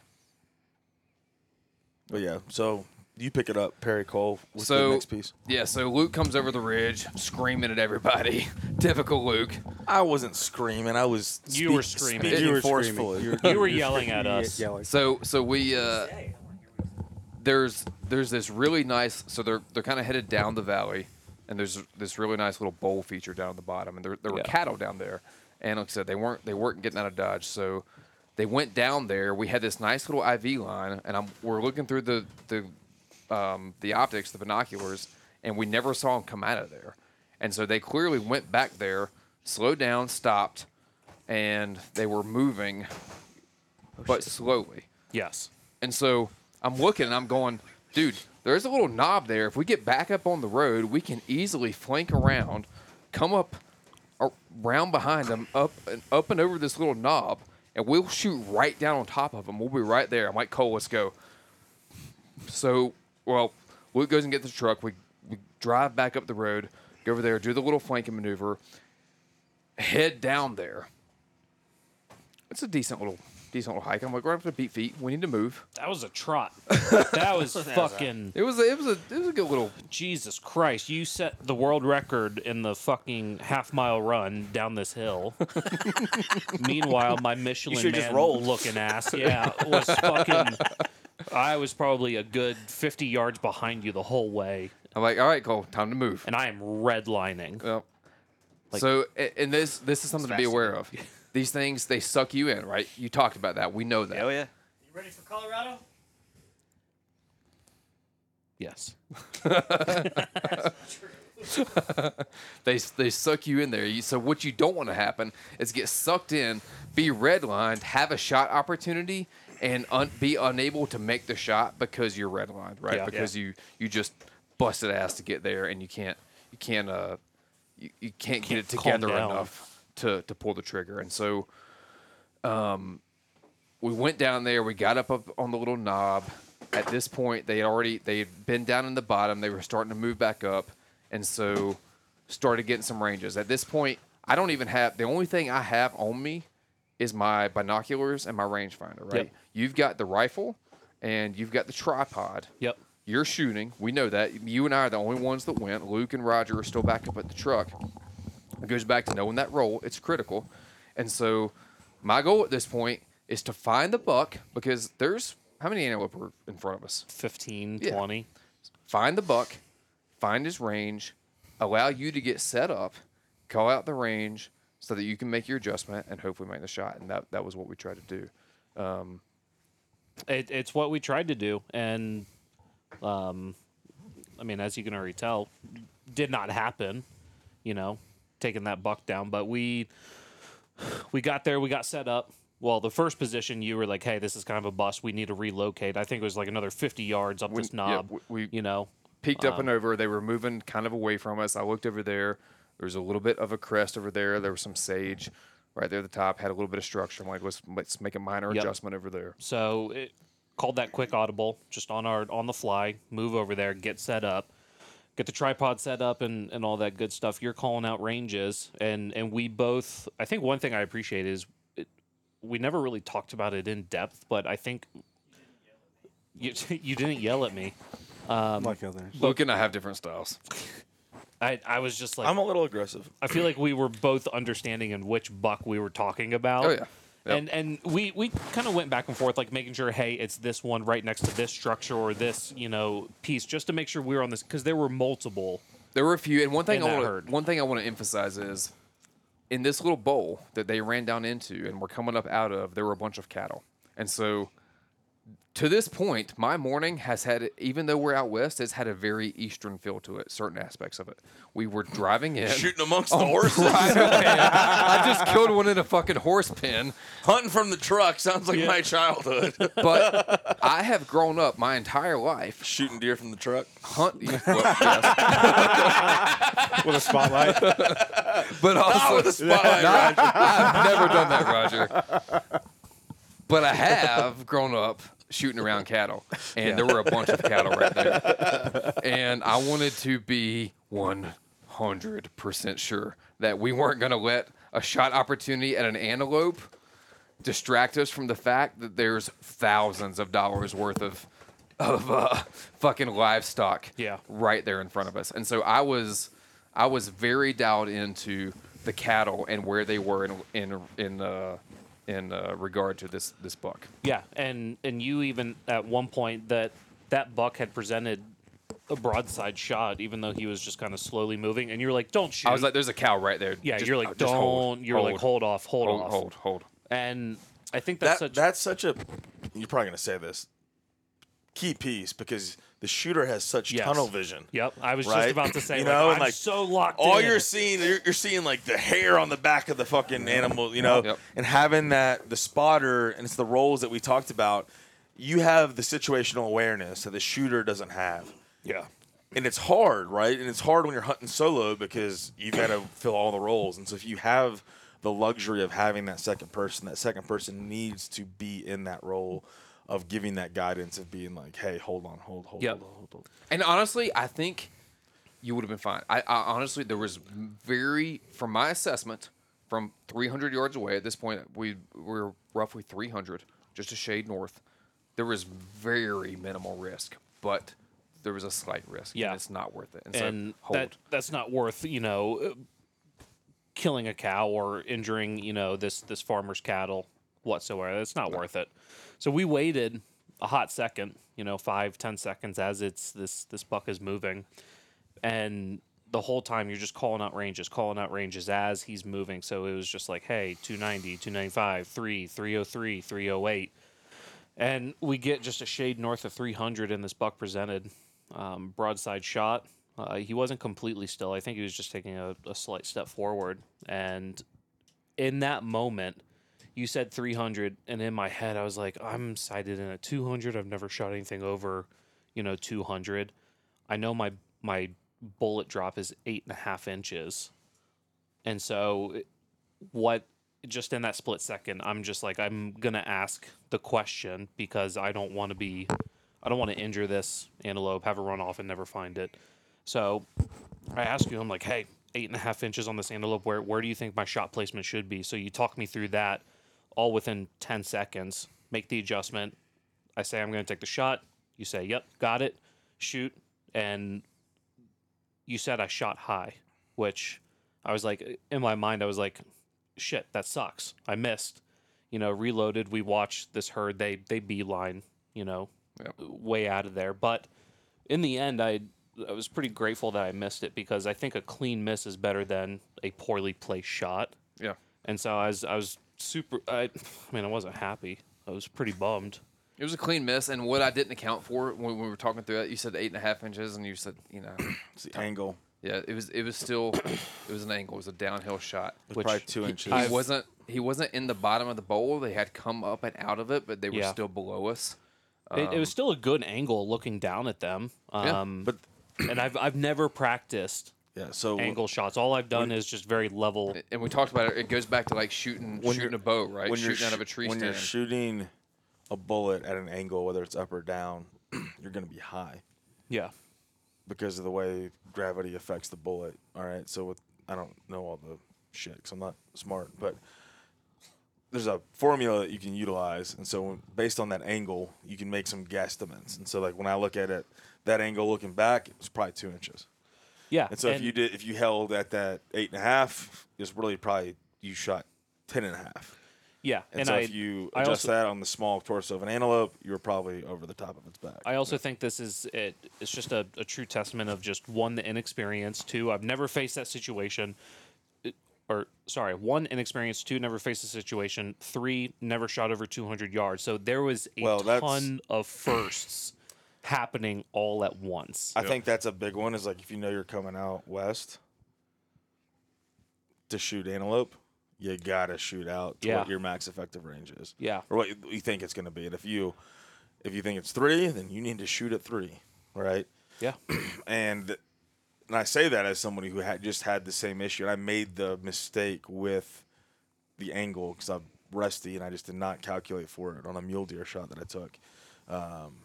[SPEAKER 3] But yeah, so you pick it up, Perry Cole.
[SPEAKER 6] And
[SPEAKER 3] What's
[SPEAKER 6] so
[SPEAKER 3] the next piece?
[SPEAKER 6] yeah, so Luke comes over the ridge screaming at everybody. [LAUGHS] Typical Luke.
[SPEAKER 3] I wasn't screaming. I was
[SPEAKER 7] You were screaming.
[SPEAKER 3] speaking
[SPEAKER 5] You were screaming.
[SPEAKER 3] forcefully.
[SPEAKER 7] You were yelling at us.
[SPEAKER 5] Yelling.
[SPEAKER 6] So so we uh, there's there's this really nice so they're they're kind of headed down the valley and there's this really nice little bowl feature down at the bottom and there, there were cattle down there and like I said they weren't they weren't getting out of dodge so they went down there we had this nice little IV line and I'm we're looking through the the um, the optics the binoculars and we never saw them come out of there and so they clearly went back there slowed down stopped and they were moving but slowly
[SPEAKER 7] Yes.
[SPEAKER 6] and so I'm looking and I'm going, dude, there's a little knob there. If we get back up on the road, we can easily flank around, come up around behind them, up and up and over this little knob, and we'll shoot right down on top of them. We'll be right there. I'm like, Cole, let's go. So, well, Luke goes and gets the truck. We, we drive back up the road, go over there, do the little flanking maneuver, head down there. It's a decent little, decent little hike. I'm like, we're up to beat feet. We need to move.
[SPEAKER 7] That was a trot. That
[SPEAKER 5] [LAUGHS]
[SPEAKER 7] was fucking
[SPEAKER 6] It was a, it was a it was a good little
[SPEAKER 7] Jesus Christ. You set the world record in the fucking half mile run down this hill. Meanwhile, my Michelin man
[SPEAKER 4] should've just rolled.
[SPEAKER 7] looking ass, yeah, was fucking. I was probably a good fifty yards behind you the whole way,
[SPEAKER 6] I'm like, all right, Cole, time to move.
[SPEAKER 7] and I am redlining.
[SPEAKER 6] Yep. so, a- and this this is something to be aware
[SPEAKER 7] [LAUGHS]
[SPEAKER 6] of. These things they suck you in, right? You talked about that. We know that.
[SPEAKER 4] Oh yeah.
[SPEAKER 8] You ready for Colorado?
[SPEAKER 7] Yes.
[SPEAKER 6] They they suck you in there. You, so what you don't want to happen is get sucked in, be redlined, have a shot opportunity, and un, be unable to make the shot because you're redlined, right?
[SPEAKER 7] Yeah.
[SPEAKER 6] because you you just busted ass to get there, and you can't you can't uh you, you can't, get it
[SPEAKER 7] Can't calm
[SPEAKER 6] together
[SPEAKER 7] down.
[SPEAKER 6] enough. to to pull the trigger. And so, um, we went down there. We got up, up on the little knob. At this point, they had already they had been down in the bottom. They were starting to move back up, and so started getting some ranges. At this point, I don't even have the only thing I have on me is my binoculars and my rangefinder. Right?
[SPEAKER 7] Yep.
[SPEAKER 6] You've got the rifle, and you've got the tripod.
[SPEAKER 7] Yep.
[SPEAKER 6] You're shooting. We know that. You and I are the only ones that went. Luke and Roger are still back up at the truck. It goes back to knowing that role. It's critical. And so my goal at this point is to find the buck because there's how many antelope are in front of us?
[SPEAKER 7] 15,
[SPEAKER 6] Yeah.
[SPEAKER 7] 20.
[SPEAKER 6] Find the buck, find his range, allow you to get set up, call out the range so that you can make your adjustment and hopefully make the shot. And that, that was what we tried to do.
[SPEAKER 7] It, it's what we tried to do, and um, I mean, as you can already tell, did not happen. You know, taking that buck down, but we we got there, we got set up. Well, the first position, you were like, "Hey, this is kind of a bust. We need to relocate." I think it was like another fifty yards up
[SPEAKER 6] We-
[SPEAKER 7] this
[SPEAKER 6] yeah,
[SPEAKER 7] knob.
[SPEAKER 6] we- we-
[SPEAKER 7] you know,
[SPEAKER 6] peeked up and over. They were moving kind of away from us. I looked over there. There was a little bit of a crest over there. There was some sage right there at the top. Had a little bit of structure. I'm like, let's, let's make a minor
[SPEAKER 7] Yep.
[SPEAKER 6] adjustment over there.
[SPEAKER 7] So it called that quick audible just on our on the fly, move over there, get set up, get the tripod set up and and all that good stuff. You're calling out ranges and and we both I think one thing I appreciate is it, we never really talked about it in depth, but I think you, [LAUGHS] you didn't yell at me.
[SPEAKER 5] like others.
[SPEAKER 6] Luke and I have different styles.
[SPEAKER 7] I, I was just like
[SPEAKER 3] I'm a little aggressive.
[SPEAKER 7] I feel like we were both understanding in which buck we were talking about.
[SPEAKER 6] Oh, yeah. Yep.
[SPEAKER 7] And and we, we kind of went back and forth, like making sure, hey, it's this one right next to this structure or this, you know, piece, just to make sure we were on this because there were multiple.
[SPEAKER 6] There were a few, and one thing
[SPEAKER 7] In
[SPEAKER 6] I
[SPEAKER 7] that
[SPEAKER 6] want
[SPEAKER 7] herd.
[SPEAKER 6] to one thing I want to emphasize is in this little bowl that they ran down into and were coming up out of, there were a bunch of cattle, and so to this point, my morning has had, even though we're out west, it's had a very eastern feel to it. Certain aspects of it. We were driving in,
[SPEAKER 3] [LAUGHS] Shooting amongst
[SPEAKER 7] Oh,
[SPEAKER 3] the horses,
[SPEAKER 6] private van. I just killed one in a fucking horse pen.
[SPEAKER 3] hunting from the truck sounds like my childhood. [LAUGHS]
[SPEAKER 6] But I have grown up my entire life
[SPEAKER 3] Shooting deer from the truck.
[SPEAKER 6] hunt.
[SPEAKER 3] [LAUGHS]
[SPEAKER 6] well, yes,
[SPEAKER 5] With a spotlight.
[SPEAKER 6] but
[SPEAKER 3] Not
[SPEAKER 6] also
[SPEAKER 7] [LAUGHS]
[SPEAKER 3] with a spotlight.
[SPEAKER 6] No,
[SPEAKER 3] Roger.
[SPEAKER 6] I've never done that, Roger. But I have grown up shooting around cattle, and there were a bunch of cattle right there. And I wanted to be 100% sure that we weren't going to let a shot opportunity at an antelope distract us from the fact that there's thousands of dollars worth of of uh, fucking livestock
[SPEAKER 7] Yeah.
[SPEAKER 6] right there in front of us. And so I was I was very dialed into the cattle and where they were in in in uh, in uh, regard to this this buck.
[SPEAKER 7] Yeah, and and you even at one point that that buck had presented a broadside shot, even though he was just kind of slowly moving, and you were like, "Don't shoot."
[SPEAKER 6] I was like, "There's a cow right there."
[SPEAKER 7] "Yeah."
[SPEAKER 6] Just-
[SPEAKER 7] you're like, "Don't."
[SPEAKER 6] just hold,
[SPEAKER 7] you're like, "Hold off, hold,
[SPEAKER 6] hold,
[SPEAKER 7] off,
[SPEAKER 6] hold, hold."
[SPEAKER 7] And I think
[SPEAKER 3] that,
[SPEAKER 7] that's such
[SPEAKER 3] that's such a you're probably gonna say this key piece because the shooter has such
[SPEAKER 7] Yes.
[SPEAKER 3] tunnel vision.
[SPEAKER 7] Yep, I was
[SPEAKER 3] Right?
[SPEAKER 7] just about to say,
[SPEAKER 3] You
[SPEAKER 7] like,
[SPEAKER 3] know, and,
[SPEAKER 7] I'm
[SPEAKER 3] like,
[SPEAKER 7] so locked
[SPEAKER 3] All
[SPEAKER 7] in.
[SPEAKER 3] you're seeing, you're, you're seeing like the hair on the back of the fucking animal, you know,
[SPEAKER 6] Yep.
[SPEAKER 3] and having that the spotter and it's the roles that we talked about. You have the situational awareness that the shooter doesn't have.
[SPEAKER 7] yeah.
[SPEAKER 3] and it's hard, right? And it's hard when you're hunting solo because you've got to fill all the roles. And so if you have the luxury of having that second person, that second person needs to be in that role of giving that guidance of being like, "Hey, hold on, hold, hold,
[SPEAKER 6] Yep.
[SPEAKER 3] hold, hold, hold."
[SPEAKER 6] And honestly, I think you would have been fine. I, I honestly, there was very, from my assessment, from 300 yards away at this point, we were roughly 300, just a shade north. There was very minimal risk, but there was a slight risk.
[SPEAKER 7] Yeah.
[SPEAKER 6] and it's not worth it. And,
[SPEAKER 7] and
[SPEAKER 6] so hold.
[SPEAKER 7] that that's not worth you know uh, killing a cow or injuring you know this this farmer's cattle whatsoever that's not worth it so we waited a hot second you know five ten seconds as it's this this buck is moving and the whole time you're just calling out ranges calling out ranges as he's moving so it was just like hey 290 295 3 303 308 and we get just a shade north of 300 in this buck presented um, broadside shot. Uh, he wasn't completely still. I think he was just taking a, a slight step forward. And in that moment, you said 300, and in my head, I was like, I'm sighted in at 200. I've never shot anything over, you know, 200. I know my my bullet drop is eight and a half inches, and so what just in that split second i'm just like i'm gonna ask the question because i don't want to be i don't want to injure this antelope have a run off and never find it so i ask you i'm like hey eight and a half inches on this antelope where where do you think my shot placement should be so you talk me through that all within 10 seconds make the adjustment i say i'm gonna take the shot you say yep got it shoot and you said i shot high which i was like in my mind i was like shit, that sucks. I missed. You know, reloaded. We watched this herd. They they beeline. You know, way out of there. But in the end, I I was pretty grateful that I missed it because I think a clean miss is better than a poorly placed shot.
[SPEAKER 6] Yeah.
[SPEAKER 7] And so I was I was super. I, I mean, I wasn't happy. I was pretty bummed.
[SPEAKER 6] It was a clean miss, and what I didn't account for when we were talking through that, you said eight and a half inches, and you said, you know,
[SPEAKER 3] It's the angle.
[SPEAKER 6] yeah, it was it was still it was an angle, it was a downhill shot.
[SPEAKER 3] It's probably two inches.
[SPEAKER 6] He wasn't he wasn't in the bottom of the bowl. They had come up and out of it, but they were
[SPEAKER 7] Yeah.
[SPEAKER 6] still below us.
[SPEAKER 7] It,
[SPEAKER 3] Um,
[SPEAKER 7] it was still a good angle looking down at them.
[SPEAKER 6] Yeah,
[SPEAKER 7] Um,
[SPEAKER 3] but
[SPEAKER 7] and I've I've never practiced
[SPEAKER 3] yeah, so
[SPEAKER 7] angle shots. All I've done is just very level.
[SPEAKER 6] And we talked about it. It goes back to like shooting
[SPEAKER 3] When
[SPEAKER 6] shooting
[SPEAKER 3] you're-
[SPEAKER 6] a bow, right?
[SPEAKER 3] when you're
[SPEAKER 6] shooting out of a
[SPEAKER 3] sh-
[SPEAKER 6] tree
[SPEAKER 3] when
[SPEAKER 6] stand.
[SPEAKER 3] you're shooting a bullet at an angle, whether it's up or down, [CLEARS THROAT] you're going to be high
[SPEAKER 7] Yeah.
[SPEAKER 3] because of the way gravity affects the bullet. All right, so with I don't know all the shit because I'm not smart, but there's a formula that you can utilize, and so when- based on that angle, you can make some guesstimates. And so, like when I look at it, that angle looking back, it's probably two inches.
[SPEAKER 7] Yeah.
[SPEAKER 3] And so if you did, if you held at that eight and a half, it's really probably you shot ten and a half.
[SPEAKER 7] Yeah,
[SPEAKER 3] And, so if you
[SPEAKER 7] I
[SPEAKER 3] adjust
[SPEAKER 7] also,
[SPEAKER 3] that on the small torso of an antelope, you're probably over the top of its back.
[SPEAKER 7] I also think this is it. It's just a, a true testament of just one the inexperience. Two, I've never faced that situation. It- Or sorry, one inexperience. Two, never faced the situation. Three, never shot over 200 yards. So there was a
[SPEAKER 3] Well, that's-
[SPEAKER 7] ton of firsts happening all at once.
[SPEAKER 3] I think that's a big one. Is like if you know you're coming out west to shoot antelope, you gotta shoot out to
[SPEAKER 7] Yeah.
[SPEAKER 3] what your max effective range is,
[SPEAKER 7] yeah,
[SPEAKER 3] or what you think it's gonna be. And if you if you think it's three, then you need to shoot at three, right?
[SPEAKER 7] yeah,
[SPEAKER 3] and and I say that as somebody who had just had the same issue. And I made the mistake with the angle because I'm rusty and I just did not calculate for it on a mule deer shot that I took um,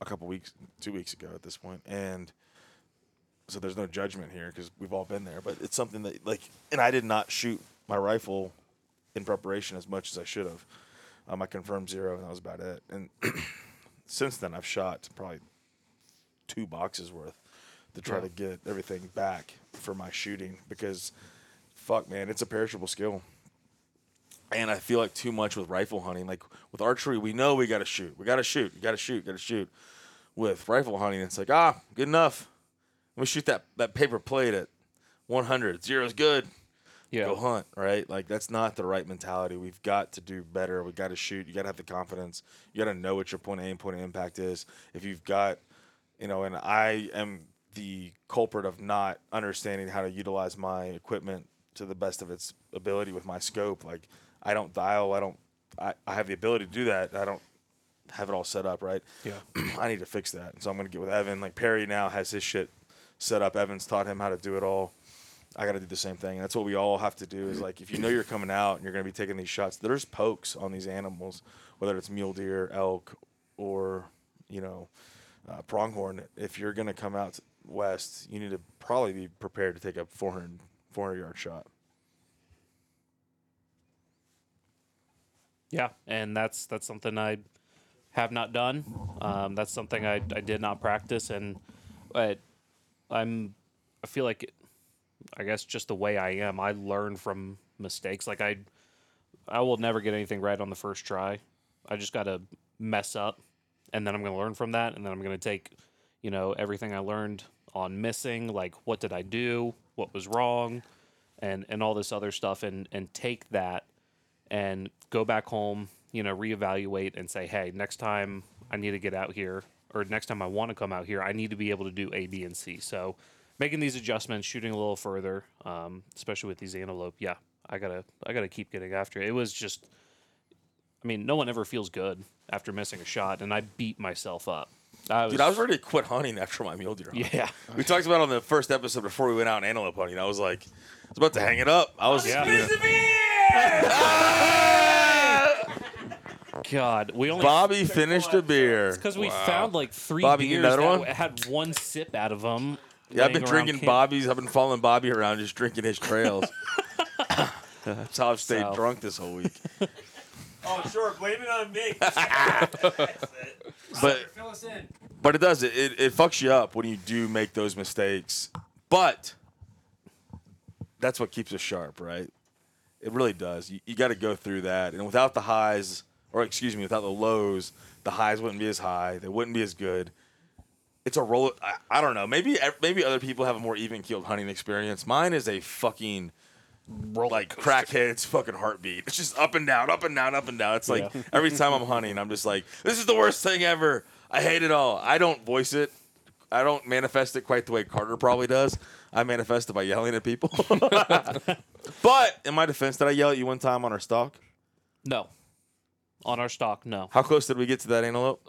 [SPEAKER 3] a couple weeks, two weeks ago at this point. And so there's no judgment here because we've all been there. But it's something that like, and I did not shoot my rifle in preparation as much as I should have. Um, I confirmed zero, and that was about it. And [CLEARS THROAT] since then, I've shot probably two boxes worth to try to get everything back for my shooting because fuck man it's a perishable skill and i feel like too much with rifle hunting like with archery we know we gotta shoot we gotta shoot you gotta shoot gotta shoot with rifle hunting it's like ah good enough let me shoot that, that paper plate at 100 zero's good
[SPEAKER 7] yeah.
[SPEAKER 3] go hunt, right? Like that's not the right mentality. We've got to do better. We got to shoot. You got to have the confidence. You got to know what your point of aim, point of impact is. If you've got, you know, and I am the culprit of not understanding how to utilize my equipment to the best of its ability with my scope. Like I don't dial. I don't. I, I have the ability to do that. I don't have it all set up right.
[SPEAKER 7] Yeah.
[SPEAKER 3] [CLEARS THROAT] I need to fix that. So I'm gonna get with Evan. Like Perry now has his shit set up. Evans taught him how to do it all. I got to do the same thing. That's what we all have to do. Is like if you know you're coming out and you're going to be taking these shots, there's pokes on these animals, whether it's mule deer, elk, or you know, uh, pronghorn. If you're going to come out west, you need to probably be prepared to take a 400, 400 yard shot.
[SPEAKER 7] Yeah, and that's that's something I have not done. Um, that's something I, I did not practice, and I, I'm I feel like it- I guess just the way I am, I learn from mistakes. Like I I will never get anything right on the first try. I just got to mess up, and then I'm going to learn from that, and then I'm going to take you know everything I learned on missing, like what did I do, what was wrong, and and all this other stuff, and and take that and go back home, you know, reevaluate and say, hey, next time I need to get out here, or next time I want to come out here, I need to be able to do A, B, and C. So making these adjustments, shooting a little further, um, especially with these antelope, yeah, I gotta, I gotta keep getting after it. It was just, I mean, no one ever feels good after missing a shot, and I beat myself up. I was,
[SPEAKER 3] Dude, I was ready to quit hunting after my mule deer. Hunt.
[SPEAKER 7] yeah,
[SPEAKER 3] [LAUGHS] we talked about it on the first episode before we went out antelope hunting. I was like, I was about to hang it up. I was,
[SPEAKER 7] Yeah.
[SPEAKER 8] Persevere!
[SPEAKER 7] God, we only
[SPEAKER 3] Bobby finished a beer.
[SPEAKER 7] because we found like three
[SPEAKER 3] Bobby, you
[SPEAKER 7] beers
[SPEAKER 3] another
[SPEAKER 7] that
[SPEAKER 3] one?
[SPEAKER 7] w- had one sip out of them.
[SPEAKER 3] Yeah, I've been drinking Bobby's. I've been following Bobby around, just drinking his trails. [LAUGHS] That's how I've stayed
[SPEAKER 7] So.
[SPEAKER 3] drunk this whole week.
[SPEAKER 4] Oh, sure. Blame it on me.
[SPEAKER 3] [LAUGHS] But
[SPEAKER 8] Fill us in.
[SPEAKER 3] but it does it, it it fucks you up when you do make those mistakes. But that's what keeps us sharp, right? It really does. You, you got to go through that, and without the highs, or excuse me, without the lows, the highs wouldn't be as high. They wouldn't be as good. It's a roll. I, I don't know. Maybe ev- maybe other people have a more even keeled hunting experience. Mine is a fucking like crackhead's fucking heartbeat. It's just up and down, up and down, up and down. It's like every time I'm hunting, I'm just like, this is the worst thing ever. I hate it all. I don't voice it. I don't manifest it quite the way Carter probably does. I manifest it by yelling at people. [LAUGHS] but in my defense, did I yell at you one time on our stalk?
[SPEAKER 7] No, on our stock, no.
[SPEAKER 3] How close did we get to that antelope?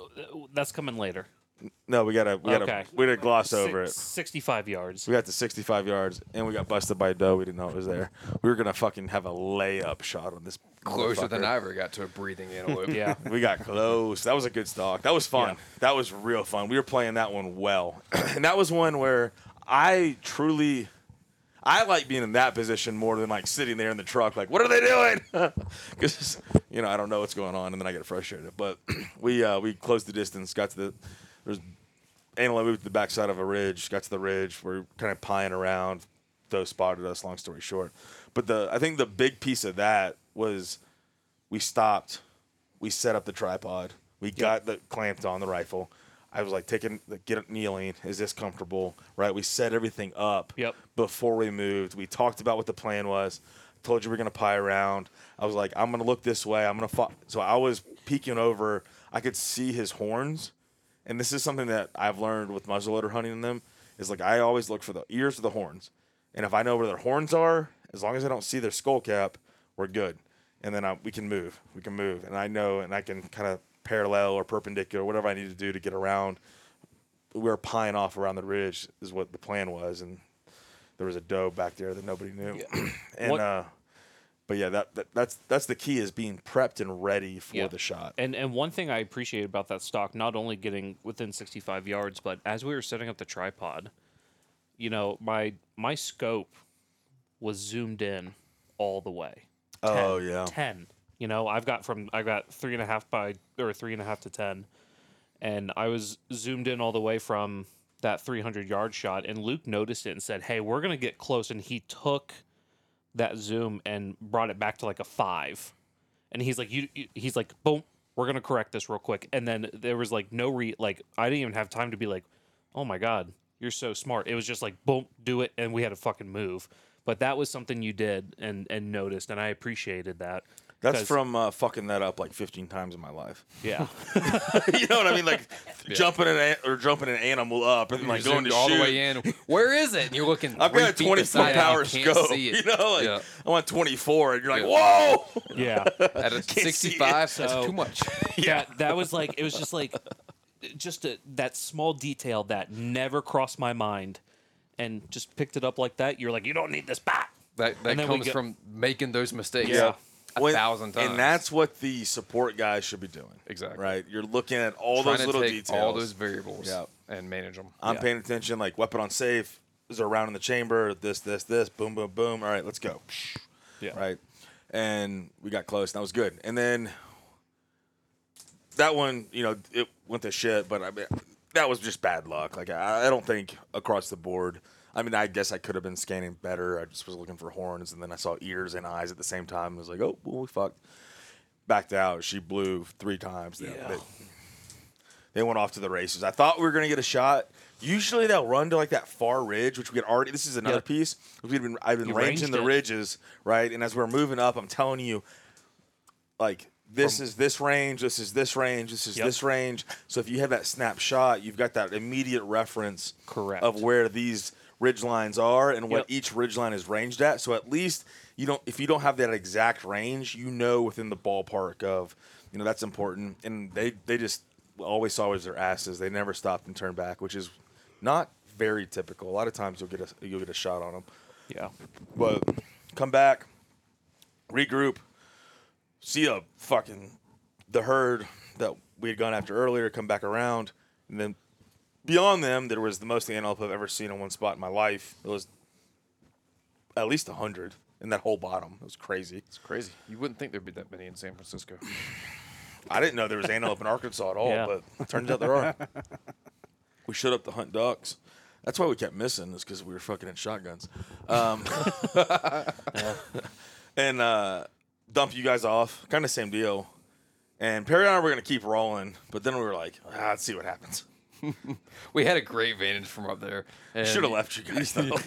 [SPEAKER 7] That's coming later.
[SPEAKER 3] No, we gotta we gotta
[SPEAKER 7] Okay.
[SPEAKER 3] we gotta gloss
[SPEAKER 7] Six-
[SPEAKER 3] over it.
[SPEAKER 7] Sixty-five yards.
[SPEAKER 3] We got to 65 yards and we got busted by a doe. We didn't know it was there. We were gonna fucking have a layup shot on this.
[SPEAKER 6] Closer than
[SPEAKER 3] motherfucker.
[SPEAKER 6] I ever got to a breathing
[SPEAKER 3] [LAUGHS]
[SPEAKER 6] antelope.
[SPEAKER 7] Yeah.
[SPEAKER 3] We got close. That was a good stock. That was fun. That was real fun. We were playing that one well. [CLEARS THROAT] and that was one where I truly I like being in that position more than like sitting there in the truck like what are they doing? [LAUGHS] Cuz you know, I don't know what's going on and then I get frustrated. But [CLEARS THROAT] we uh we closed the distance, got to the there's antelope moved to the backside of a ridge, got to the ridge, we're kind of pieing around. Doe spotted us, long story short. But the I think the big piece of that was we stopped we set up the tripod. We got the clamped on the rifle. I was like taking the get up kneeling. Is this comfortable? Right. We set everything up
[SPEAKER 7] Yep.
[SPEAKER 3] before we moved. We talked about what the plan was. Told you we are gonna pie around. I was like, I'm gonna look this way. I'm gonna fo-. so I was peeking over. I could see his horns, and this is something that I've learned with muzzleloader hunting them is like I always look for the ears of the horns, and if I know where their horns are, as long as I don't see their skull cap, we're good. And then I, we can move. We can move, and I know, and I can kind of parallel or perpendicular, whatever I need to do to get around we were pieing off around the ridge is what the plan was, and there was a doe back there that nobody knew. [CLEARS THROAT] and
[SPEAKER 7] What-
[SPEAKER 3] uh but yeah, that, that that's that's the key is being prepped and ready for
[SPEAKER 7] Yeah.
[SPEAKER 3] the shot.
[SPEAKER 7] And and one thing I appreciate about that stock, not only getting within 65 yards, but as we were setting up the tripod, you know, my my scope was zoomed in all the way. 10,
[SPEAKER 3] Oh, yeah.
[SPEAKER 7] ten. You know, I've got from I got three and a half by or three and a half to ten, and I was zoomed in all the way from that 300 yard shot. And Luke noticed it and said, "Hey, we're gonna get close." And he took that zoom and brought it back to like a five and he's like you, you- he's like boom we're gonna correct this real quick and then there was like no re like i didn't even have time to be like oh my god you're so smart it was just like boom do it and we had to fucking move but that was something you did and and noticed and i appreciated that
[SPEAKER 3] That's
[SPEAKER 7] 'Cause-
[SPEAKER 3] from uh, fucking that up like 15 times in my life.
[SPEAKER 7] [LAUGHS]
[SPEAKER 3] [LAUGHS]
[SPEAKER 7] yeah
[SPEAKER 3] you know what I mean? [LAUGHS] Like jumping an an- or jumping an animal up and like
[SPEAKER 6] You're
[SPEAKER 3] going to
[SPEAKER 6] zoomed all
[SPEAKER 3] shoot.
[SPEAKER 6] the way in. Where is it? And you're looking.
[SPEAKER 3] I've got a
[SPEAKER 6] three feet
[SPEAKER 3] 24
[SPEAKER 6] beside it,
[SPEAKER 3] power
[SPEAKER 6] you can't
[SPEAKER 3] scope.
[SPEAKER 6] see
[SPEAKER 3] [LAUGHS] You
[SPEAKER 6] it.
[SPEAKER 3] know, like
[SPEAKER 6] Yeah.
[SPEAKER 3] I want 24, and you're like, whoa! [LAUGHS]
[SPEAKER 7] yeah
[SPEAKER 6] At a
[SPEAKER 3] see it.
[SPEAKER 6] 65,
[SPEAKER 7] So-
[SPEAKER 6] that's too much.
[SPEAKER 7] yeah that was like it was just like just a, that small detail that never crossed my mind and just picked it up like that you're like you don't need this bat
[SPEAKER 6] That, that
[SPEAKER 7] And then we
[SPEAKER 6] comes
[SPEAKER 7] go-
[SPEAKER 6] from making those mistakes.
[SPEAKER 7] Yeah.
[SPEAKER 6] A
[SPEAKER 3] When-
[SPEAKER 6] thousand times.
[SPEAKER 3] And that's what the support guys should be doing.
[SPEAKER 6] Exactly.
[SPEAKER 3] Right? You're looking at all
[SPEAKER 6] Trying
[SPEAKER 3] those
[SPEAKER 6] to
[SPEAKER 3] little
[SPEAKER 6] take
[SPEAKER 3] details.
[SPEAKER 6] all those variables
[SPEAKER 3] Yeah.
[SPEAKER 6] and manage them.
[SPEAKER 3] I'm paying attention, like weapon on safe. Is there a round in the chamber? This, this, this. Boom, boom, boom. All right, let's go.
[SPEAKER 7] Yeah.
[SPEAKER 3] Right. And we got close. And that was good. And then that one, you know, it went to shit, but I mean, that was just bad luck. Like, I, I don't think across the board. I mean, I guess I could have been scanning better. I just was looking for horns, and then I saw ears and eyes at the same time. I was like, oh, well, we fucked. Backed out. She blew three times. They-
[SPEAKER 7] Yeah.
[SPEAKER 3] they- they went off to the races. I thought we were going to get a shot. Usually they'll run to like that far ridge, which we had already. This is another
[SPEAKER 7] Yep.
[SPEAKER 3] piece. We've been I've been
[SPEAKER 7] You
[SPEAKER 3] ranging
[SPEAKER 7] ranged
[SPEAKER 3] the
[SPEAKER 7] it.
[SPEAKER 3] ridges, right? And as we're moving up, I'm telling you, like this is this range, this is this range, this is
[SPEAKER 7] Yep.
[SPEAKER 3] this range. So if you have that snapshot, you've got that immediate reference
[SPEAKER 7] Correct.
[SPEAKER 3] of where these ridge lines are and what
[SPEAKER 7] Yep.
[SPEAKER 3] each ridge line is ranged at. So at least you don't if you don't have that exact range, you know within the ballpark of you know that's important. And they they just always saw was their asses. They never stopped and turned back, which is not very typical. A lot of times you'll get a you'll get a shot on them,
[SPEAKER 7] yeah
[SPEAKER 3] but come back, regroup, see a fucking the herd that we had gone after earlier come back around, and then beyond them, there was the most antelope I've ever seen in one spot in my life. It was at least a hundred in that whole bottom. It was crazy.
[SPEAKER 6] It's crazy. You wouldn't think there'd be that many in San Francisco.
[SPEAKER 3] I didn't know there was antelope in Arkansas at all,
[SPEAKER 7] Yeah.
[SPEAKER 3] but it turns out there are. [LAUGHS] we showed up to hunt ducks. That's why we kept missing, is because we were fucking in shotguns. Um, [LAUGHS] and uh, dump you guys off. Kind of same deal. And Perry and I were going to keep rolling, but then we were like, ah, let's see what happens.
[SPEAKER 6] We had a great vantage from up there. and-
[SPEAKER 3] Should have left you
[SPEAKER 6] [LAUGHS]
[SPEAKER 3] guys, though. [LAUGHS]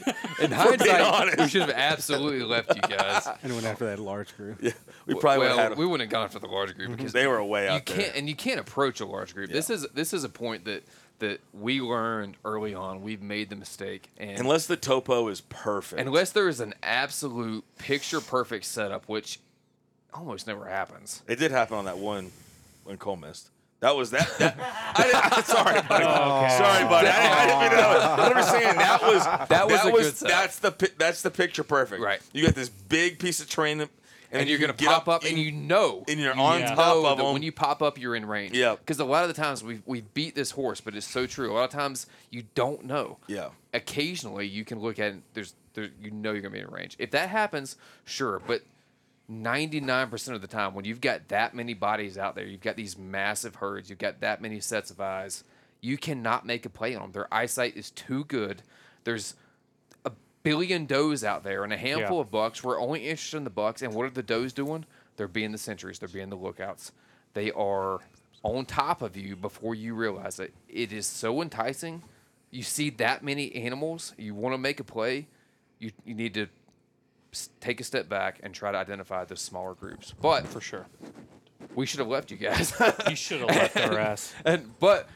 [SPEAKER 6] In hindsight, we should have absolutely left you guys.
[SPEAKER 5] and went after that large group.
[SPEAKER 3] we [LAUGHS] probably would
[SPEAKER 6] well,
[SPEAKER 3] have had
[SPEAKER 6] we wouldn't have gone for the large group
[SPEAKER 3] [LAUGHS]
[SPEAKER 6] because
[SPEAKER 3] They were way
[SPEAKER 6] you
[SPEAKER 3] out there.
[SPEAKER 6] can't and you can't approach a large group. This is this is a point that that we learned early on. We've made the mistake, and
[SPEAKER 3] Unless the topo is perfect.
[SPEAKER 6] unless there is an absolute picture perfect setup, which almost never happens.
[SPEAKER 3] It did happen on that one when Cole missed. That was that. that I
[SPEAKER 6] [LAUGHS]
[SPEAKER 3] didn't, sorry, buddy.
[SPEAKER 6] Oh,
[SPEAKER 3] Sorry, buddy. I didn't, I didn't mean to. that was- I'm just saying that
[SPEAKER 6] [LAUGHS]
[SPEAKER 3] was [LAUGHS] that
[SPEAKER 6] was a good setup.
[SPEAKER 3] that's the pi- that's the picture perfect.
[SPEAKER 6] Right.
[SPEAKER 3] You got this big piece of terrain, and,
[SPEAKER 6] And,
[SPEAKER 3] you
[SPEAKER 6] you're gonna
[SPEAKER 3] get
[SPEAKER 6] pop up, and you know,
[SPEAKER 3] and you're
[SPEAKER 6] you
[SPEAKER 3] on top
[SPEAKER 6] know
[SPEAKER 3] of
[SPEAKER 6] that
[SPEAKER 3] 'em.
[SPEAKER 6] When you pop up, you're in range.
[SPEAKER 3] Yep.
[SPEAKER 6] Because a lot of the times we we beat this horse, but it's so true. A lot of times you don't know.
[SPEAKER 3] Yeah.
[SPEAKER 6] Occasionally you can look at it, and there's there you know you're gonna be in range. If that happens, sure, but. 99% of the time when you've got that many bodies out there you've got these massive herds you've got that many sets of eyes you cannot make a play on them their eyesight is too good there's a billion does out there and a handful
[SPEAKER 7] Yeah.
[SPEAKER 6] of bucks we're only interested in the bucks and what are the does doing they're being the sentries they're being the lookouts they are on top of you before you realize it it is so enticing you see that many animals you want to make a play you, you need to s- take a step back and try to identify those smaller groups. But
[SPEAKER 7] for sure.
[SPEAKER 6] we should have left you guys. [LAUGHS]
[SPEAKER 7] You should have left our ass.
[SPEAKER 6] and but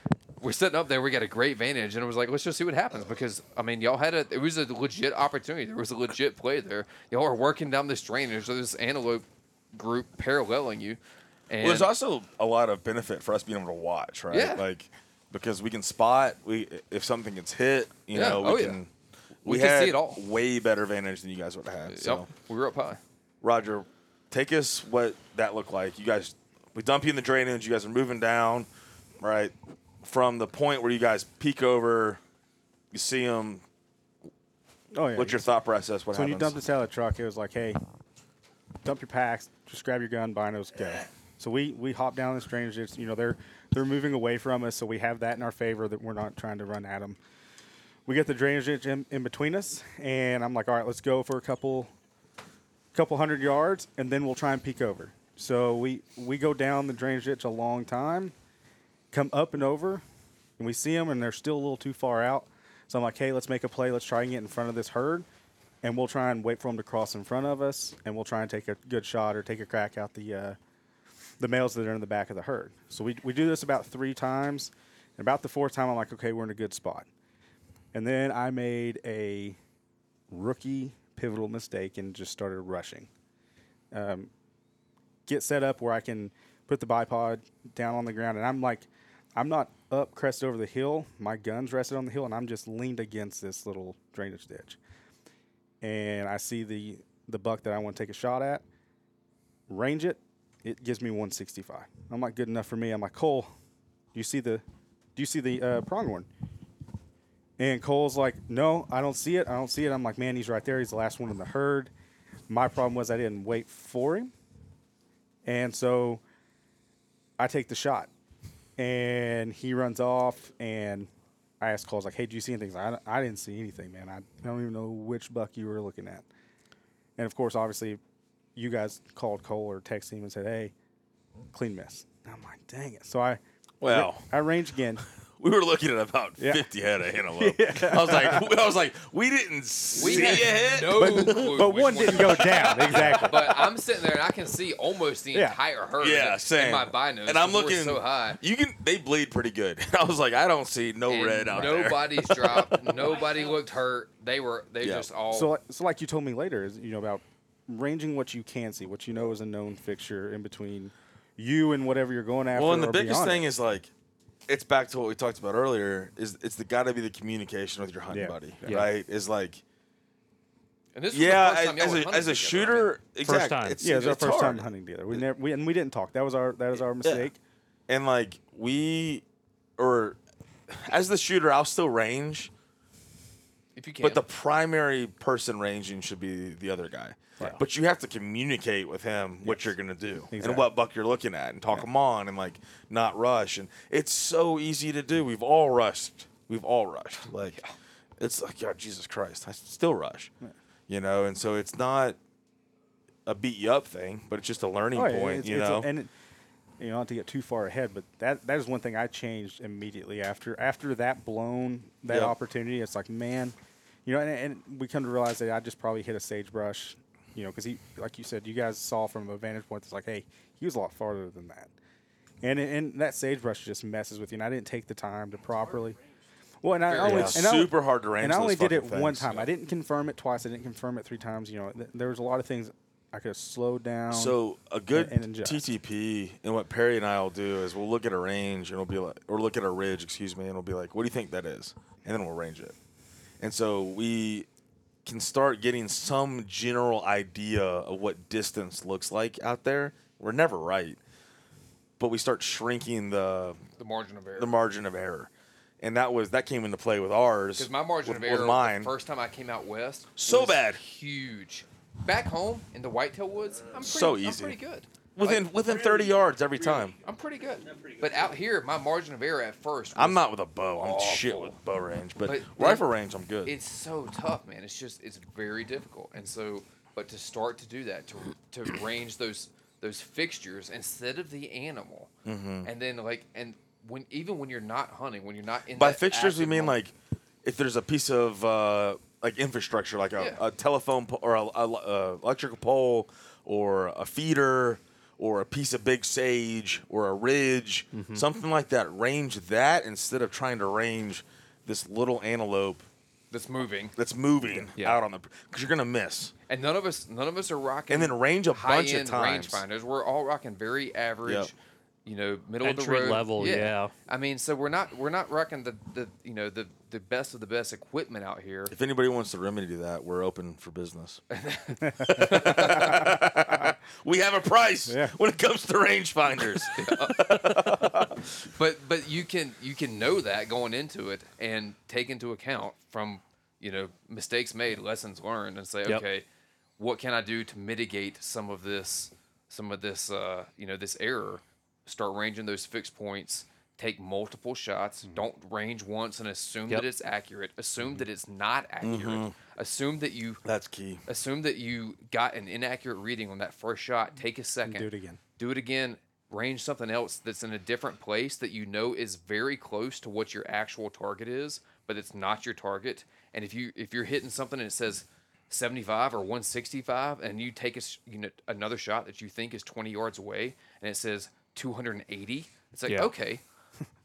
[SPEAKER 6] we're sitting up there. We got a great vantage, and it was like, let's just see what happens. Because I mean, y'all had a it was a legit opportunity. There was a legit play there. Y'all are working down this drainage. So this antelope group paralleling you. And
[SPEAKER 3] Well, there's also a lot of benefit for us being able to watch, right?
[SPEAKER 6] Yeah.
[SPEAKER 3] Like because we can spot we if something gets hit, you
[SPEAKER 6] Yeah.
[SPEAKER 3] know, we
[SPEAKER 6] Oh, yeah.
[SPEAKER 3] can.
[SPEAKER 6] We can see
[SPEAKER 3] had
[SPEAKER 6] it all.
[SPEAKER 3] way better vantage than you guys would have had.
[SPEAKER 6] Yep,
[SPEAKER 3] So
[SPEAKER 6] we were up high.
[SPEAKER 3] Roger, take us what that looked like. You guys, we dump you in the drainage. You guys are moving down, right? From the point where you guys peek over, you see them.
[SPEAKER 5] Oh yeah.
[SPEAKER 3] What's your thought process? What
[SPEAKER 5] so when you
[SPEAKER 3] happens?
[SPEAKER 5] dumped us out of the truck, it was like, hey, dump your packs, just grab your gun, binos, go. So we we hop down this drainage. ditch, You know they're they're moving away from us, so we have that in our favor that we're not trying to run at them. We get the drainage ditch in, in between us, and I'm like, all right, let's go for a couple couple hundred yards, and then we'll try and peek over. So we we go down the drainage ditch a long time, come up and over, and we see them, and they're still a little too far out. So I'm like, hey, let's make a play. Let's try and get in front of this herd, and we'll try and wait for them to cross in front of us, and we'll try and take a good shot or take a crack out the uh, the males that are in the back of the herd. So we we do this about three times, and about the fourth time, I'm like, okay, we're in a good spot. And then I made a rookie pivotal mistake and just started rushing. Um, get set up where I can put the bipod down on the ground, and I'm like, I'm not up crest over the hill. My gun's rested on the hill, and I'm just leaned against this little drainage ditch. And I see the the buck that I want to take a shot at. Range it. It gives me 165. I'm like, good enough for me. I'm like, Cole, do you see the, do you see the uh, pronghorn? And Cole's like, no, I don't see it. I don't see it. I'm like, man, he's right there. He's the last one in the herd. My problem was I didn't wait for him. And so I take the shot. And he runs off. And I ask Cole's like, hey, do you see anything? He's like, I, I didn't see anything, man. I, I don't even know which buck you were looking at. And of course, obviously, you guys called Cole or texted him and said, hey, clean miss. And I'm like, dang it. So I,
[SPEAKER 3] Well.
[SPEAKER 5] I range again.
[SPEAKER 3] [LAUGHS] we were looking at about
[SPEAKER 5] Yeah.
[SPEAKER 3] 50 head of
[SPEAKER 5] [LAUGHS]
[SPEAKER 3] antelope. I was like, [LAUGHS] I was like, we didn't
[SPEAKER 6] We
[SPEAKER 3] see a
[SPEAKER 6] had
[SPEAKER 3] head.
[SPEAKER 6] no clue
[SPEAKER 5] But
[SPEAKER 6] which
[SPEAKER 5] one didn't go down. Exactly.
[SPEAKER 6] But I'm sitting there and I can see almost the
[SPEAKER 5] Yeah.
[SPEAKER 6] entire herd
[SPEAKER 3] Yeah,
[SPEAKER 6] in
[SPEAKER 3] same.
[SPEAKER 6] my binos.
[SPEAKER 3] and I'm
[SPEAKER 6] 'cause we're
[SPEAKER 3] looking
[SPEAKER 6] so high.
[SPEAKER 3] You can they bleed pretty good. [LAUGHS] I was like, I don't see no
[SPEAKER 6] and
[SPEAKER 3] red out there.
[SPEAKER 6] nobody's
[SPEAKER 3] [LAUGHS]
[SPEAKER 6] dropped. Nobody looked hurt. They were they
[SPEAKER 3] Yeah.
[SPEAKER 6] just all
[SPEAKER 5] So, like- so like you told me later, is you know about ranging what you can see, what you know is a known fixture in between you and whatever you're going after.
[SPEAKER 3] Well, and the
[SPEAKER 5] or
[SPEAKER 3] biggest
[SPEAKER 5] beyond
[SPEAKER 3] thing
[SPEAKER 5] it.
[SPEAKER 3] is like, it's back to what we talked about earlier. Is it's the got to be the communication with your hunting
[SPEAKER 5] Yeah.
[SPEAKER 3] buddy,
[SPEAKER 5] Yeah.
[SPEAKER 3] right? Is like,
[SPEAKER 6] And this was
[SPEAKER 3] yeah,
[SPEAKER 6] the first time y'all
[SPEAKER 3] as,
[SPEAKER 6] were
[SPEAKER 3] as a,
[SPEAKER 6] hunting
[SPEAKER 3] as a
[SPEAKER 6] together, right?
[SPEAKER 3] shooter, exactly.
[SPEAKER 7] time.
[SPEAKER 3] It's,
[SPEAKER 5] yeah, it was our
[SPEAKER 3] it's
[SPEAKER 5] first
[SPEAKER 3] hard.
[SPEAKER 5] time hunting together. We never we and we didn't talk. That was our that was our mistake.
[SPEAKER 3] and like we or as the shooter i'll still range
[SPEAKER 6] If you can.
[SPEAKER 3] but the primary person ranging should be the other guy but you have to communicate with him what you're going to do and
[SPEAKER 5] Exactly.
[SPEAKER 3] what buck you're looking at and talk him on and like not rush and it's so easy to do we've all rushed we've all rushed like it's like god jesus christ i still rush you know and so it's not a beat you up thing but it's just a learning
[SPEAKER 5] Oh, yeah,
[SPEAKER 3] point
[SPEAKER 5] it's-
[SPEAKER 3] you
[SPEAKER 5] it's a-
[SPEAKER 3] know
[SPEAKER 5] and it, you know, not to get too far ahead, but that that is one thing I changed immediately after after that blown that
[SPEAKER 3] Yep.
[SPEAKER 5] opportunity. It's like, man, you know, and, and we come to realize that I just probably hit a sagebrush, you know, because he, like you said, you guys saw from a vantage point. It's like, hey, he was a lot farther than that, and and that sagebrush just messes with you. And I didn't take the time to properly. Well, and I only
[SPEAKER 3] It's
[SPEAKER 5] and I-
[SPEAKER 3] super hard to range
[SPEAKER 5] And I
[SPEAKER 3] those
[SPEAKER 5] only did it
[SPEAKER 3] fucking
[SPEAKER 5] one
[SPEAKER 3] things.
[SPEAKER 5] time. I didn't confirm it twice. I didn't confirm it three times. You know, th- there was a lot of things I could have slowed down.
[SPEAKER 3] So a good
[SPEAKER 5] and adjust.
[SPEAKER 3] TTP and what Perry and I will do is we'll look at a range and we'll be like, or look at a ridge, excuse me, and we'll be like, what do you think that is? And then we'll range it. And so we can start getting some general idea of what distance looks like out there. We're never right, but we start shrinking the
[SPEAKER 6] the margin of error.
[SPEAKER 3] the margin of error, and that was that came into play with ours.
[SPEAKER 6] Because my margin
[SPEAKER 3] with-
[SPEAKER 6] of
[SPEAKER 3] with
[SPEAKER 6] error,
[SPEAKER 3] mine.
[SPEAKER 6] the first time I came out west,
[SPEAKER 3] So
[SPEAKER 6] was
[SPEAKER 3] bad.
[SPEAKER 6] huge. Back home in the whitetail woods, I'm pretty,
[SPEAKER 3] So
[SPEAKER 6] I'm
[SPEAKER 3] easy.
[SPEAKER 6] pretty good.
[SPEAKER 3] within within thirty yards every time.
[SPEAKER 6] I'm pretty good. But out here, my margin of error at first,
[SPEAKER 3] I'm
[SPEAKER 6] was-
[SPEAKER 3] not with a bow. I'm shit
[SPEAKER 6] Awful.
[SPEAKER 3] with bow range, but,
[SPEAKER 6] But
[SPEAKER 3] rifle
[SPEAKER 6] then-
[SPEAKER 3] range, I'm good.
[SPEAKER 6] It's so tough, man. It's just it's very difficult, and so but to start to do that to to range those those fixtures instead of the animal,
[SPEAKER 3] Mm-hmm.
[SPEAKER 6] and then like and when even when you're not hunting, when you're not in
[SPEAKER 3] By
[SPEAKER 6] that
[SPEAKER 3] fixtures, we
[SPEAKER 6] active
[SPEAKER 3] mean
[SPEAKER 6] moment-
[SPEAKER 3] like if there's a piece of uh, like infrastructure, like a,
[SPEAKER 6] Yeah.
[SPEAKER 3] a telephone po- or a, a- a electrical pole or a feeder or a piece of big sage or a ridge,
[SPEAKER 6] Mm-hmm.
[SPEAKER 3] something like that. Range that instead of trying to range this little antelope
[SPEAKER 6] that's moving,
[SPEAKER 3] that's moving
[SPEAKER 6] Yeah.
[SPEAKER 3] out on the because you're gonna miss.
[SPEAKER 6] and none of us none of us are rocking.
[SPEAKER 3] And then range a bunch of
[SPEAKER 6] high-end
[SPEAKER 3] times.
[SPEAKER 6] rangefinders. We're all rocking very average,
[SPEAKER 3] Yep.
[SPEAKER 6] you know, middle of the
[SPEAKER 7] Entry
[SPEAKER 6] road
[SPEAKER 7] level, yeah.
[SPEAKER 6] I mean, so we're not we're not rocking the the you know the the best of the best equipment out here.
[SPEAKER 3] If anybody wants to remedy that, we're open for business. [LAUGHS] we have a price
[SPEAKER 5] Yeah.
[SPEAKER 3] when it comes to rangefinders.
[SPEAKER 6] But but you can you can know that going into it and take into account from you know mistakes made, lessons learned, and say
[SPEAKER 7] Yep.
[SPEAKER 6] okay, what can I do to mitigate some of this some of this uh, you know this error? Start ranging those fixed points. Take multiple shots. Don't range once and assume
[SPEAKER 7] Mm-hmm. Yep. Mm-hmm.
[SPEAKER 6] that it's accurate. Assume that it's not accurate. Assume that you
[SPEAKER 3] [LAUGHS] That's key.
[SPEAKER 6] assume that you got an inaccurate reading on that first shot. Take a second.
[SPEAKER 5] do it again.
[SPEAKER 6] Do it again. Range something else that's in a different place that you know is very close to what your actual target is, but it's not your target. And if you if you're hitting something and it says 75 or 165, and you take a s- you know, another shot that you think is 20 yards away, and it says 280, it's like
[SPEAKER 7] Yeah.
[SPEAKER 6] okay,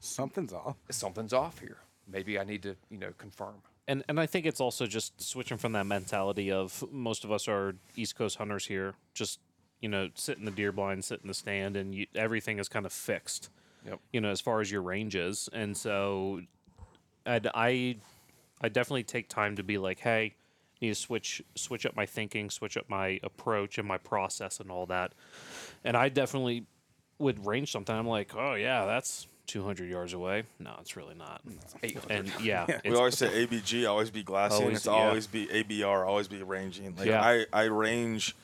[SPEAKER 5] Something's off.
[SPEAKER 6] something's off here. Maybe I need to you know confirm.
[SPEAKER 7] and and I think it's also just switching from that mentality of most of us are East Coast hunters here, just you know, sit in the deer blind, sit in the stand, and you, everything is kind of fixed.
[SPEAKER 6] Yep.
[SPEAKER 7] You know, as far as your range is, and so I'd, I I definitely take time to be like, hey, need to switch switch up my thinking, switch up my approach and my process and all that. And I definitely would range something. I'm like, oh yeah, that's 200 yards away. No, it's really not.
[SPEAKER 6] 800.
[SPEAKER 7] And yeah,
[SPEAKER 3] [LAUGHS] we
[SPEAKER 7] it's-
[SPEAKER 3] always say ABG, always be glassing.
[SPEAKER 7] Always,
[SPEAKER 3] it's
[SPEAKER 7] yeah.
[SPEAKER 3] always be ABR, always be ranging. Like
[SPEAKER 7] Yeah.
[SPEAKER 3] I, I range.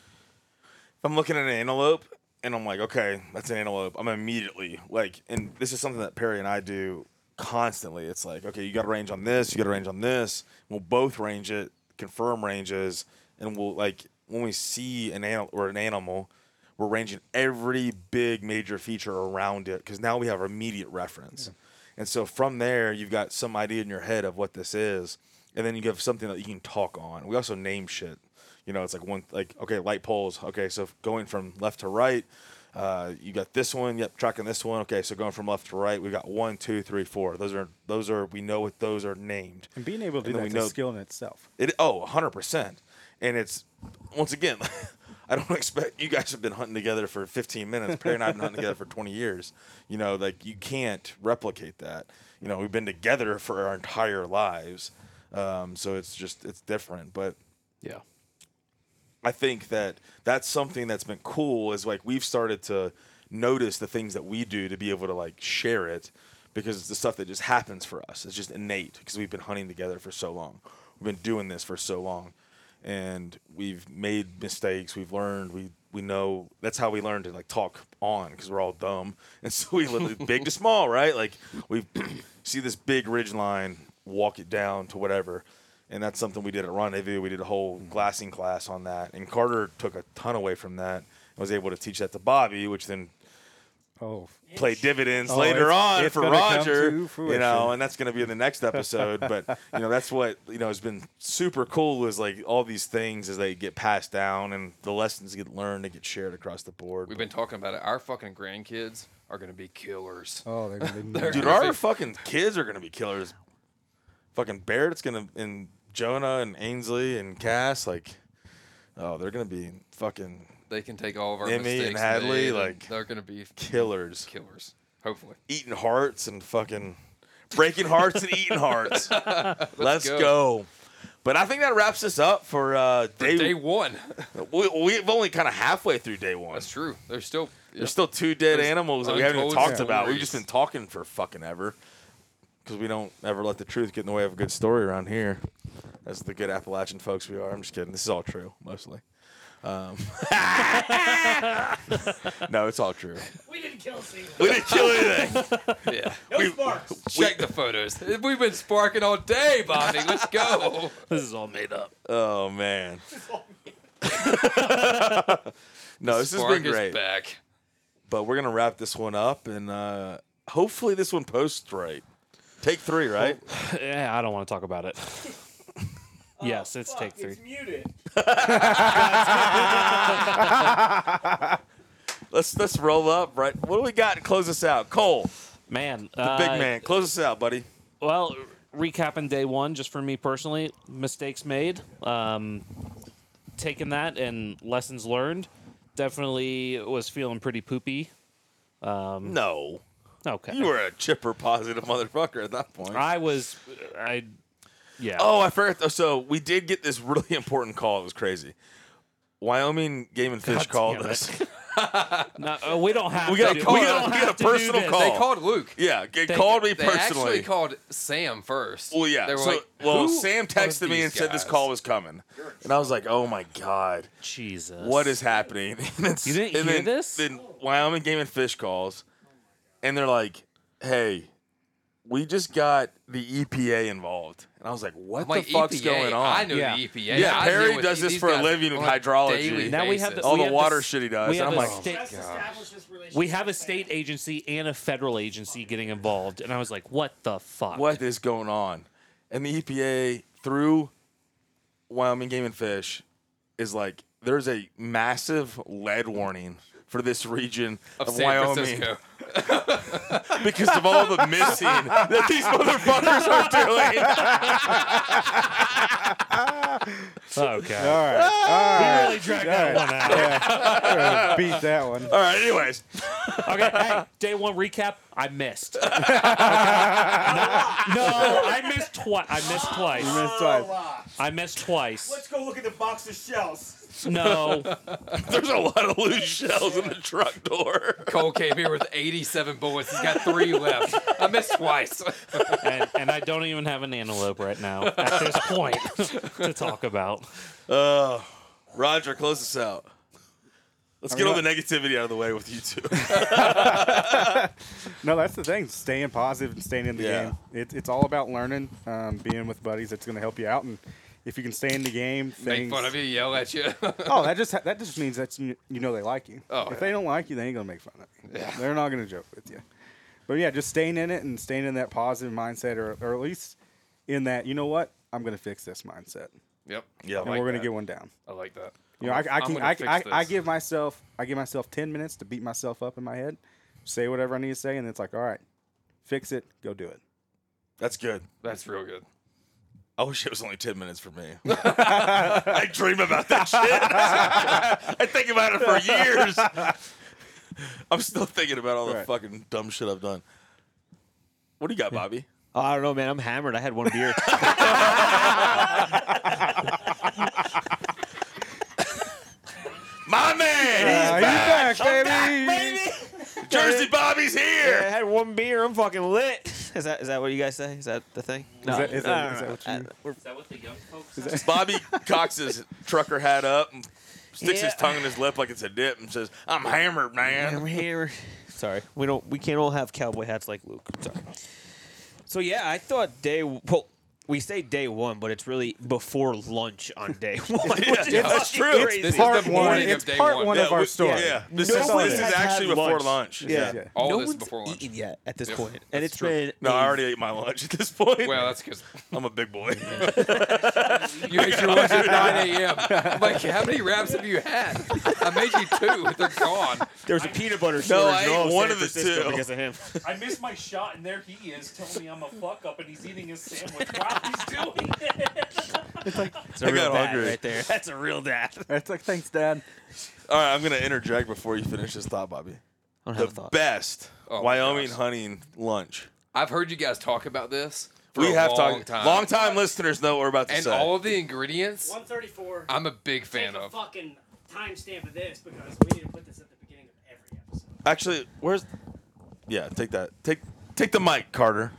[SPEAKER 3] If I'm looking at an antelope and I'm like, okay, that's an antelope. I'm immediately like, and this is something that Perry and I do constantly. It's like, okay, you got to range on this, you got to range on this. We'll both range it, confirm ranges, and we'll like when we see an animal or an animal. We're ranging every big major feature around it because now we have immediate reference. And so from there, you've got some idea in your head of what this is, and then you have something that you can talk on. We also name shit. You know, it's like one like okay, light poles. Okay, so if going from left to right, uh, you got this one. Yep, tracking this one. Okay, so going from left to right, we got one, two, three, four. Those are those are we know what those are named.
[SPEAKER 5] And being able to
[SPEAKER 3] And
[SPEAKER 5] do
[SPEAKER 3] then
[SPEAKER 5] that's
[SPEAKER 3] we know-
[SPEAKER 5] a skill in itself.
[SPEAKER 3] It oh, 100%. And it's once again, [LAUGHS] I don't expect you guys have been hunting together for 15 minutes. Perry and I have been hunting together for 20 years. You know, like you can't replicate that. You know, we've been together for our entire lives. Um, so it's just it's different, but
[SPEAKER 7] yeah.
[SPEAKER 3] I think that that's something that's been cool is like we've started to notice the things that we do to be able to like share it because it's the stuff that just happens for us. It's just innate because we've been hunting together for so long. We've been doing this for so long and we've made mistakes. We've learned. We we know that's how we learn to like talk on because we're all dumb, [LAUGHS] and so we literally big to small, right? Like we [CLEARS THROAT] see this big ridge line, walk it down to whatever, and that's something we did at Rendezvous. We did a whole
[SPEAKER 5] Mm-hmm.
[SPEAKER 3] glassing class on that, and Carter took a ton away from that and was able to teach that to Bobby, which then
[SPEAKER 5] Oh,
[SPEAKER 3] play dividends
[SPEAKER 5] Oh,
[SPEAKER 3] later
[SPEAKER 5] it's-
[SPEAKER 3] on
[SPEAKER 5] it's
[SPEAKER 3] for
[SPEAKER 5] gonna come
[SPEAKER 3] Roger,
[SPEAKER 5] to
[SPEAKER 3] you
[SPEAKER 5] fruition.
[SPEAKER 3] know, and that's going to be in the next episode.
[SPEAKER 5] [LAUGHS]
[SPEAKER 3] but you know, that's what you know has been super cool is like all these things as they get passed down and the lessons get learned and get shared across the board.
[SPEAKER 6] We've been talking about it. Our fucking grandkids are gonna be killers.
[SPEAKER 5] oh,
[SPEAKER 6] [LAUGHS]
[SPEAKER 5] they're gonna be
[SPEAKER 3] dude, our fucking kids are going to be killers. Fucking Barrett's going to and Jonah and Ainsley and Cass like, oh, they're going to be fucking
[SPEAKER 6] They can take all of our
[SPEAKER 3] Emmy and
[SPEAKER 6] mistakes. they-
[SPEAKER 3] Hadley, like-
[SPEAKER 6] they're gonna be
[SPEAKER 3] killers,
[SPEAKER 6] killers. Hopefully,
[SPEAKER 3] eating hearts and fucking breaking hearts and eating
[SPEAKER 6] [LAUGHS]
[SPEAKER 3] hearts. Let's
[SPEAKER 6] go.
[SPEAKER 3] go. But I think that wraps us up for uh, day.
[SPEAKER 6] day, one.
[SPEAKER 3] we, we've only kind of halfway through day one.
[SPEAKER 6] That's true. They're
[SPEAKER 3] [LAUGHS]
[SPEAKER 6] still. yeah.
[SPEAKER 3] There's still two dead
[SPEAKER 6] There's
[SPEAKER 3] animals that we haven't even
[SPEAKER 6] untold
[SPEAKER 3] talked about. We've
[SPEAKER 6] stories.
[SPEAKER 3] just been talking for fucking ever because we don't ever let the truth get in the way of a good story around here. That's the good Appalachian folks we are. I'm just kidding. This is all true, mostly.
[SPEAKER 6] [LAUGHS]
[SPEAKER 3] Um, [LAUGHS] no, it's all true.
[SPEAKER 8] We didn't kill a single.
[SPEAKER 3] We didn't kill anything. [LAUGHS]
[SPEAKER 6] yeah.
[SPEAKER 8] No sparks.
[SPEAKER 6] Check the photos. We've been sparking all day, Bobby. Let's go.
[SPEAKER 7] This is all made up.
[SPEAKER 3] Oh
[SPEAKER 6] [LAUGHS]
[SPEAKER 3] man. [LAUGHS] no, [LAUGHS] this has
[SPEAKER 6] Spark
[SPEAKER 3] been great.
[SPEAKER 6] is back.
[SPEAKER 3] But we're gonna wrap this one up, and uh, hopefully this one posts right. Take three, right?
[SPEAKER 7] Yeah, I don't want to talk about it. yes, it's take three.
[SPEAKER 8] It's muted.
[SPEAKER 3] Let's let's roll up, right? What do we got to close us out? Cole,
[SPEAKER 7] Man,
[SPEAKER 3] the big man, close us out, buddy.
[SPEAKER 7] Well, recapping day one, just for me personally, mistakes made, um, taking that and lessons learned. Definitely was feeling pretty poopy. Um,
[SPEAKER 3] No,
[SPEAKER 7] okay,
[SPEAKER 3] you were a chipper, positive motherfucker at that point.
[SPEAKER 7] I was, I, yeah.
[SPEAKER 3] Oh, I forgot. So we did get this really [LAUGHS] important call. It was crazy. Wyoming Game and Fish
[SPEAKER 7] God
[SPEAKER 3] called
[SPEAKER 7] damn it.
[SPEAKER 3] us. [LAUGHS]
[SPEAKER 7] No, uh, we don't have.
[SPEAKER 3] We
[SPEAKER 7] to
[SPEAKER 3] got a
[SPEAKER 7] do-
[SPEAKER 3] call-
[SPEAKER 7] We
[SPEAKER 3] we
[SPEAKER 7] don't
[SPEAKER 3] got a
[SPEAKER 7] have to do
[SPEAKER 3] personal
[SPEAKER 7] this.
[SPEAKER 3] call.
[SPEAKER 6] They called Luke.
[SPEAKER 3] yeah, it
[SPEAKER 6] They
[SPEAKER 3] called me
[SPEAKER 6] they
[SPEAKER 3] personally.
[SPEAKER 6] actually called Sam first.
[SPEAKER 3] Well, yeah.
[SPEAKER 6] They were
[SPEAKER 3] so,
[SPEAKER 6] like,
[SPEAKER 3] well,
[SPEAKER 6] "Who
[SPEAKER 3] Sam
[SPEAKER 6] are
[SPEAKER 3] texted me
[SPEAKER 6] these
[SPEAKER 3] and said this
[SPEAKER 6] guys?"
[SPEAKER 3] call was coming, and I was like, "Oh my god,
[SPEAKER 7] Jesus,
[SPEAKER 3] what is happening?" [LAUGHS] And it's-
[SPEAKER 7] You didn't
[SPEAKER 3] and
[SPEAKER 7] hear
[SPEAKER 3] then,
[SPEAKER 7] this?
[SPEAKER 3] Then Wyoming Game and Fish calls, and they're like, "Hey, we just got the EPA involved," and I was like, "What
[SPEAKER 6] I'm like,
[SPEAKER 3] the fuck's
[SPEAKER 6] EPA,
[SPEAKER 3] going on?"
[SPEAKER 6] I know
[SPEAKER 7] Yeah.
[SPEAKER 6] the EPA.
[SPEAKER 3] Yeah,
[SPEAKER 6] I know
[SPEAKER 3] Perry
[SPEAKER 6] what
[SPEAKER 3] does
[SPEAKER 6] these-
[SPEAKER 3] this
[SPEAKER 6] E these
[SPEAKER 3] for a
[SPEAKER 6] guys
[SPEAKER 3] living with
[SPEAKER 6] on a
[SPEAKER 3] hydrology.
[SPEAKER 6] daily
[SPEAKER 7] Now we have
[SPEAKER 6] basis.
[SPEAKER 7] the-
[SPEAKER 3] All
[SPEAKER 7] we
[SPEAKER 3] the
[SPEAKER 7] have
[SPEAKER 3] water
[SPEAKER 7] this-
[SPEAKER 3] shit he does.
[SPEAKER 7] we
[SPEAKER 3] and I'm
[SPEAKER 7] have a
[SPEAKER 3] like,
[SPEAKER 7] state-
[SPEAKER 8] Just establish this relationship.
[SPEAKER 7] We have a state agency and a federal agency getting involved, and I was like, "What the fuck?"
[SPEAKER 3] what is going on? And the EPA through Wyoming Game and Fish is like there's a massive lead warning for this region
[SPEAKER 6] of
[SPEAKER 3] of,
[SPEAKER 6] San
[SPEAKER 3] Wyoming
[SPEAKER 6] Francisco.
[SPEAKER 3] [LAUGHS] because of all the missing that these motherfuckers are [LAUGHS] doing. [LAUGHS]
[SPEAKER 7] Okay.
[SPEAKER 5] All right, all right.
[SPEAKER 7] really dragged that one out.
[SPEAKER 5] Yeah. beat that one.
[SPEAKER 3] All
[SPEAKER 6] [LAUGHS]
[SPEAKER 3] right, anyways,
[SPEAKER 4] [LAUGHS]
[SPEAKER 7] Okay, hey, day one recap. I missed. [LAUGHS] Okay? No, I missed twice. I missed twice.
[SPEAKER 5] Missed twice.
[SPEAKER 7] I missed twice.
[SPEAKER 8] Let's go look at the box of shells.
[SPEAKER 7] No,
[SPEAKER 3] there's a lot of loose shells in the truck door.
[SPEAKER 6] Cole came here with 87 bullets. He's got three left. I missed twice. [LAUGHS]
[SPEAKER 7] and, and I don't even have an antelope right now at this point to talk about.
[SPEAKER 3] Uh, Roger, close this out. Let's get all the
[SPEAKER 5] mean,
[SPEAKER 3] negativity out of the way with you [LAUGHS] two.
[SPEAKER 5] No, that's the thing. Staying positive and staying in the
[SPEAKER 3] Yeah.
[SPEAKER 5] game. It, it's all about learning, um, being with buddies. That's going to help you out, and if you can stay in the game,
[SPEAKER 6] Make
[SPEAKER 5] things.
[SPEAKER 6] fun of you, yell at you. [LAUGHS]
[SPEAKER 5] Oh, that just ha- that just means that you you know they like you.
[SPEAKER 6] Oh,
[SPEAKER 5] if
[SPEAKER 6] yeah.
[SPEAKER 5] they don't like you, they ain't gonna make fun of you. They're not gonna joke with you. But yeah, just staying in it and staying in that positive mindset, or, or at least in that you know what I'm gonna fix this mindset,
[SPEAKER 6] yep.
[SPEAKER 3] yeah,
[SPEAKER 5] and we're gonna get one down.
[SPEAKER 6] I like that.
[SPEAKER 5] You know, I,
[SPEAKER 6] I'm
[SPEAKER 5] I can
[SPEAKER 6] gonna
[SPEAKER 5] I,
[SPEAKER 6] fix
[SPEAKER 5] I, I
[SPEAKER 6] this.
[SPEAKER 5] give myself I give myself ten minutes to beat myself up in my head, say whatever I need to say, and it's like all right, fix it, go do it.
[SPEAKER 3] That's good.
[SPEAKER 6] That's real good.
[SPEAKER 3] I wish it was only 10 minutes for me. [LAUGHS] I dream about that shit. [LAUGHS] I think about it for years. I'm still thinking about all the
[SPEAKER 5] Right.
[SPEAKER 3] fucking dumb shit I've done. What do you got, Bobby?
[SPEAKER 4] Oh, I don't know, man. I'm hammered. I had one [LAUGHS] beer.
[SPEAKER 3] Jersey Bobby's
[SPEAKER 4] Yeah, I
[SPEAKER 3] here.
[SPEAKER 4] had one beer. I'm fucking lit. Is that is that what you guys say? Is that the thing? No. Uh,
[SPEAKER 5] that- is that-
[SPEAKER 4] I don't
[SPEAKER 5] is that
[SPEAKER 4] know.
[SPEAKER 5] what you-
[SPEAKER 4] I- we're-
[SPEAKER 9] that what the young folks
[SPEAKER 3] Bobby cocks his trucker hat up and sticks
[SPEAKER 4] Yeah.
[SPEAKER 3] his tongue in his lip like it's a dip and says, "I'm hammered,
[SPEAKER 4] [LAUGHS] I'm
[SPEAKER 3] man."
[SPEAKER 4] here. Sorry, we don't. We can't all have cowboy hats like Luke. Sorry. So yeah, I thought day. Well, we say day one, but it's really before lunch [LAUGHS] on day one. which is
[SPEAKER 3] yeah, that's
[SPEAKER 4] fucking
[SPEAKER 3] true. It's-
[SPEAKER 4] crazy.
[SPEAKER 6] this is
[SPEAKER 5] Part
[SPEAKER 6] the
[SPEAKER 5] one.
[SPEAKER 6] morning
[SPEAKER 5] It's
[SPEAKER 6] of day
[SPEAKER 5] part
[SPEAKER 6] one.
[SPEAKER 5] one
[SPEAKER 3] Yeah,
[SPEAKER 5] of our
[SPEAKER 3] we-
[SPEAKER 5] story.
[SPEAKER 3] Yeah, this is,
[SPEAKER 4] Nobody
[SPEAKER 3] this is
[SPEAKER 4] has had
[SPEAKER 3] actually before lunch.
[SPEAKER 4] lunch. yeah.
[SPEAKER 5] Yeah.
[SPEAKER 6] All
[SPEAKER 4] no
[SPEAKER 6] this
[SPEAKER 4] one's
[SPEAKER 6] before lunch.
[SPEAKER 4] eaten yet at this
[SPEAKER 6] Yep,
[SPEAKER 4] point, and
[SPEAKER 6] that's
[SPEAKER 4] it's
[SPEAKER 6] true.
[SPEAKER 4] been
[SPEAKER 3] No,
[SPEAKER 4] a
[SPEAKER 3] I already ate my lunch at this point.
[SPEAKER 6] Well, that's because
[SPEAKER 3] [LAUGHS] I'm a big boy.
[SPEAKER 6] you ate your lunch at 9 a.m. I'm like, how many wraps have you had? I made you two. They're gone.
[SPEAKER 4] There was a peanut
[SPEAKER 3] [LAUGHS]
[SPEAKER 4] butter
[SPEAKER 3] No,
[SPEAKER 4] shortage.
[SPEAKER 3] I
[SPEAKER 4] in
[SPEAKER 3] ate
[SPEAKER 4] all of
[SPEAKER 3] one
[SPEAKER 4] San
[SPEAKER 3] of the
[SPEAKER 4] Francisco
[SPEAKER 3] two.
[SPEAKER 4] because
[SPEAKER 3] [LAUGHS]
[SPEAKER 4] of him.
[SPEAKER 7] I missed my shot, and there he is telling me I'm a fuck up, and he's eating his sandwich while he's doing it.
[SPEAKER 4] It's a
[SPEAKER 3] I
[SPEAKER 4] real
[SPEAKER 3] got
[SPEAKER 4] dad
[SPEAKER 3] hungry.
[SPEAKER 4] right there. That's a real dad. I
[SPEAKER 5] It's like, thanks, Dad.
[SPEAKER 3] All right, I'm gonna interject before you finish this thought, Bobby.
[SPEAKER 4] don't
[SPEAKER 3] The
[SPEAKER 4] have a thought.
[SPEAKER 3] best
[SPEAKER 6] Oh, my
[SPEAKER 3] Wyoming
[SPEAKER 6] gosh.
[SPEAKER 3] hunting lunch.
[SPEAKER 6] I've heard you guys talk about this for
[SPEAKER 3] we
[SPEAKER 6] a
[SPEAKER 3] have
[SPEAKER 6] long
[SPEAKER 3] talked.
[SPEAKER 6] time.
[SPEAKER 3] Long time listeners know what we're about to
[SPEAKER 6] And
[SPEAKER 3] say.
[SPEAKER 6] all of the ingredients,
[SPEAKER 8] 134.
[SPEAKER 6] I'm a big
[SPEAKER 8] Take
[SPEAKER 6] fan
[SPEAKER 8] a
[SPEAKER 6] of.
[SPEAKER 8] fucking timestamp of this because we need to put this at the beginning of every episode.
[SPEAKER 3] Actually, where's? Yeah, take that. Take take the mic, Carter.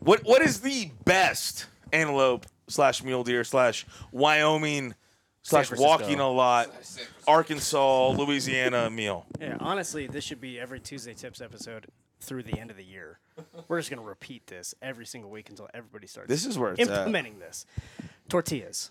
[SPEAKER 3] What what is the best antelope slash mule deer slash Wyoming slash walking a lot Arkansas Louisiana meal?
[SPEAKER 2] Yeah, honestly, this should be every Tuesday Tips episode through the end of
[SPEAKER 3] [LAUGHS]
[SPEAKER 2] the year. We're just going to repeat this every single week until everybody starts
[SPEAKER 3] This is where it's at.
[SPEAKER 2] implementing this. Tortillas.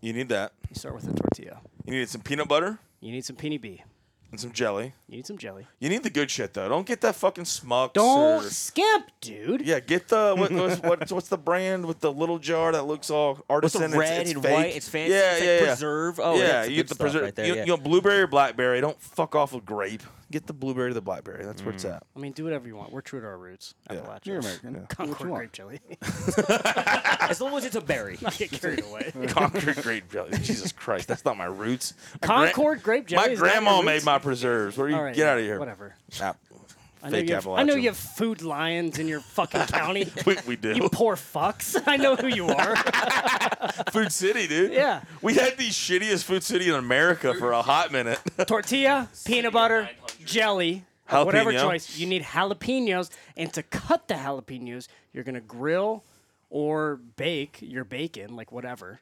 [SPEAKER 3] You need that.
[SPEAKER 2] You start with a tortilla.
[SPEAKER 3] You need some peanut butter
[SPEAKER 2] You need some peony bee.
[SPEAKER 3] and some jelly.
[SPEAKER 2] You need some jelly.
[SPEAKER 3] You need the good shit though. Don't get that fucking smuck.
[SPEAKER 2] Don't skimp, dude.
[SPEAKER 3] Yeah, get the what, what's, what's what's the brand with the little jar that looks all
[SPEAKER 4] What's the
[SPEAKER 3] artisan? it's-
[SPEAKER 4] red
[SPEAKER 3] it's
[SPEAKER 4] and
[SPEAKER 3] fake.
[SPEAKER 4] white? It's fancy.
[SPEAKER 3] Yeah,
[SPEAKER 4] it's
[SPEAKER 3] yeah,
[SPEAKER 4] like
[SPEAKER 3] yeah.
[SPEAKER 4] preserve. Oh,
[SPEAKER 3] yeah,
[SPEAKER 4] that's
[SPEAKER 3] you
[SPEAKER 4] good
[SPEAKER 3] get the
[SPEAKER 4] stuff
[SPEAKER 3] preserve.
[SPEAKER 4] right there.
[SPEAKER 3] you,
[SPEAKER 4] yeah.
[SPEAKER 3] you want blueberry or blackberry? Don't fuck off with grape. Get the blueberry or the blackberry. That's where it's
[SPEAKER 2] [LAUGHS]
[SPEAKER 3] at.
[SPEAKER 2] I mean, do whatever you want. We're true to our roots. Appalachia.
[SPEAKER 5] You're American. Do what
[SPEAKER 2] [LAUGHS]
[SPEAKER 5] you
[SPEAKER 2] Concord
[SPEAKER 5] want.
[SPEAKER 2] grape jelly.
[SPEAKER 3] [LAUGHS]
[SPEAKER 4] as long as it's a berry.
[SPEAKER 2] Not get carried away.
[SPEAKER 3] Concord grape jelly. Jesus Christ, that's not my roots. My gra-
[SPEAKER 2] Concord grape jelly.
[SPEAKER 3] My
[SPEAKER 2] is not your
[SPEAKER 3] grandma made
[SPEAKER 2] roots?
[SPEAKER 3] my preserves. Where you
[SPEAKER 2] All right,
[SPEAKER 3] get out of here?
[SPEAKER 2] Whatever.
[SPEAKER 3] App-
[SPEAKER 2] I know,
[SPEAKER 3] Fake
[SPEAKER 2] you have, I know
[SPEAKER 3] Appalachian.
[SPEAKER 2] you have food lions in your fucking county.
[SPEAKER 3] [LAUGHS] We, we do.
[SPEAKER 2] [LAUGHS] you poor fucks. [LAUGHS] I know who you
[SPEAKER 4] [LAUGHS]
[SPEAKER 2] are.
[SPEAKER 3] Food City, dude.
[SPEAKER 2] Yeah.
[SPEAKER 3] We had the shittiest Food City in America for a hot minute.
[SPEAKER 2] tortilla, peanut butter, jelly,
[SPEAKER 3] Jalapeno.
[SPEAKER 2] whatever choice. You need jalapenos, and to cut the jalapenos, you're gonna grill or bake your bacon, like whatever.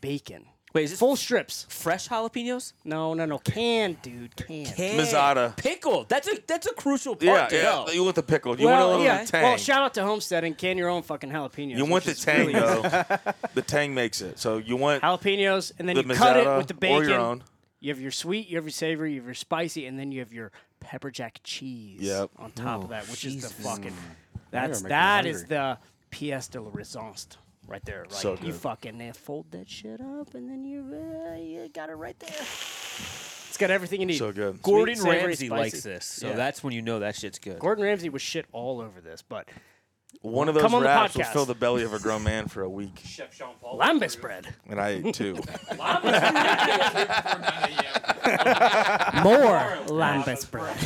[SPEAKER 2] Bacon.
[SPEAKER 4] Wait, is this
[SPEAKER 2] Full strips.
[SPEAKER 4] fresh jalapenos?
[SPEAKER 2] No, no, no. Canned, dude. Canned.
[SPEAKER 3] Mizada.
[SPEAKER 4] Pickle. That's a that's a crucial
[SPEAKER 3] [LAUGHS]
[SPEAKER 4] part
[SPEAKER 3] yeah,
[SPEAKER 4] to
[SPEAKER 3] yeah.
[SPEAKER 4] know.
[SPEAKER 3] You want the pickle. You
[SPEAKER 2] Well,
[SPEAKER 3] want a little
[SPEAKER 2] yeah.
[SPEAKER 3] tang.
[SPEAKER 2] Well, shout out to Homestead and can your own fucking jalapenos.
[SPEAKER 3] you want the
[SPEAKER 2] which is
[SPEAKER 3] tang
[SPEAKER 2] really easy.
[SPEAKER 3] though. the tang makes it. So you want
[SPEAKER 2] Jalapenos, and then
[SPEAKER 3] the
[SPEAKER 2] you cut it
[SPEAKER 3] Mazzara
[SPEAKER 2] with the
[SPEAKER 3] or
[SPEAKER 2] bacon.
[SPEAKER 3] your own.
[SPEAKER 2] You have your sweet, you have your savory, you have your spicy, and then you have your pepper jack cheese
[SPEAKER 3] Yep.
[SPEAKER 2] on top of that, which is the
[SPEAKER 5] Mm.
[SPEAKER 2] fucking. That's
[SPEAKER 5] making me
[SPEAKER 2] that is
[SPEAKER 5] hungry.
[SPEAKER 2] the pièce de la résistance right there. Like
[SPEAKER 3] So
[SPEAKER 2] you
[SPEAKER 3] good.
[SPEAKER 2] fucking uh, fold that shit up, and then you uh, you got it right there. It's got everything you need.
[SPEAKER 3] So good.
[SPEAKER 4] Gordon
[SPEAKER 2] savory,
[SPEAKER 4] Ramsay
[SPEAKER 2] spicy.
[SPEAKER 4] likes this, so
[SPEAKER 2] Yeah.
[SPEAKER 4] that's when you know that shit's good.
[SPEAKER 2] Gordon Ramsay was shit all over this, but
[SPEAKER 3] One of those
[SPEAKER 2] Come on the
[SPEAKER 3] wraps will
[SPEAKER 2] podcast.
[SPEAKER 3] fill the belly of a grown man for a week,
[SPEAKER 6] [LAUGHS]
[SPEAKER 7] Chef Sean Paul.
[SPEAKER 2] lambis bread,
[SPEAKER 3] and I ate two.
[SPEAKER 2] more lambis bread.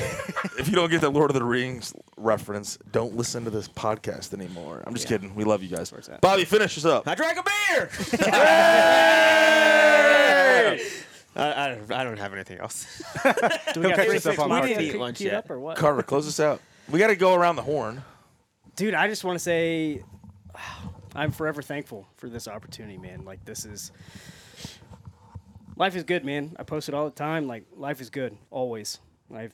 [SPEAKER 3] if you don't get the Lord of the Rings reference, don't listen to this podcast anymore. I'm just kidding. We love you guys. Bobby, finish us up.
[SPEAKER 4] I drank a beer. I, I, don't, I don't have anything else.
[SPEAKER 2] Do we got
[SPEAKER 5] catch
[SPEAKER 2] three
[SPEAKER 5] us up
[SPEAKER 2] six
[SPEAKER 5] on
[SPEAKER 2] months to
[SPEAKER 4] podcast. We didn't eat
[SPEAKER 2] cu-
[SPEAKER 4] lunch
[SPEAKER 2] queued
[SPEAKER 4] yet.
[SPEAKER 2] up or what?
[SPEAKER 3] Carter, close us out. We got to go around the horn.
[SPEAKER 2] dude i just want to say [SIGHS] i'm forever thankful for this opportunity man like this is life is good man i post it all the time like life is good always i have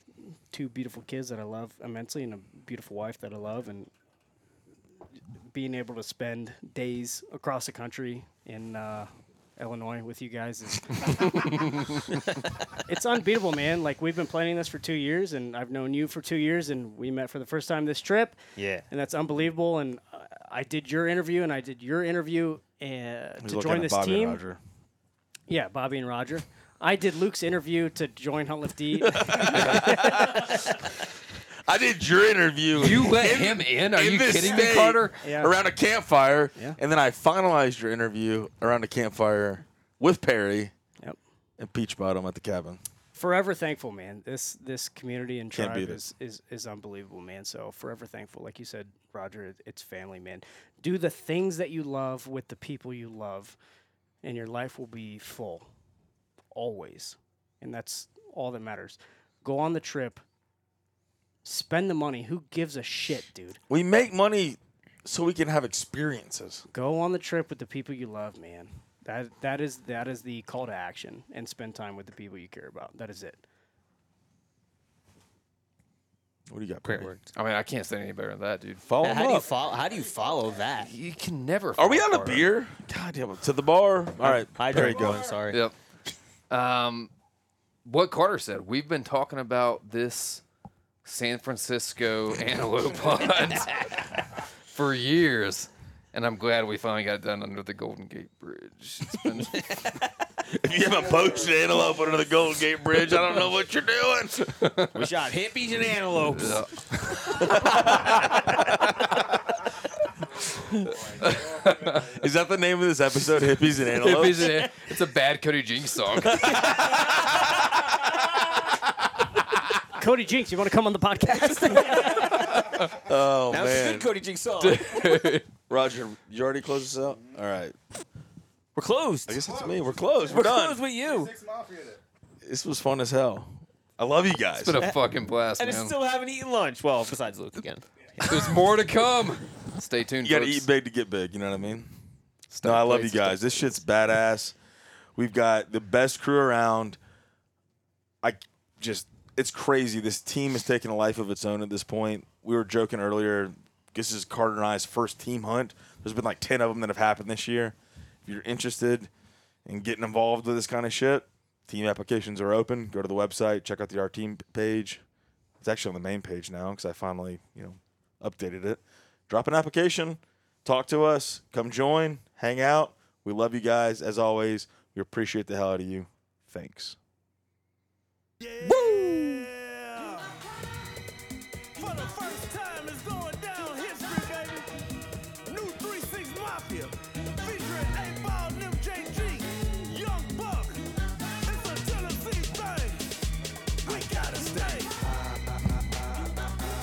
[SPEAKER 2] two beautiful kids that i love immensely and a beautiful wife that i love and being able to spend days across the country in uh, illinois with you guys is [LAUGHS] it's unbeatable, man. Like we've been planning this for two years, and I've known you for two years, and we met for the first time this trip.
[SPEAKER 4] Yeah.
[SPEAKER 2] and that's unbelievable. And uh, I did your interview, and I did your interview uh,
[SPEAKER 3] He's
[SPEAKER 2] to
[SPEAKER 3] looking
[SPEAKER 2] join
[SPEAKER 3] at
[SPEAKER 2] this
[SPEAKER 3] Bobby and
[SPEAKER 2] team.
[SPEAKER 3] Roger.
[SPEAKER 2] Yeah, Bobby and Roger. I did Luke's interview to join Hunt
[SPEAKER 3] [LAUGHS]
[SPEAKER 2] Lift D.
[SPEAKER 3] I did your interview.
[SPEAKER 6] You let him in? Are
[SPEAKER 3] in
[SPEAKER 6] you
[SPEAKER 3] this
[SPEAKER 6] kidding me,
[SPEAKER 3] state
[SPEAKER 6] Carter?
[SPEAKER 2] Yeah.
[SPEAKER 3] Around a campfire,
[SPEAKER 2] Yeah.
[SPEAKER 3] and then I finalized your interview around a campfire with Perry
[SPEAKER 2] yep.
[SPEAKER 3] and Peach Bottom at the cabin.
[SPEAKER 2] Forever thankful, man. This this community and
[SPEAKER 3] Can't
[SPEAKER 2] tribe
[SPEAKER 3] beat it.
[SPEAKER 2] is, is is unbelievable, man. So forever thankful. Like you said, Roger, it- it's family, man. Do the things that you love with the people you love, and your life will be full. Always. And that's all that matters. Go on the trip Spend the money. Who gives a shit, dude?
[SPEAKER 3] We make money so we can have experiences.
[SPEAKER 2] Go on the trip with the people you love, man. That that is that is the call to action and spend time with the people you care about. That is it.
[SPEAKER 3] What do you got?
[SPEAKER 4] Great
[SPEAKER 3] Brady?
[SPEAKER 4] words.
[SPEAKER 6] I mean, I can't say any better than that, dude.
[SPEAKER 3] Follow
[SPEAKER 4] How
[SPEAKER 3] him
[SPEAKER 4] do you
[SPEAKER 3] up.
[SPEAKER 4] follow? How do you follow that?
[SPEAKER 6] You can never.
[SPEAKER 3] Are
[SPEAKER 6] fall
[SPEAKER 3] we on a
[SPEAKER 6] apart.
[SPEAKER 3] beer? God damn it. To the bar. All right.
[SPEAKER 4] I
[SPEAKER 3] there you
[SPEAKER 4] drank
[SPEAKER 3] go.
[SPEAKER 4] one. Sorry.
[SPEAKER 6] Yep. Um, what Carter said. We've been talking about this San Francisco antelope hunt for years, and I'm glad we finally got it done under the Golden Gate Bridge. It's been
[SPEAKER 3] If you haven't poached an antelope under the Golden Gate Bridge, I don't know what you're doing.
[SPEAKER 4] We shot hippies and antelopes.
[SPEAKER 6] Yeah.
[SPEAKER 3] [LAUGHS] Is that the name of this episode? Hippies and
[SPEAKER 6] If
[SPEAKER 3] antelopes.
[SPEAKER 6] he's in it, [LAUGHS] it's a bad Cody Jinks song.
[SPEAKER 2] Cody Jinks, you want to come on the podcast?
[SPEAKER 3] Oh
[SPEAKER 4] That was a
[SPEAKER 3] man,
[SPEAKER 4] good [LAUGHS] Cody Jinx song.
[SPEAKER 3] Roger, you already closed this out. All right,
[SPEAKER 4] We're closed.
[SPEAKER 3] I guess it's me. We're closed. We're,
[SPEAKER 4] We're
[SPEAKER 3] done.
[SPEAKER 4] closed with you.
[SPEAKER 3] This was fun as hell. I love you guys.
[SPEAKER 6] It's been a fucking blast,
[SPEAKER 4] And I
[SPEAKER 6] man.
[SPEAKER 4] still haven't eaten lunch. Well, besides Luke again.
[SPEAKER 6] There's more to come. Stay tuned.
[SPEAKER 3] you gotta
[SPEAKER 6] folks.
[SPEAKER 3] eat big to get big. You know what I mean? No, I love you
[SPEAKER 6] plates, stack
[SPEAKER 3] guys. This shit's badass. We've got the best crew around. I just, it's crazy. This team is taking a life of its own at this point. We were joking earlier. This is Carter and I's first team hunt. There's been like 10 of them that have happened this year. If you're interested in getting involved with this kind of shit, team applications are open. Go to the website, check out the Our Team page. It's actually on the main page now because I finally, you know, updated it. Drop an application, talk to us, come join, hang out. We love you guys as always. We appreciate the hell out of you. Thanks.
[SPEAKER 1] Yeah.